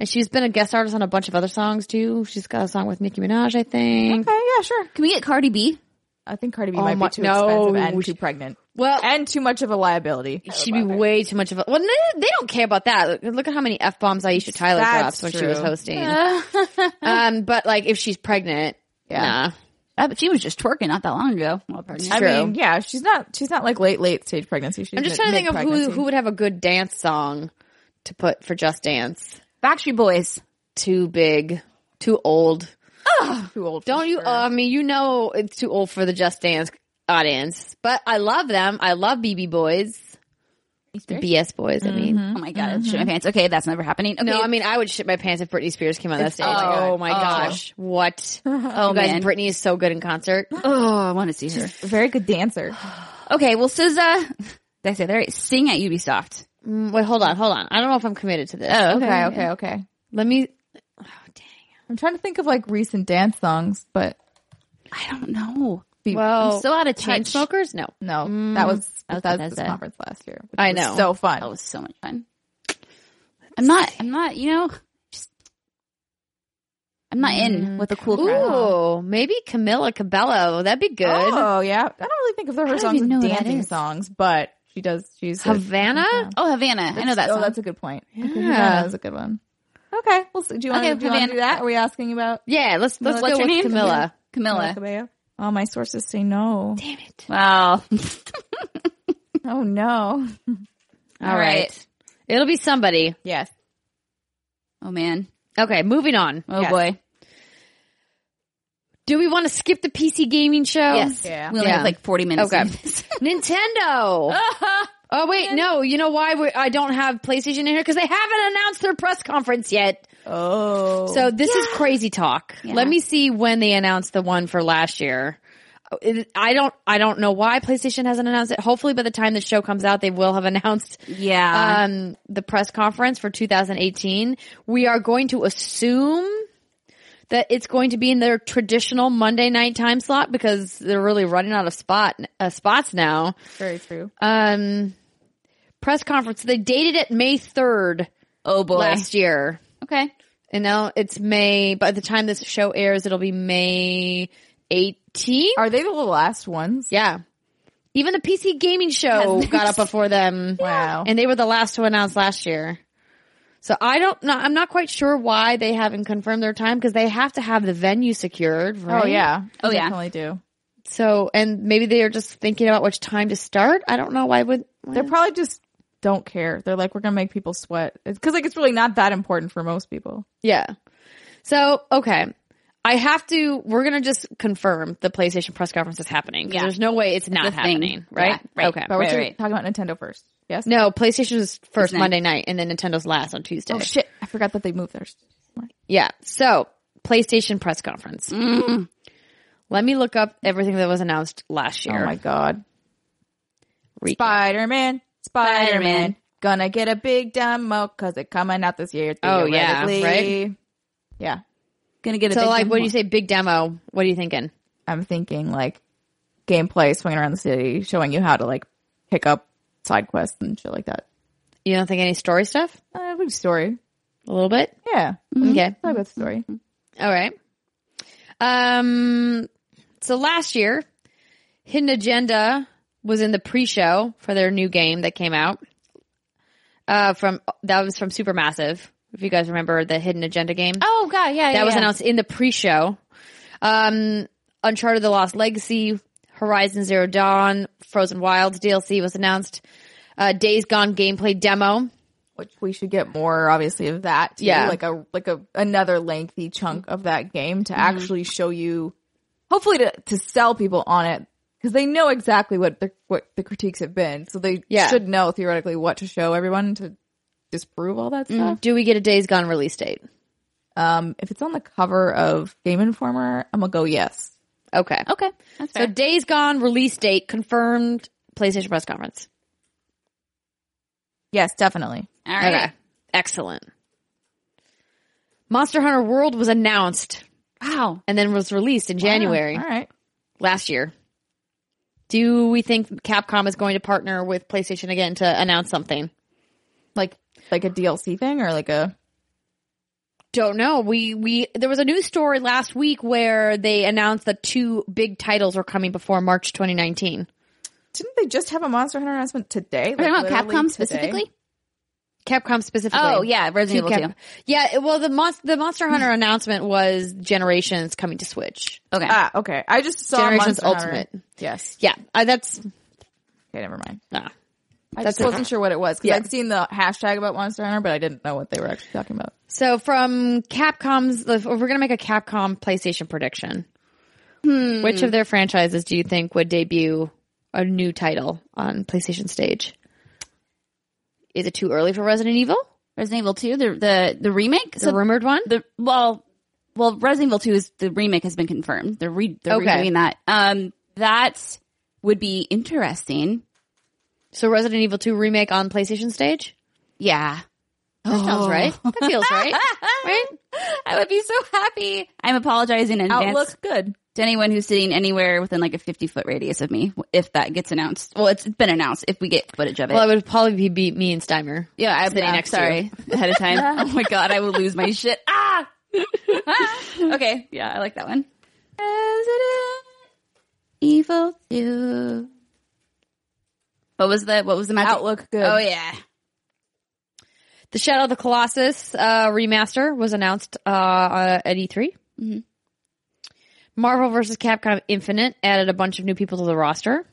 Speaker 2: and she's been a guest artist on a bunch of other songs too. She's got a song with Nicki Minaj, I think.
Speaker 3: Okay, yeah, sure.
Speaker 1: Can we get Cardi B?
Speaker 3: I think Cardi B
Speaker 2: Oh
Speaker 3: might
Speaker 2: my-
Speaker 3: be too
Speaker 2: no.
Speaker 3: expensive and too pregnant
Speaker 2: Well,
Speaker 3: and too much of a liability.
Speaker 2: she'd be way too much of a. Well, they, they don't care about that. Look, look at how many f bombs Aisha Tyler
Speaker 3: That's
Speaker 2: drops when she was
Speaker 3: true.
Speaker 2: hosting. um, but like if she's pregnant,
Speaker 3: Yeah.
Speaker 2: Nah.
Speaker 1: Uh, but she was just twerking not that long ago. Well, pardon me.
Speaker 3: I
Speaker 2: True.
Speaker 3: mean, yeah, she's not she's not like late late stage pregnancy. She's
Speaker 2: I'm just trying to think of who,
Speaker 3: mid-pregnancy.
Speaker 2: who would have a good dance song to put for Just Dance.
Speaker 1: Backstreet Boys.
Speaker 2: Too big, too old.
Speaker 3: too old. for
Speaker 2: Don't you?
Speaker 3: sure.
Speaker 2: I mean, you know it's too old for the Just Dance audience, but I love them. I love BB Boys, the BS Boys. I mean,
Speaker 1: Oh my god, I shit my pants. Okay, that's never happening. Okay,
Speaker 2: no, I mean I would shit my pants if Britney Spears came on that stage.
Speaker 1: oh,
Speaker 2: Oh, my
Speaker 1: oh.
Speaker 2: gosh, what?
Speaker 1: oh
Speaker 2: you guys,
Speaker 1: man.
Speaker 2: Britney is so good in concert.
Speaker 1: oh, I want to see her.
Speaker 3: very good dancer.
Speaker 1: Okay, well, SZA, did I say that right? Sing at Ubisoft.
Speaker 2: Mm, Wait, hold on, hold on. I don't know if I'm committed to this. Oh,
Speaker 3: Okay, okay, okay.
Speaker 2: Let me.
Speaker 3: I'm trying to think of like recent dance songs, but
Speaker 1: I don't know.
Speaker 3: be,
Speaker 2: Well,
Speaker 1: I'm still out of
Speaker 2: chain
Speaker 1: touch.
Speaker 2: smokers. No,
Speaker 3: no, that was
Speaker 1: Okay,
Speaker 3: that was
Speaker 1: that's
Speaker 3: this
Speaker 1: it.
Speaker 3: conference last year. which
Speaker 2: I
Speaker 3: was
Speaker 2: know.
Speaker 3: so fun.
Speaker 1: That was so much fun. I'm not. I'm not. You know, just I'm not in with the cool crowd.
Speaker 2: Ooh, maybe Camilla Cabello. That'd be good.
Speaker 3: Oh yeah, I don't really think of her
Speaker 1: don't
Speaker 3: songs
Speaker 1: even know
Speaker 3: as
Speaker 1: who that
Speaker 3: dancing
Speaker 1: is.
Speaker 3: songs, but she does. She's a-
Speaker 2: Havana.
Speaker 1: Oh, Havana. I know that
Speaker 3: Oh,
Speaker 1: song.
Speaker 3: that's a good point. Yeah, okay,
Speaker 2: Yeah.
Speaker 3: that was a good one. Okay, well, so do you want
Speaker 1: Okay,
Speaker 3: to do, you wanna
Speaker 1: Havana.
Speaker 3: do that? Are we asking about
Speaker 2: Yeah, let's let's
Speaker 1: What's
Speaker 2: go
Speaker 1: her
Speaker 2: with
Speaker 1: name?
Speaker 2: Camilla.
Speaker 1: Camilla.
Speaker 3: Cabello? Oh, my sources say no.
Speaker 2: Damn it!
Speaker 1: Wow.
Speaker 3: Oh no.
Speaker 2: All
Speaker 1: All
Speaker 2: right.
Speaker 1: right.
Speaker 2: it'll be somebody.
Speaker 3: Yes.
Speaker 1: Oh man.
Speaker 2: Okay, moving on.
Speaker 1: Oh
Speaker 3: Yes.
Speaker 1: boy.
Speaker 2: Do we want to skip the PC gaming show?
Speaker 1: Yes.
Speaker 3: Yeah.
Speaker 1: We only
Speaker 2: Oh, Yeah.
Speaker 1: have like 40 minutes.
Speaker 2: Okay.
Speaker 1: in this.
Speaker 2: Nintendo. oh wait, no. You know why we, I don't have PlayStation in here because they haven't announced their press conference yet.
Speaker 3: Oh.
Speaker 2: So this is crazy talk.
Speaker 1: Yeah.
Speaker 2: Let me see when they announced the one for last year. Oh, It- I don't. I don't know why PlayStation hasn't announced it. Hopefully, by the time the show comes out, they will have announced
Speaker 1: yeah.
Speaker 2: um, the press conference for 2018, we are going to assume that it's going to be in their traditional Monday night time slot because they're really running out of spot uh, spots now.
Speaker 3: very true.
Speaker 2: Um, press conference. They dated it May 3rd
Speaker 1: oh boy.
Speaker 2: last year.
Speaker 1: okay.
Speaker 2: And now it's May. By the time this show airs, it'll be May 18th.
Speaker 3: Are they the last ones?
Speaker 2: Yeah. Even the PC gaming show
Speaker 1: Yes.
Speaker 2: got up before them.
Speaker 3: Wow.
Speaker 2: And they were the last to announce last year. So I don't know. I'm not quite sure why they haven't confirmed their time because they have to have the venue secured, right?
Speaker 3: Oh yeah.
Speaker 1: Oh,
Speaker 3: They
Speaker 1: yeah.
Speaker 3: Definitely do.
Speaker 2: So, and maybe they are just thinking about which time to start. I don't know why would. Why
Speaker 3: They're probably just don't care. They're like, we're gonna make people sweat because like it's really not that important for most people.
Speaker 2: Yeah. So, okay. I have to, we're going to just confirm the PlayStation press conference is happening. 'cause
Speaker 1: Yeah.
Speaker 2: There's no way it's not
Speaker 1: the thing.
Speaker 2: happening, right?
Speaker 1: Yeah, right.
Speaker 2: Okay.
Speaker 3: But we're
Speaker 1: Right,
Speaker 3: talking
Speaker 1: right.
Speaker 3: about Nintendo first. Yes.
Speaker 2: No, PlayStation is first
Speaker 1: night.
Speaker 2: Monday night and then Nintendo's last on Tuesday.
Speaker 3: Oh shit! I forgot that they moved theirs.
Speaker 2: Yeah. So PlayStation press conference.
Speaker 3: Mm.
Speaker 2: Let me look up everything that was announced last
Speaker 3: Oh
Speaker 2: year.
Speaker 3: my god.
Speaker 2: Recap.
Speaker 3: Spider Man, Spider
Speaker 1: Spider-Man.
Speaker 3: Man, gonna get a big demo because it's coming out this year.
Speaker 2: Oh, yeah,
Speaker 3: theoretically. Yeah,
Speaker 1: Gonna get a
Speaker 2: so
Speaker 1: big
Speaker 2: like,
Speaker 1: dumb
Speaker 2: when you
Speaker 1: one.
Speaker 2: say big demo, what are you thinking?
Speaker 3: I'm thinking like gameplay swinging around the city, showing you how to like pick up side quests and shit like that.
Speaker 2: You don't think any story stuff?
Speaker 3: Uh, good story. Mm-hmm.
Speaker 2: A little bit.
Speaker 3: Yeah,
Speaker 2: Okay.
Speaker 3: I good story.
Speaker 2: All right. Um. So last year, Hidden Agenda was in the pre-show for their new game that came out. Uh, from that was from Supermassive. If you guys remember the Hidden Agenda game.
Speaker 1: Oh god, yeah,
Speaker 2: That was announced in the pre-show. Um, Uncharted: The Lost Legacy, Horizon Zero Dawn, Frozen Wilds DLC was announced. Uh, Days Gone gameplay demo.
Speaker 3: Which we should get more, obviously, of that. Too.
Speaker 2: Yeah.
Speaker 3: like a like a another lengthy chunk of that game to actually show you, hopefully, to to sell people on it because they know exactly what the what the critiques have been, so they
Speaker 2: Yeah.
Speaker 3: should know theoretically what to show everyone to disprove all that stuff.
Speaker 2: Do we get a Days Gone release date?
Speaker 3: Um, if it's on the cover of Game Informer, I'm gonna go yes.
Speaker 2: Okay.
Speaker 1: Okay. That's
Speaker 2: So
Speaker 1: fair.
Speaker 2: Days Gone release date confirmed. PlayStation press conference.
Speaker 3: Yes, definitely.
Speaker 1: All right.
Speaker 2: Okay. Excellent. Monster Hunter World was announced
Speaker 1: Wow.
Speaker 2: and then was released in January
Speaker 3: All right.
Speaker 2: last year. Do we think Capcom is going to partner with PlayStation again to announce something?
Speaker 3: Like like a DLC thing or like a
Speaker 2: Don't know. We we there was a news story last week where they announced that two big titles were coming before March 2019.
Speaker 3: didn't they just have a Monster Hunter announcement today?
Speaker 1: We're talking
Speaker 3: Like,
Speaker 1: about
Speaker 3: literally
Speaker 1: Capcom
Speaker 3: today?
Speaker 1: specifically.
Speaker 2: Capcom specifically.
Speaker 1: Oh, yeah, Resident
Speaker 2: Team
Speaker 1: Evil
Speaker 2: Cap- Yeah, it- well, the monst- the Monster Hunter announcement was Generations coming to Switch.
Speaker 1: 2. Okay.
Speaker 3: Ah, okay. I just saw
Speaker 2: Generations
Speaker 3: Monster Hunter.
Speaker 2: Ultimate.
Speaker 3: Yes.
Speaker 2: Yeah, I, that's
Speaker 3: Okay, never mind.
Speaker 2: ah.
Speaker 3: I
Speaker 2: That's
Speaker 3: just wasn't sure what it was because
Speaker 2: Yeah.
Speaker 3: I'd seen the hashtag about Monster Hunter, but I didn't know what they were actually talking about.
Speaker 2: so from Capcom's. if We're gonna make a Capcom PlayStation prediction.
Speaker 1: Hmm.
Speaker 2: Which of their franchises do you think would debut a new title on PlayStation stage? Is it too early for Resident Evil?
Speaker 1: Resident Evil 2, the, the, the remake?
Speaker 2: The rumored one.
Speaker 1: the well, well, Resident Evil Two is the remake has been confirmed. They're re they're
Speaker 2: Okay.
Speaker 1: redoing that. Um, that would be interesting.
Speaker 2: so Resident Evil Two remake on PlayStation stage.
Speaker 1: Yeah,
Speaker 2: That
Speaker 1: Oh.
Speaker 2: sounds right. That feels right.
Speaker 1: right. I would be so happy. I'm apologizing in advance
Speaker 3: Outlook good.
Speaker 1: to anyone who's sitting anywhere within like a 50 foot radius of me if that gets announced. Well, it's been announced if we get footage of it.
Speaker 2: Well, it would probably be beat me and Steimer.
Speaker 1: yeah, I'm
Speaker 2: sitting
Speaker 1: yeah,
Speaker 2: next to
Speaker 1: sorry ahead of time. oh my god, I will lose my shit. Ah. okay, yeah, I like that one. Resident Evil Two. What was the what was the magic?
Speaker 3: Outlook good.
Speaker 1: Oh yeah,
Speaker 2: The Shadow of the Colossus uh, remaster was announced uh, uh, at E3.
Speaker 1: Mm-hmm.
Speaker 2: Marvel vs. Capcom Infinite added a bunch of new people to the roster.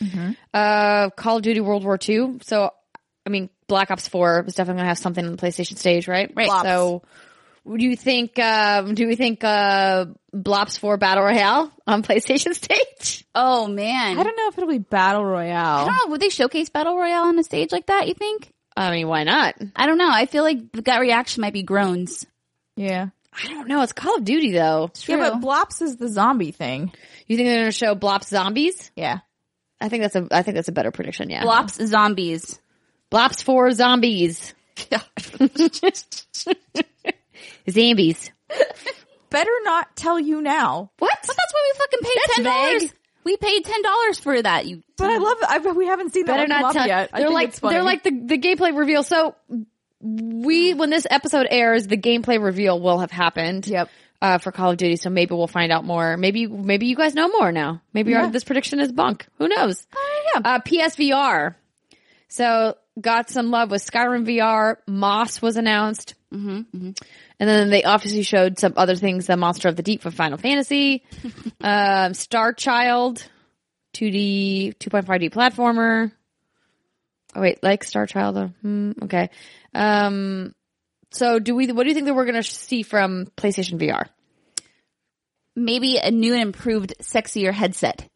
Speaker 1: Mm-hmm.
Speaker 2: Uh, Call of Duty World War II. So, I mean, Black Ops 4 was definitely going to have something on the PlayStation stage, right?
Speaker 1: Right. Blops.
Speaker 2: So, do you think, um, do we think, uh, Blops 4 Battle Royale on PlayStation stage?
Speaker 1: Oh man,
Speaker 3: I don't know if it'll be battle royale.
Speaker 1: I don't know. Would they showcase battle royale on a stage like that? You think?
Speaker 2: I mean, why not?
Speaker 1: I don't know. I feel like the gut reaction might be groans.
Speaker 3: Yeah.
Speaker 2: I don't know. It's Call of Duty though.
Speaker 3: Yeah,
Speaker 1: True.
Speaker 3: but Blops is the zombie thing.
Speaker 2: You think they're going to show Blops zombies?
Speaker 3: Yeah.
Speaker 2: I think that's a I think that's a better prediction. Yeah,
Speaker 1: Blops zombies.
Speaker 2: Blops for zombies, zombies.
Speaker 3: Better not tell you now.
Speaker 1: What? But that's why we fucking paid
Speaker 2: That's
Speaker 1: ten dollars.
Speaker 2: vague.
Speaker 1: We paid ten dollars for that. You
Speaker 3: But I love it. I've, we haven't seen that
Speaker 2: Better
Speaker 3: one come
Speaker 2: not
Speaker 3: up
Speaker 2: tell.
Speaker 3: yet. I
Speaker 2: They're
Speaker 3: think
Speaker 2: like
Speaker 3: it's funny.
Speaker 2: they're like the the gameplay reveal. So we when this episode airs, the gameplay reveal will have happened.
Speaker 3: Yep.
Speaker 2: Uh, for Call of Duty, so maybe we'll find out more. Maybe maybe you guys know more now. Maybe our, this prediction is bunk. Who knows?
Speaker 3: yeah.
Speaker 2: Uh, PSVR. So got some love with Skyrim VR. Moss was announced.
Speaker 3: Mm-hmm,
Speaker 2: And then they obviously showed some other things, the Monster of the Deep from Final Fantasy, um, Star Child, 2D, 2.5D platformer. Oh wait, like Star Child though. Hmm, okay. Um, so do we, what do you think that we're going to see from PlayStation VR?
Speaker 1: maybe a new and improved, sexier headset.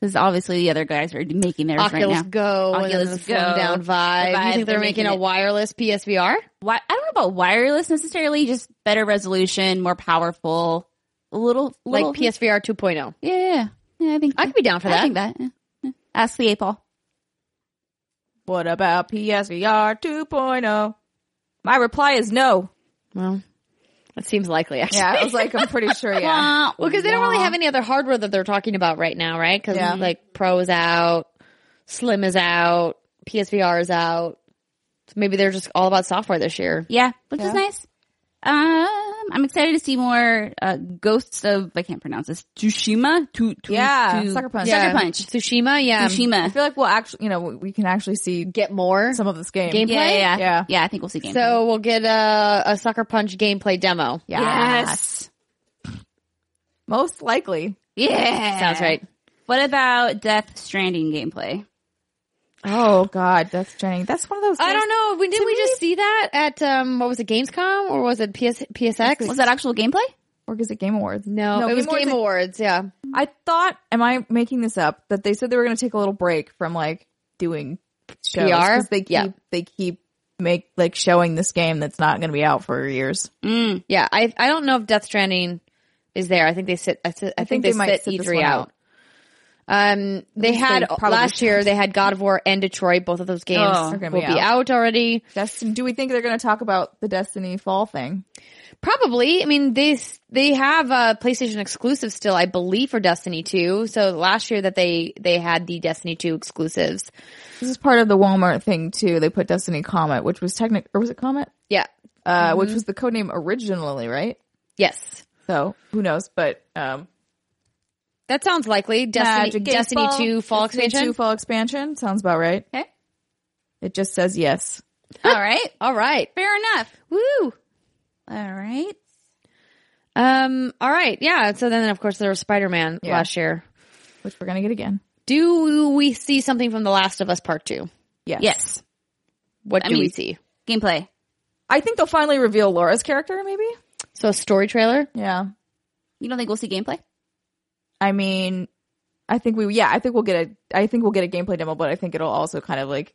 Speaker 1: Because obviously the other guys are making theirs
Speaker 2: Oculus
Speaker 1: right now.
Speaker 2: Go, and then
Speaker 1: Oculus
Speaker 2: the
Speaker 1: Go,
Speaker 2: slimmed down
Speaker 1: the
Speaker 2: vibe. you
Speaker 1: Vive,
Speaker 2: think they're,
Speaker 1: they're
Speaker 2: making,
Speaker 1: making
Speaker 2: a
Speaker 1: it-
Speaker 2: wirelly PSVR?
Speaker 1: Wi- I don't know about wireless necessarily, just better resolution, more powerful, a little,
Speaker 2: Like
Speaker 1: little
Speaker 2: PSVR 2.0.
Speaker 1: Yeah, yeah, yeah. Yeah, I think
Speaker 2: I could be down for
Speaker 1: I
Speaker 2: that.
Speaker 1: think that. yeah, yeah. Ask the eight ball.
Speaker 3: what about PSVR 2.0? oh? My reply is no.
Speaker 2: Well, that seems likely actually.
Speaker 3: Yeah, I was like, I'm pretty sure. Yeah.
Speaker 2: Well, because they don't really have any other hardware that they're talking about right now, right? Because
Speaker 3: Yeah.
Speaker 2: like Pro is out, Slim is out, PSVR is out. So maybe they're just all about software this year.
Speaker 1: Yeah, which
Speaker 3: Yeah.
Speaker 1: is nice. Um, I'm excited to see more uh, ghosts of I can't pronounce this Tsushima. Tu, tu,
Speaker 3: Yeah,
Speaker 1: tu-
Speaker 3: Sucker Punch.
Speaker 1: Sucker
Speaker 2: Yeah.
Speaker 1: Punch.
Speaker 2: Tsushima, yeah.
Speaker 3: I
Speaker 1: Tsushima.
Speaker 3: feel like we'll actually, you know, we can actually see
Speaker 2: Get more.
Speaker 3: some of this game.
Speaker 2: Game-
Speaker 1: Yeah, yeah, yeah,
Speaker 3: Yeah.
Speaker 1: Yeah, I think we'll see gameplay.
Speaker 2: So we'll get a, a Sucker Punch gameplay demo.
Speaker 3: Yes.
Speaker 1: yes.
Speaker 3: Most likely.
Speaker 1: Yeah.
Speaker 2: Sounds right.
Speaker 1: What about Death Stranding gameplay?
Speaker 3: Oh God, Death Stranding. That's one of those.
Speaker 2: I
Speaker 3: games-
Speaker 2: don't know. We, did we just see that at, um, what was it, Gamescom or was it PS, PSX?
Speaker 1: Was that actual gameplay?
Speaker 3: Or is it Game Awards?
Speaker 2: no, it was Game
Speaker 3: Awards.
Speaker 2: Awards, yeah.
Speaker 3: I thought, am I making this up? That they said they were going to take a little break from like doing shows
Speaker 2: PR?
Speaker 3: 'cause they keep
Speaker 2: Yeah.
Speaker 3: they keep make like showing this game that's not going to be out for years.
Speaker 1: Mm.
Speaker 2: Yeah, I I don't know if Death Stranding is there. I think they sit. I, sit, I, think, they, might sit
Speaker 3: this
Speaker 2: E3
Speaker 3: one
Speaker 2: out. Um, they had
Speaker 3: they probably
Speaker 2: last year. They had God of War and Detroit. Both of those games
Speaker 1: Oh,
Speaker 2: will
Speaker 1: they're
Speaker 3: gonna
Speaker 2: be
Speaker 3: be
Speaker 2: out. already.
Speaker 3: Destiny, do we think they're going to talk about the Destiny Fall thing?
Speaker 2: Probably. I mean, they s- they have a PlayStation exclusive still, I believe, for Destiny Two. So last year that they they had the Destiny Two exclusives.
Speaker 3: This is part of the Walmart thing too. They put Destiny Comet, which was technic, or was it Comet?
Speaker 2: Yeah.
Speaker 3: Uh,
Speaker 2: Mm-hmm.
Speaker 3: which was the code name originally, right?
Speaker 2: Yes.
Speaker 3: So who knows? But um,
Speaker 2: That sounds likely. Destiny,
Speaker 3: Magic
Speaker 2: Destiny
Speaker 3: Baseball,
Speaker 2: Two Fall
Speaker 3: Destiny
Speaker 2: expansion.
Speaker 3: 2 Fall expansion sounds about right.
Speaker 1: Okay.
Speaker 3: It just says yes.
Speaker 1: All right.
Speaker 2: All right.
Speaker 1: Fair enough.
Speaker 2: Woo.
Speaker 1: All right.
Speaker 2: Um, all right. Yeah. So then, of course, there was Spider Man
Speaker 3: Yeah.
Speaker 2: last year.
Speaker 3: which we're gonna get again.
Speaker 2: Do we see something from The Last of Us Part 2?
Speaker 3: Yes.
Speaker 1: Yes.
Speaker 2: What
Speaker 1: I
Speaker 2: do we
Speaker 1: mean-
Speaker 2: see?
Speaker 1: Gameplay.
Speaker 3: I think they'll finally reveal Laura's character. Maybe.
Speaker 2: So a story trailer?
Speaker 3: Yeah.
Speaker 1: You don't think we'll see gameplay?
Speaker 3: I mean, I think we. Yeah, I think we'll get a. I think we'll get a gameplay demo, but I think it'll also kind of like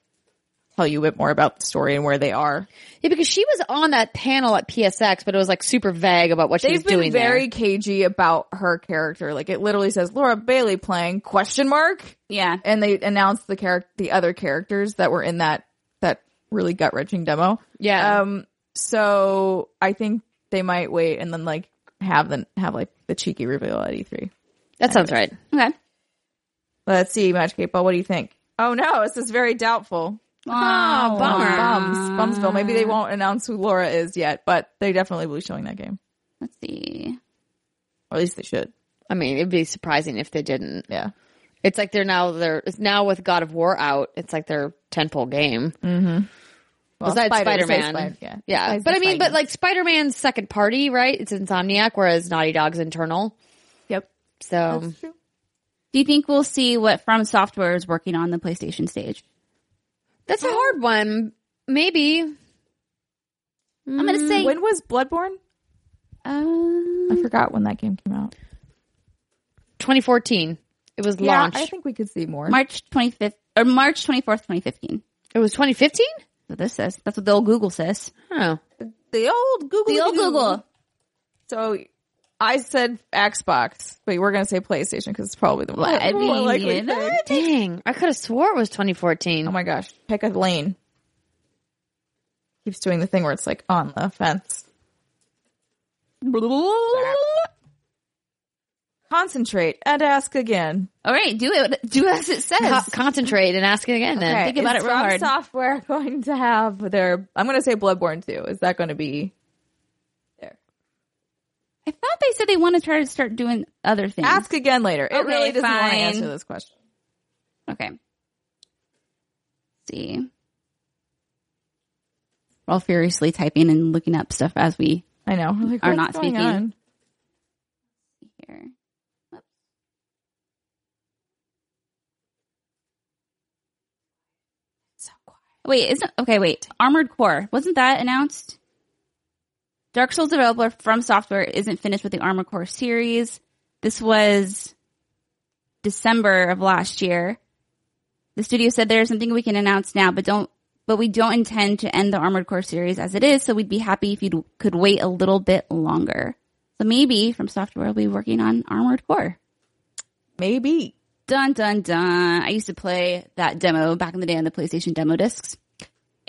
Speaker 3: tell you a bit more about the story and where they are.
Speaker 2: Yeah, because she was on that panel at PSX, but it was like super vague about what she was
Speaker 3: They've been
Speaker 2: doing there.
Speaker 3: very cagey about her character. Like it literally says Laura Bailey playing question mark,
Speaker 1: Yeah.
Speaker 3: and they announced the character, the other characters that were in that that really gut wrenching demo.
Speaker 2: Yeah.
Speaker 3: Um. So I think they might wait and then like have the have like the cheeky reveal at E three.
Speaker 2: that sounds right.
Speaker 1: Okay.
Speaker 3: Let's see, Magic Eight Ball. What do you think? Oh no, this is very doubtful.
Speaker 1: Wow.
Speaker 3: Oh, Bums, Bumsville. Maybe they won't announce who Laura is yet, but they definitely will be showing that game,
Speaker 1: Let's see.
Speaker 3: or at least they should.
Speaker 2: I mean, it'd be surprising if they didn't.
Speaker 3: Yeah,
Speaker 2: It's like they're now they're it's now with God of War out. It's like their tentpole game.
Speaker 3: well,
Speaker 2: Besides
Speaker 3: Spider-
Speaker 2: Spider
Speaker 3: say
Speaker 2: Man,
Speaker 3: Spider- yeah,
Speaker 2: yeah.
Speaker 3: Besides
Speaker 2: But
Speaker 3: the
Speaker 2: I mean,
Speaker 3: Spider-
Speaker 2: but like Spider Man's second party, right? It's Insomniac, whereas Naughty Dog's internal.
Speaker 3: yep,
Speaker 2: So
Speaker 3: that's true.
Speaker 1: Do you think we'll see what From Software is working on the PlayStation stage?
Speaker 2: that's a hard one. Maybe
Speaker 1: I'm going to say.
Speaker 3: When was Bloodborne?
Speaker 1: uh,
Speaker 3: I forgot when that game came out.
Speaker 2: 2014. It was
Speaker 3: Yeah,
Speaker 2: launched.
Speaker 3: I think we could see more.
Speaker 1: March 25th or March 24th, 2015.
Speaker 2: it was 2015.
Speaker 1: So this says. That's what the old Google says.
Speaker 2: Oh,
Speaker 3: the old Google.
Speaker 1: The old Google.
Speaker 3: So I said Xbox, but we're gonna say PlayStation because it's probably the
Speaker 1: Well,
Speaker 3: one.
Speaker 1: I mean,
Speaker 3: likely
Speaker 1: you know.
Speaker 3: thing.
Speaker 2: dang! I could have swore it was 2014.
Speaker 3: Oh my gosh, pick a lane. Keeps doing the thing where it's like on the fence. Concentrate and ask again.
Speaker 1: All right. Do it. Do as it says.
Speaker 2: Co- concentrate and ask it again. Then
Speaker 3: Okay,
Speaker 1: think about
Speaker 3: is
Speaker 1: it real
Speaker 3: From
Speaker 1: hard.
Speaker 3: Software going to have their. I'm going to say Bloodborne too. Is that going to be there?
Speaker 1: I thought they said they want to try to start doing other things.
Speaker 3: Ask again later. It
Speaker 1: Okay,
Speaker 3: really doesn't want to
Speaker 1: fine.
Speaker 3: answer this question.
Speaker 1: Okay. see. We're all furiously typing and looking up stuff as we
Speaker 3: I know. We're like,
Speaker 1: Are not
Speaker 3: what's going
Speaker 1: speaking.
Speaker 3: on?
Speaker 1: here. Oops. So quiet. Wait, isn't okay? Wait, Armored Core wasn't that announced? Dark Souls developer From Software isn't finished with the Armored Core series. This was December of last year. The studio said there is something we can announce now, but don't. But we don't intend to end the Armored Core series as it is, so we'd be happy if you could wait a little bit longer. So maybe from software will be working on Armored Core.
Speaker 3: Maybe.
Speaker 1: Dun dun dun. I used to play that demo back in the day on the PlayStation demo discs.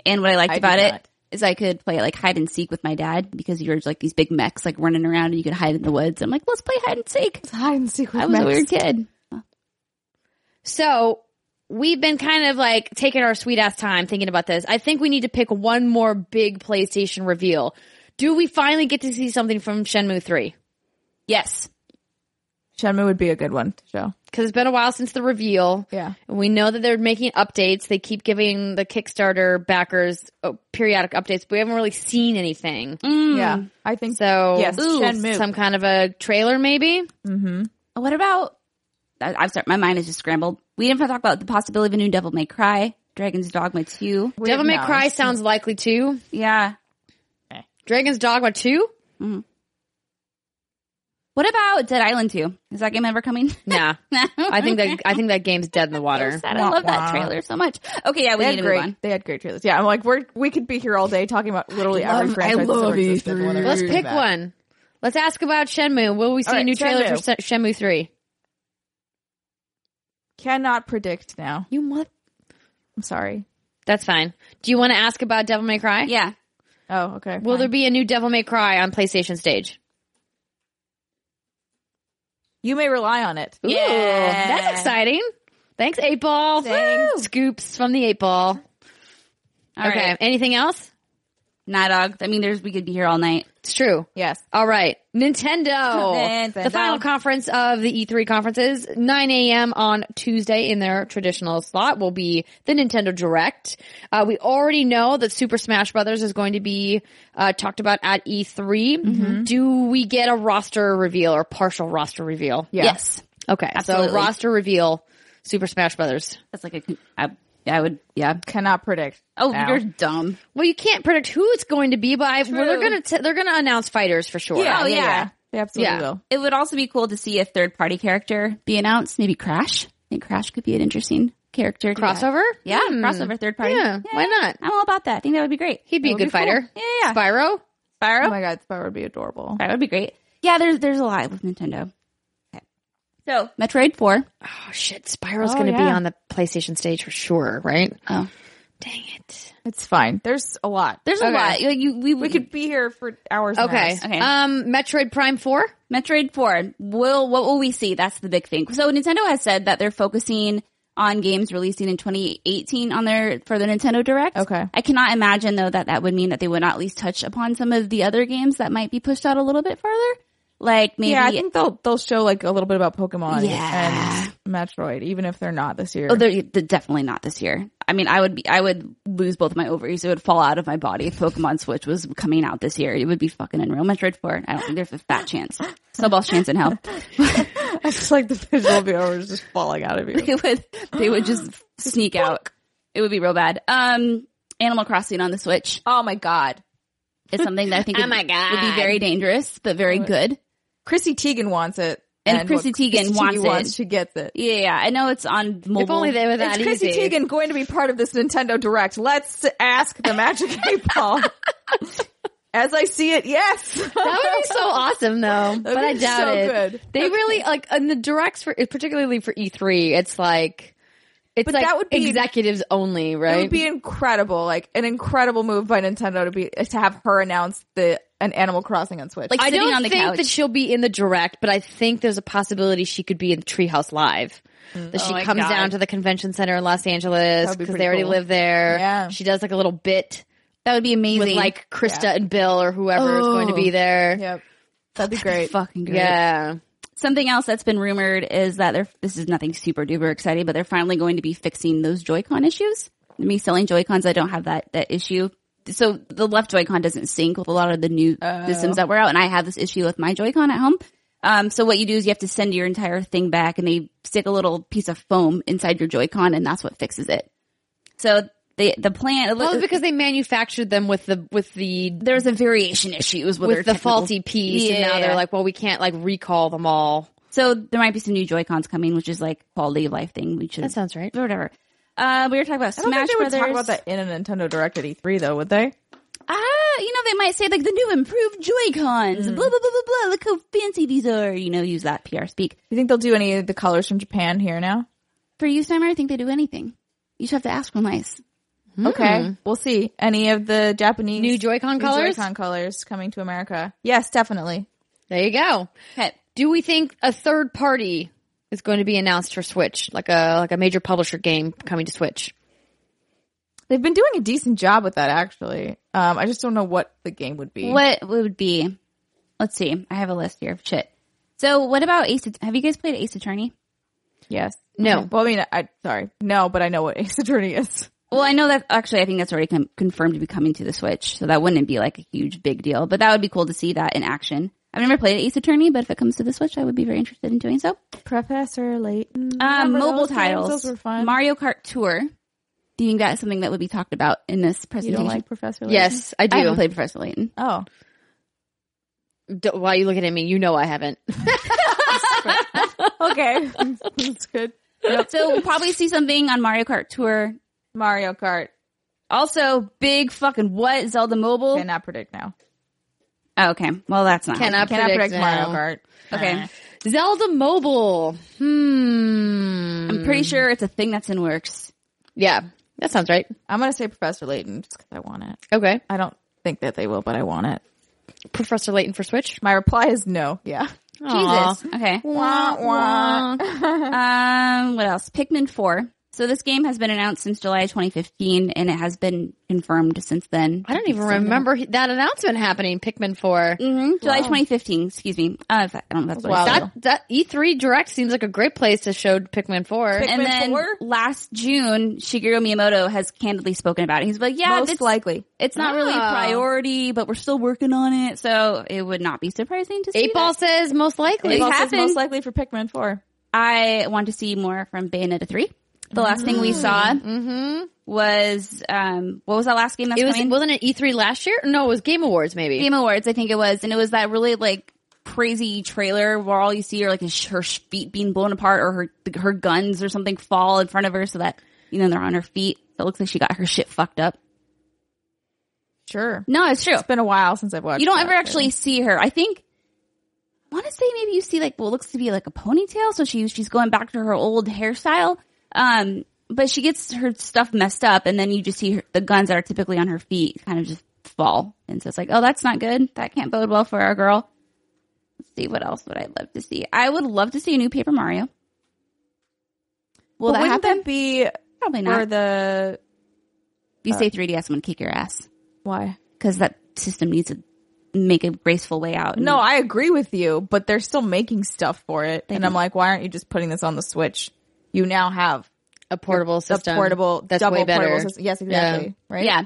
Speaker 1: And what I liked
Speaker 3: I did
Speaker 1: about it
Speaker 3: not.
Speaker 1: is I could play like hide and seek with my dad because you were like these big mechs like running around and you could hide in the woods. I'm like, let's play hide and seek.
Speaker 3: Hide and seek with
Speaker 1: I was a weird kid.
Speaker 2: So we've been kind of like taking our sweet ass time thinking about this. I think we need to pick one more big PlayStation reveal. Do we finally get to see something from Shenmue 3?
Speaker 1: Yes.
Speaker 3: Shenmue would be a good one to show.
Speaker 2: Because it's been a while since the reveal.
Speaker 3: Yeah.
Speaker 2: We know that they're making updates. They keep giving the Kickstarter backers uh, periodic updates, but we haven't really seen anything.
Speaker 1: Mm. Hmm.
Speaker 3: Yeah. I think
Speaker 2: So,
Speaker 3: Yes,
Speaker 2: ooh,
Speaker 3: Shenmue. Mm-hmm.
Speaker 2: some kind of a trailer, maybe?
Speaker 1: What about? I- I'm sorry, my mind is just scrambled. We didn't talk about the possibility of a new Devil May Cry, Dragon's Dogma 2.
Speaker 3: We
Speaker 2: Devil May
Speaker 3: know.
Speaker 2: Cry sounds likely too.
Speaker 1: Yeah.
Speaker 2: Dragon's Dogma 2?
Speaker 1: What about Dead Island 2? Is that game ever coming?
Speaker 2: Nah. I think that I think that game's dead in the water.
Speaker 1: I love that trailer so much. Okay, yeah, we
Speaker 3: They
Speaker 1: need
Speaker 3: had
Speaker 1: to move on.
Speaker 3: great. They had great trailers. Yeah, I'm like we're we could be here all day talking about literally every franchise. that's ever existed, and whether
Speaker 2: Let's
Speaker 3: it's
Speaker 2: pick
Speaker 3: bad.
Speaker 2: one. Let's ask about Shenmue. Will we see
Speaker 3: All
Speaker 2: a
Speaker 3: right,
Speaker 2: new trailer
Speaker 3: Shenmue.
Speaker 2: for Se- Shenmue 3?
Speaker 3: Cannot predict now.
Speaker 2: You mother.
Speaker 3: I'm sorry.
Speaker 2: That's fine. Do you want to ask about Devil May Cry?
Speaker 1: Yeah.
Speaker 3: Oh, okay.
Speaker 2: Will
Speaker 3: fine.
Speaker 2: there be a new Devil May Cry on PlayStation stage?
Speaker 3: You may rely on it.
Speaker 2: Ooh,
Speaker 1: Yeah.
Speaker 2: That's exciting. Thanks, 8 Ball. Woo! Scoops from the 8 Ball.
Speaker 1: All
Speaker 2: okay.
Speaker 1: right.
Speaker 2: Anything else?
Speaker 1: Nah, dog. I mean, there's we could be here all night.
Speaker 2: It's true.
Speaker 3: Yes.
Speaker 2: All right. Nintendo.
Speaker 3: Nintendo.
Speaker 2: The final conference of the E3 conferences, 9 a.m. on Tuesday in their traditional slot will be the Nintendo Direct. Uh, we already know that Super Smash Brothers is going to be, uh, talked about at E3.
Speaker 1: Mm-hmm.
Speaker 2: Do we get a roster reveal or partial roster reveal?
Speaker 3: Yeah.
Speaker 1: Yes,
Speaker 2: Okay.
Speaker 1: Absolutely.
Speaker 2: So roster reveal, Super Smash Brothers.
Speaker 1: that's like a. I, I would. Yeah.
Speaker 3: Cannot predict.
Speaker 1: Oh,
Speaker 3: now.
Speaker 1: you're dumb.
Speaker 2: Well, you can't predict who it's going to be, but I, well, they're
Speaker 1: True.
Speaker 2: gonna, t- they're gonna announce fighters for sure.
Speaker 1: Yeah. Oh,
Speaker 3: They absolutely
Speaker 2: Yeah.
Speaker 3: will.
Speaker 1: It would also be cool to see a third party character be announced. Maybe Crash. I think Crash could be an interesting character. to-
Speaker 2: Crossover?
Speaker 1: Yeah,
Speaker 2: Hmm.
Speaker 1: crossover third party.
Speaker 2: Yeah, why not?
Speaker 1: I'm all about that. I think that would be great.
Speaker 2: He'd be
Speaker 1: That
Speaker 2: a
Speaker 1: would
Speaker 2: good
Speaker 1: cool.
Speaker 2: fighter.
Speaker 1: Yeah, yeah, yeah.
Speaker 2: Spyro?
Speaker 1: Spyro.
Speaker 3: Oh my god, Spyro would be adorable.
Speaker 1: That would be great. Yeah, there's there's a lot with Nintendo. Okay. So Metroid Four.
Speaker 2: Oh shit, Spyro's
Speaker 3: Oh,
Speaker 2: gonna be
Speaker 3: yeah.
Speaker 2: on the PlayStation stage for sure, right?
Speaker 1: Oh,
Speaker 2: Dang it.
Speaker 3: It's fine. There's a lot.
Speaker 1: there's
Speaker 2: Okay.
Speaker 1: a lot. Like you, we
Speaker 3: we could be here for hours. and
Speaker 2: Okay.
Speaker 3: hours.
Speaker 1: Okay.
Speaker 2: Um, Metroid Prime 4?
Speaker 1: Metroid Four. Will what will we see? That's the big thing. So Nintendo has said that they're focusing on games releasing in 2018 on their for the Nintendo Direct.
Speaker 3: Okay.
Speaker 1: I cannot imagine though that that would mean that they would not at least touch upon some of the other games that might be pushed out a little bit further. Like maybe
Speaker 3: Yeah, I think they'll they'll show like a little bit about Pokemon
Speaker 1: Yeah.
Speaker 3: and Metroid, even if they're not this year.
Speaker 1: Oh, they're, they're definitely not this year. I mean, I would be, I would lose both my ovaries. It would fall out of my body if Pokemon Switch was coming out this year. It would be fucking unreal. Metroid Four. I don't think there's a fat chance. Snowball's chance in hell.
Speaker 3: I just like the visual viewer is just falling out of you.
Speaker 1: They would, they would just sneak out. It would be real bad. Um, Animal Crossing on the Switch
Speaker 3: Oh my god.
Speaker 1: is something that I think
Speaker 2: Oh
Speaker 1: would,
Speaker 2: my God.
Speaker 1: would be very dangerous, but very good.
Speaker 3: Chrissy Teigen wants it.
Speaker 1: And Chrissy
Speaker 3: what
Speaker 1: Teigen wants it.
Speaker 3: She gets it.
Speaker 1: Yeah, yeah, I know it's on mobile.
Speaker 2: If only they were that
Speaker 3: Is Chrissy
Speaker 2: easy.
Speaker 3: Teigen going to be part of this Nintendo Direct? Let's ask the Magic Eight Ball. As I see it, yes.
Speaker 2: That would be so awesome though, but I
Speaker 3: be
Speaker 2: doubt
Speaker 3: so
Speaker 2: it.
Speaker 3: good.
Speaker 2: They really, like, in the directs for, particularly for E3, it's like, it's
Speaker 3: But
Speaker 2: like
Speaker 3: that would be-
Speaker 2: executives only,
Speaker 3: It
Speaker 2: right?
Speaker 3: would be incredible, like an incredible move by Nintendo to be to have her announce the an Animal Crossing on Switch.
Speaker 1: Like-
Speaker 2: I
Speaker 1: sitting
Speaker 2: don't
Speaker 1: on the
Speaker 2: think
Speaker 1: couch.
Speaker 2: that she'll be in the direct, but I think there's a possibility she could be in Treehouse Live. That she
Speaker 1: my
Speaker 2: comes
Speaker 1: God.
Speaker 2: down to the convention center in Los Angeles
Speaker 3: That'd be
Speaker 2: because
Speaker 3: pretty
Speaker 2: they already
Speaker 3: cool.
Speaker 2: live there.
Speaker 3: Yeah.
Speaker 2: She does like a little bit
Speaker 1: that would be amazing.
Speaker 2: with like Krista and Bill or whoever is going to
Speaker 1: Oh.
Speaker 2: be there.
Speaker 3: yep, that'd be great.
Speaker 1: fucking great.
Speaker 2: Yeah.
Speaker 1: Something else that's been rumored is that they're, this is nothing super duper exciting, but they're finally going to be fixing those Joy-Con issues. Me selling Joy-Cons, I don't have that, that issue. So the left Joy-Con doesn't sync with a lot of the new
Speaker 2: Oh.
Speaker 1: systems that were out, and I have this issue with my Joy-Con at home. Um, so what you do is you have to send your entire thing back and they stick a little piece of foam inside your Joy-Con and that's what fixes it. So they, the plan,
Speaker 2: Well, because they manufactured them with the, with the,
Speaker 1: there was a variation issue is what
Speaker 2: with
Speaker 1: their
Speaker 2: the
Speaker 1: technical-
Speaker 2: faulty piece. And now
Speaker 1: Yeah.
Speaker 2: they're like, well, we can't like recall them all.
Speaker 1: So there might be some new Joy Cons coming, which is like quality of life thing. We should
Speaker 2: That sounds right.
Speaker 1: or whatever. Uh, we were talking about
Speaker 3: I don't
Speaker 1: Smash
Speaker 3: think they
Speaker 1: Brothers.
Speaker 3: would talk about that in a Nintendo Direct at E3, though, would they?
Speaker 1: Ah, you know they might say like the new improved Joy Cons.
Speaker 3: Mm.
Speaker 1: Blah blah blah blah blah. Look how fancy these are. You know, use that PR speak
Speaker 3: You think they'll do any of the colors from Japan here now?
Speaker 1: for you, Summer. I think they do anything. You just have to ask real nice.
Speaker 3: Hmm. Okay, we'll see. Any of the Japanese
Speaker 2: New Joy-Con colors?
Speaker 3: Joy-Con colors coming to America? Yes, definitely.
Speaker 2: There you go.
Speaker 1: Okay.
Speaker 2: Do we think a third party is going to be announced for Switch, like a like a major publisher game coming to Switch?
Speaker 3: They've been doing a decent job with that, actually. Um, I just don't know what the game would be.
Speaker 1: Mm. What would be? Let's see. I have a list here. Shit. So what about Ace? Att- Have you guys played Ace Attorney?
Speaker 3: Yes.
Speaker 2: No.
Speaker 3: Well, I mean, I sorry, no, but I know what Ace Attorney is.
Speaker 1: Well, I know that actually, I think that's already com- confirmed to be coming to the Switch, so that wouldn't be like a huge big deal. But that would be cool to see that in action. I've never played Ace Attorney, but if it comes to the Switch, I would be very interested in doing so.
Speaker 3: Professor Layton.
Speaker 1: Um,
Speaker 3: Remember
Speaker 1: mobile
Speaker 3: those games?
Speaker 1: titles,
Speaker 3: Those were fun.
Speaker 1: Mario Kart Tour. Do you think that's something that would be talked about in this
Speaker 3: you
Speaker 1: presentation?
Speaker 3: don't like Professor? Layton?
Speaker 2: Yes, I
Speaker 1: I
Speaker 2: do.
Speaker 1: haven't played Professor Layton.
Speaker 3: Oh,
Speaker 2: D- Why are you looking at me? You know I haven't.
Speaker 3: okay, that's good.
Speaker 1: so we'll probably see something on Mario Kart Tour.
Speaker 3: Mario Kart.
Speaker 1: Also, big fucking what Zelda Mobile?
Speaker 3: Cannot predict now.
Speaker 1: oh, okay, well that's not.
Speaker 2: Cannot
Speaker 1: happening.
Speaker 3: Cannot
Speaker 2: Predict
Speaker 3: predict, Mario
Speaker 2: now.
Speaker 3: Kart.
Speaker 1: Okay,
Speaker 2: Zelda Mobile. Hmm.
Speaker 1: I'm pretty sure it's a thing that's in works.
Speaker 2: Yeah, that sounds right.
Speaker 3: I'm gonna say Professor Layton just because I want it.
Speaker 2: Okay.
Speaker 3: I don't think that they will, but I want it.
Speaker 2: Professor Layton for Switch.
Speaker 3: My reply is no. Yeah.
Speaker 1: Jesus. Okay.
Speaker 2: Wah, wah.
Speaker 1: Um, what else? Pikmin 4. So this game has been announced since July 2015, and it has been confirmed since then.
Speaker 2: I don't even remember he- that Mm, announcement happening. Pikmin Four.
Speaker 1: hmm July 2015, excuse me. Uh, if I I don't know if that's what
Speaker 3: Wow.
Speaker 1: wow.
Speaker 2: That that E3 Direct seems like a great place to show Pikmin Four.
Speaker 3: Pik-
Speaker 1: And
Speaker 3: Pikmin
Speaker 1: then
Speaker 3: 4?
Speaker 1: last June, Shigeru Miyamoto has candidly spoken about it. He's like, yeah,
Speaker 3: Most
Speaker 1: it's,
Speaker 3: likely.
Speaker 1: it's not really a
Speaker 2: Oh.
Speaker 1: priority, but we're still working on it. So it would not be surprising to see
Speaker 2: Eight Ball says most likely.
Speaker 1: It
Speaker 3: Well, it's
Speaker 1: happened.
Speaker 3: most likely for Pikmin 4.
Speaker 1: that. I want to see more from Bayonetta 3. The last thing we saw was, um, what Mm-hmm. was that last game that's
Speaker 2: It was
Speaker 1: coming?
Speaker 2: wasn't it E3 last year? No, it was Game Awards maybe.
Speaker 1: Game Awards, I think it was, and it was that really like crazy trailer where all you see are like is her sh- feet being blown apart or her her guns or something fall in front of her so that you know they're on her feet. It looks like she got her shit fucked up.
Speaker 3: Sure.
Speaker 1: No, it's true.
Speaker 3: It's been a while since I've watched
Speaker 1: You don't
Speaker 3: that,
Speaker 1: ever
Speaker 3: but-
Speaker 1: actually see her. I think. I want to say maybe you see like what looks to be like a ponytail, so she she's going back to her old hairstyle. Um, but she gets her stuff messed up, and then you just see her, the guns that are typically on her feet kind of just fall, and so it's like, oh, that's not good. That can't bode well for our girl. Let's see what else would I love to see. I would love to see a new Paper Mario. Will
Speaker 3: But
Speaker 1: that
Speaker 3: wouldn't
Speaker 1: happen?
Speaker 3: that be
Speaker 1: Probably
Speaker 3: for
Speaker 1: not.
Speaker 3: the
Speaker 1: if you say 3DS, I'm gonna kick your ass
Speaker 3: why?
Speaker 1: because that system needs to make a graceful way out. and-
Speaker 3: No, I agree with you, but they're still making stuff for it, and I'm like, why aren't you just putting this on the Switch? You now have
Speaker 2: a portable
Speaker 3: the
Speaker 2: system.
Speaker 3: portable,
Speaker 2: That's
Speaker 3: double
Speaker 2: way better.
Speaker 3: portable system. Yes, exactly.
Speaker 2: Yeah.
Speaker 3: Right?
Speaker 1: Yeah.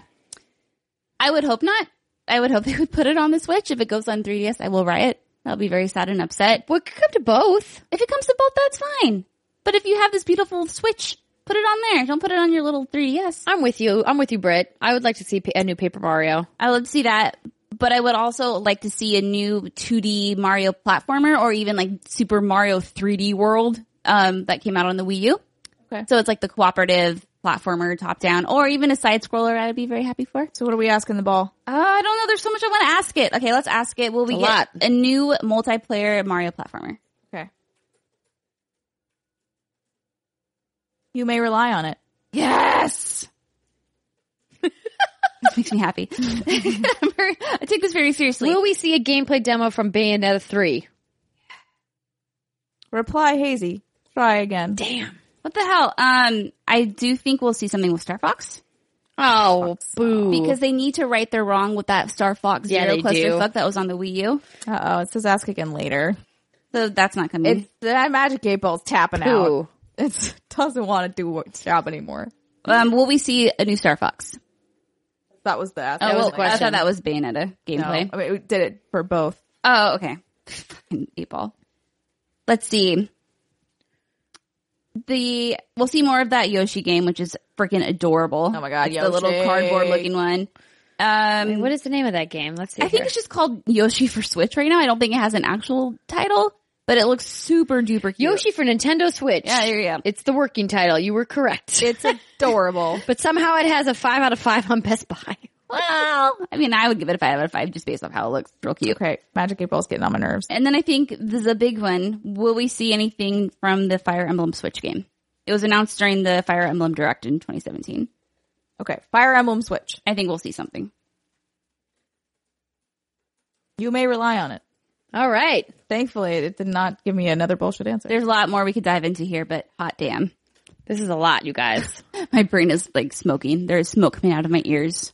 Speaker 1: I would hope not. I would hope they would put it on the Switch. If it goes on 3DS, I will riot. I'll be very sad and upset.
Speaker 2: Well, it could come to both.
Speaker 1: If it comes to both, that's fine. But if you have this beautiful Switch, put it on there. Don't put it on your little 3DS.
Speaker 2: I'm with you. I'm with you, Britt. I would like to see pa- a new Paper Mario.
Speaker 1: I would see that. But I would also like to see a new 2D Mario platformer or even like Super Mario 3D World um, that came out on the Wii U.
Speaker 3: Okay.
Speaker 1: So it's like the cooperative platformer top down or even a side scroller I would be very happy for.
Speaker 3: So what are we asking the ball?
Speaker 1: Uh, I don't know. There's so much I want to ask it. Okay, let's ask it. Will we
Speaker 2: A
Speaker 1: get
Speaker 2: lot.
Speaker 1: a new multiplayer Mario platformer?
Speaker 3: Okay. You may rely on it.
Speaker 1: Yes. this makes me happy. I'm very- I take this very seriously.
Speaker 2: Will we see a gameplay demo from Bayonetta 3?
Speaker 3: Reply hazy. Try again.
Speaker 2: Damn.
Speaker 1: what the hell? Um, I do think we'll see something with Star Fox
Speaker 2: Oh, boo.
Speaker 1: because they need to right their wrong with that Star Fox
Speaker 2: Yeah,
Speaker 1: Zero
Speaker 2: they do.
Speaker 1: clusterfuck that was on the Wii U.
Speaker 3: Uh oh, it says ask again later.
Speaker 1: Hmm. So that's not coming.
Speaker 3: It's that magic eight ball's tapping out.
Speaker 2: Poo.
Speaker 3: It doesn't want to do its job anymore.
Speaker 1: um, will we see a new Star Fox?
Speaker 3: That was the ask.
Speaker 1: Oh,
Speaker 2: was
Speaker 1: well,
Speaker 2: the
Speaker 1: I
Speaker 2: question.
Speaker 1: thought that was Bayonetta gameplay.
Speaker 3: I mean, we did it for both.
Speaker 1: Oh, okay. Fucking eight ball. Let's see. The we'll see more of that Yoshi game, which is freaking adorable.
Speaker 3: Oh my God,
Speaker 1: It's the little
Speaker 3: Yoshi.
Speaker 1: cardboard looking one. Um,
Speaker 2: what is the name of that game? Let's see.
Speaker 1: I think it's just called Yoshi for Switch right now. I don't think it has an actual title, but it looks super duper cute.
Speaker 2: Yoshi for Nintendo Switch.
Speaker 1: Yeah, there you go.
Speaker 2: It's the working title. You were correct.
Speaker 3: It's adorable.
Speaker 2: but somehow it has a 5 out of 5 on Best Buy.
Speaker 1: Well, I mean, I would give it a five out of five just based off how it looks. It's real cute.
Speaker 3: okay, magic eight ball's getting on my nerves.
Speaker 1: And then I think this is a big one. Will we see anything from the Fire Emblem Switch game? It was announced during the Fire Emblem Direct in 2017.
Speaker 3: Okay, Fire Emblem Switch.
Speaker 1: I think we'll see something.
Speaker 3: You may rely on it.
Speaker 2: All right.
Speaker 3: Thankfully, it did not give me another bullshit answer.
Speaker 1: There's a lot more we could dive into here, but hot damn.
Speaker 2: This is a lot, you guys.
Speaker 1: My brain is like smoking. There's smoke coming out of my ears.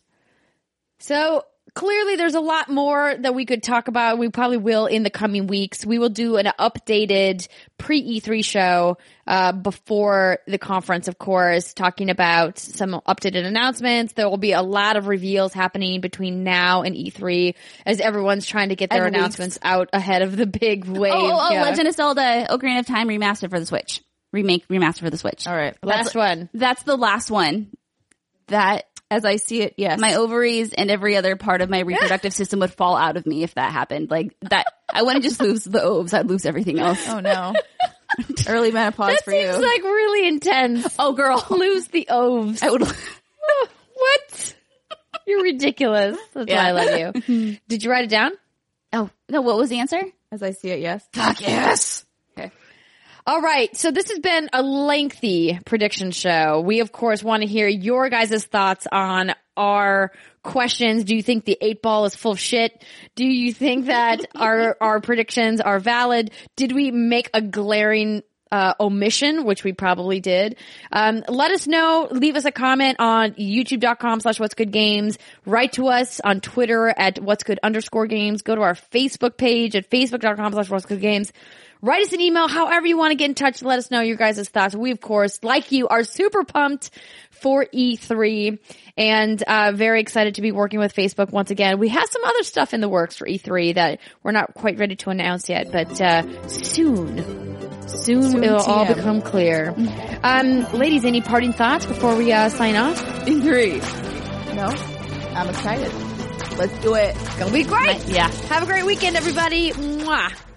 Speaker 2: So clearly there's a lot more that we could talk about. We probably will in the coming weeks. We will do an updated pre E3 show, uh, before the conference, of course, talking about some updated announcements. There will be a lot of reveals happening between now and E3 as everyone's trying to get their
Speaker 1: And weeks.
Speaker 2: announcements out ahead of the big wave.
Speaker 1: Oh, oh, oh,
Speaker 2: Yeah.
Speaker 1: Legend of Zelda Ocarina of Time remastered for the Switch. Remake, remaster for the Switch.
Speaker 3: All right,
Speaker 2: Last one.
Speaker 1: That's the last one. That
Speaker 3: as I see it, yes.
Speaker 1: my ovaries and every other part of my reproductive system would fall out of me if that happened. Like that, I wouldn't just lose the ovaries. I'd lose everything else.
Speaker 3: oh no, early menopause for you.
Speaker 2: Seems like really intense.
Speaker 1: Oh, girl,
Speaker 2: Lose the oves.
Speaker 1: I would.
Speaker 2: what? You're ridiculous. That's
Speaker 1: Yeah.
Speaker 2: why I love you. Did you write it down?
Speaker 1: Oh no, what was the answer?
Speaker 3: as I see it, yes.
Speaker 1: Fuck yes.
Speaker 2: All right. So this has been a lengthy prediction show. We of course want to hear your guys' thoughts on our questions. Do you think the eight ball is full of shit? Do you think that our, our predictions are valid? Did we make a glaring uh, omission, which we probably did. Um, let us know. Leave us a comment on youtube.com slash what's good games. Write to us on Twitter at what's good underscore games. Go to our Facebook page at facebook.com slash what's good games. Write us an email, however you want to get in touch. Let us know your guys' thoughts. We, of course, like you, are super pumped for E3 and uh, very excited to be working with Facebook once again. We have some other stuff in the works for E3 that we're not quite ready to announce yet, but uh, soon. Soon,
Speaker 3: Soon
Speaker 2: it'll all
Speaker 3: TM.
Speaker 2: become clear. Um, ladies, any parting thoughts before we uh, sign off?
Speaker 3: In three. No, I'm excited. Let's do it.
Speaker 2: It's gonna be great.
Speaker 1: yeah.
Speaker 2: Have a great weekend, everybody. Mwah.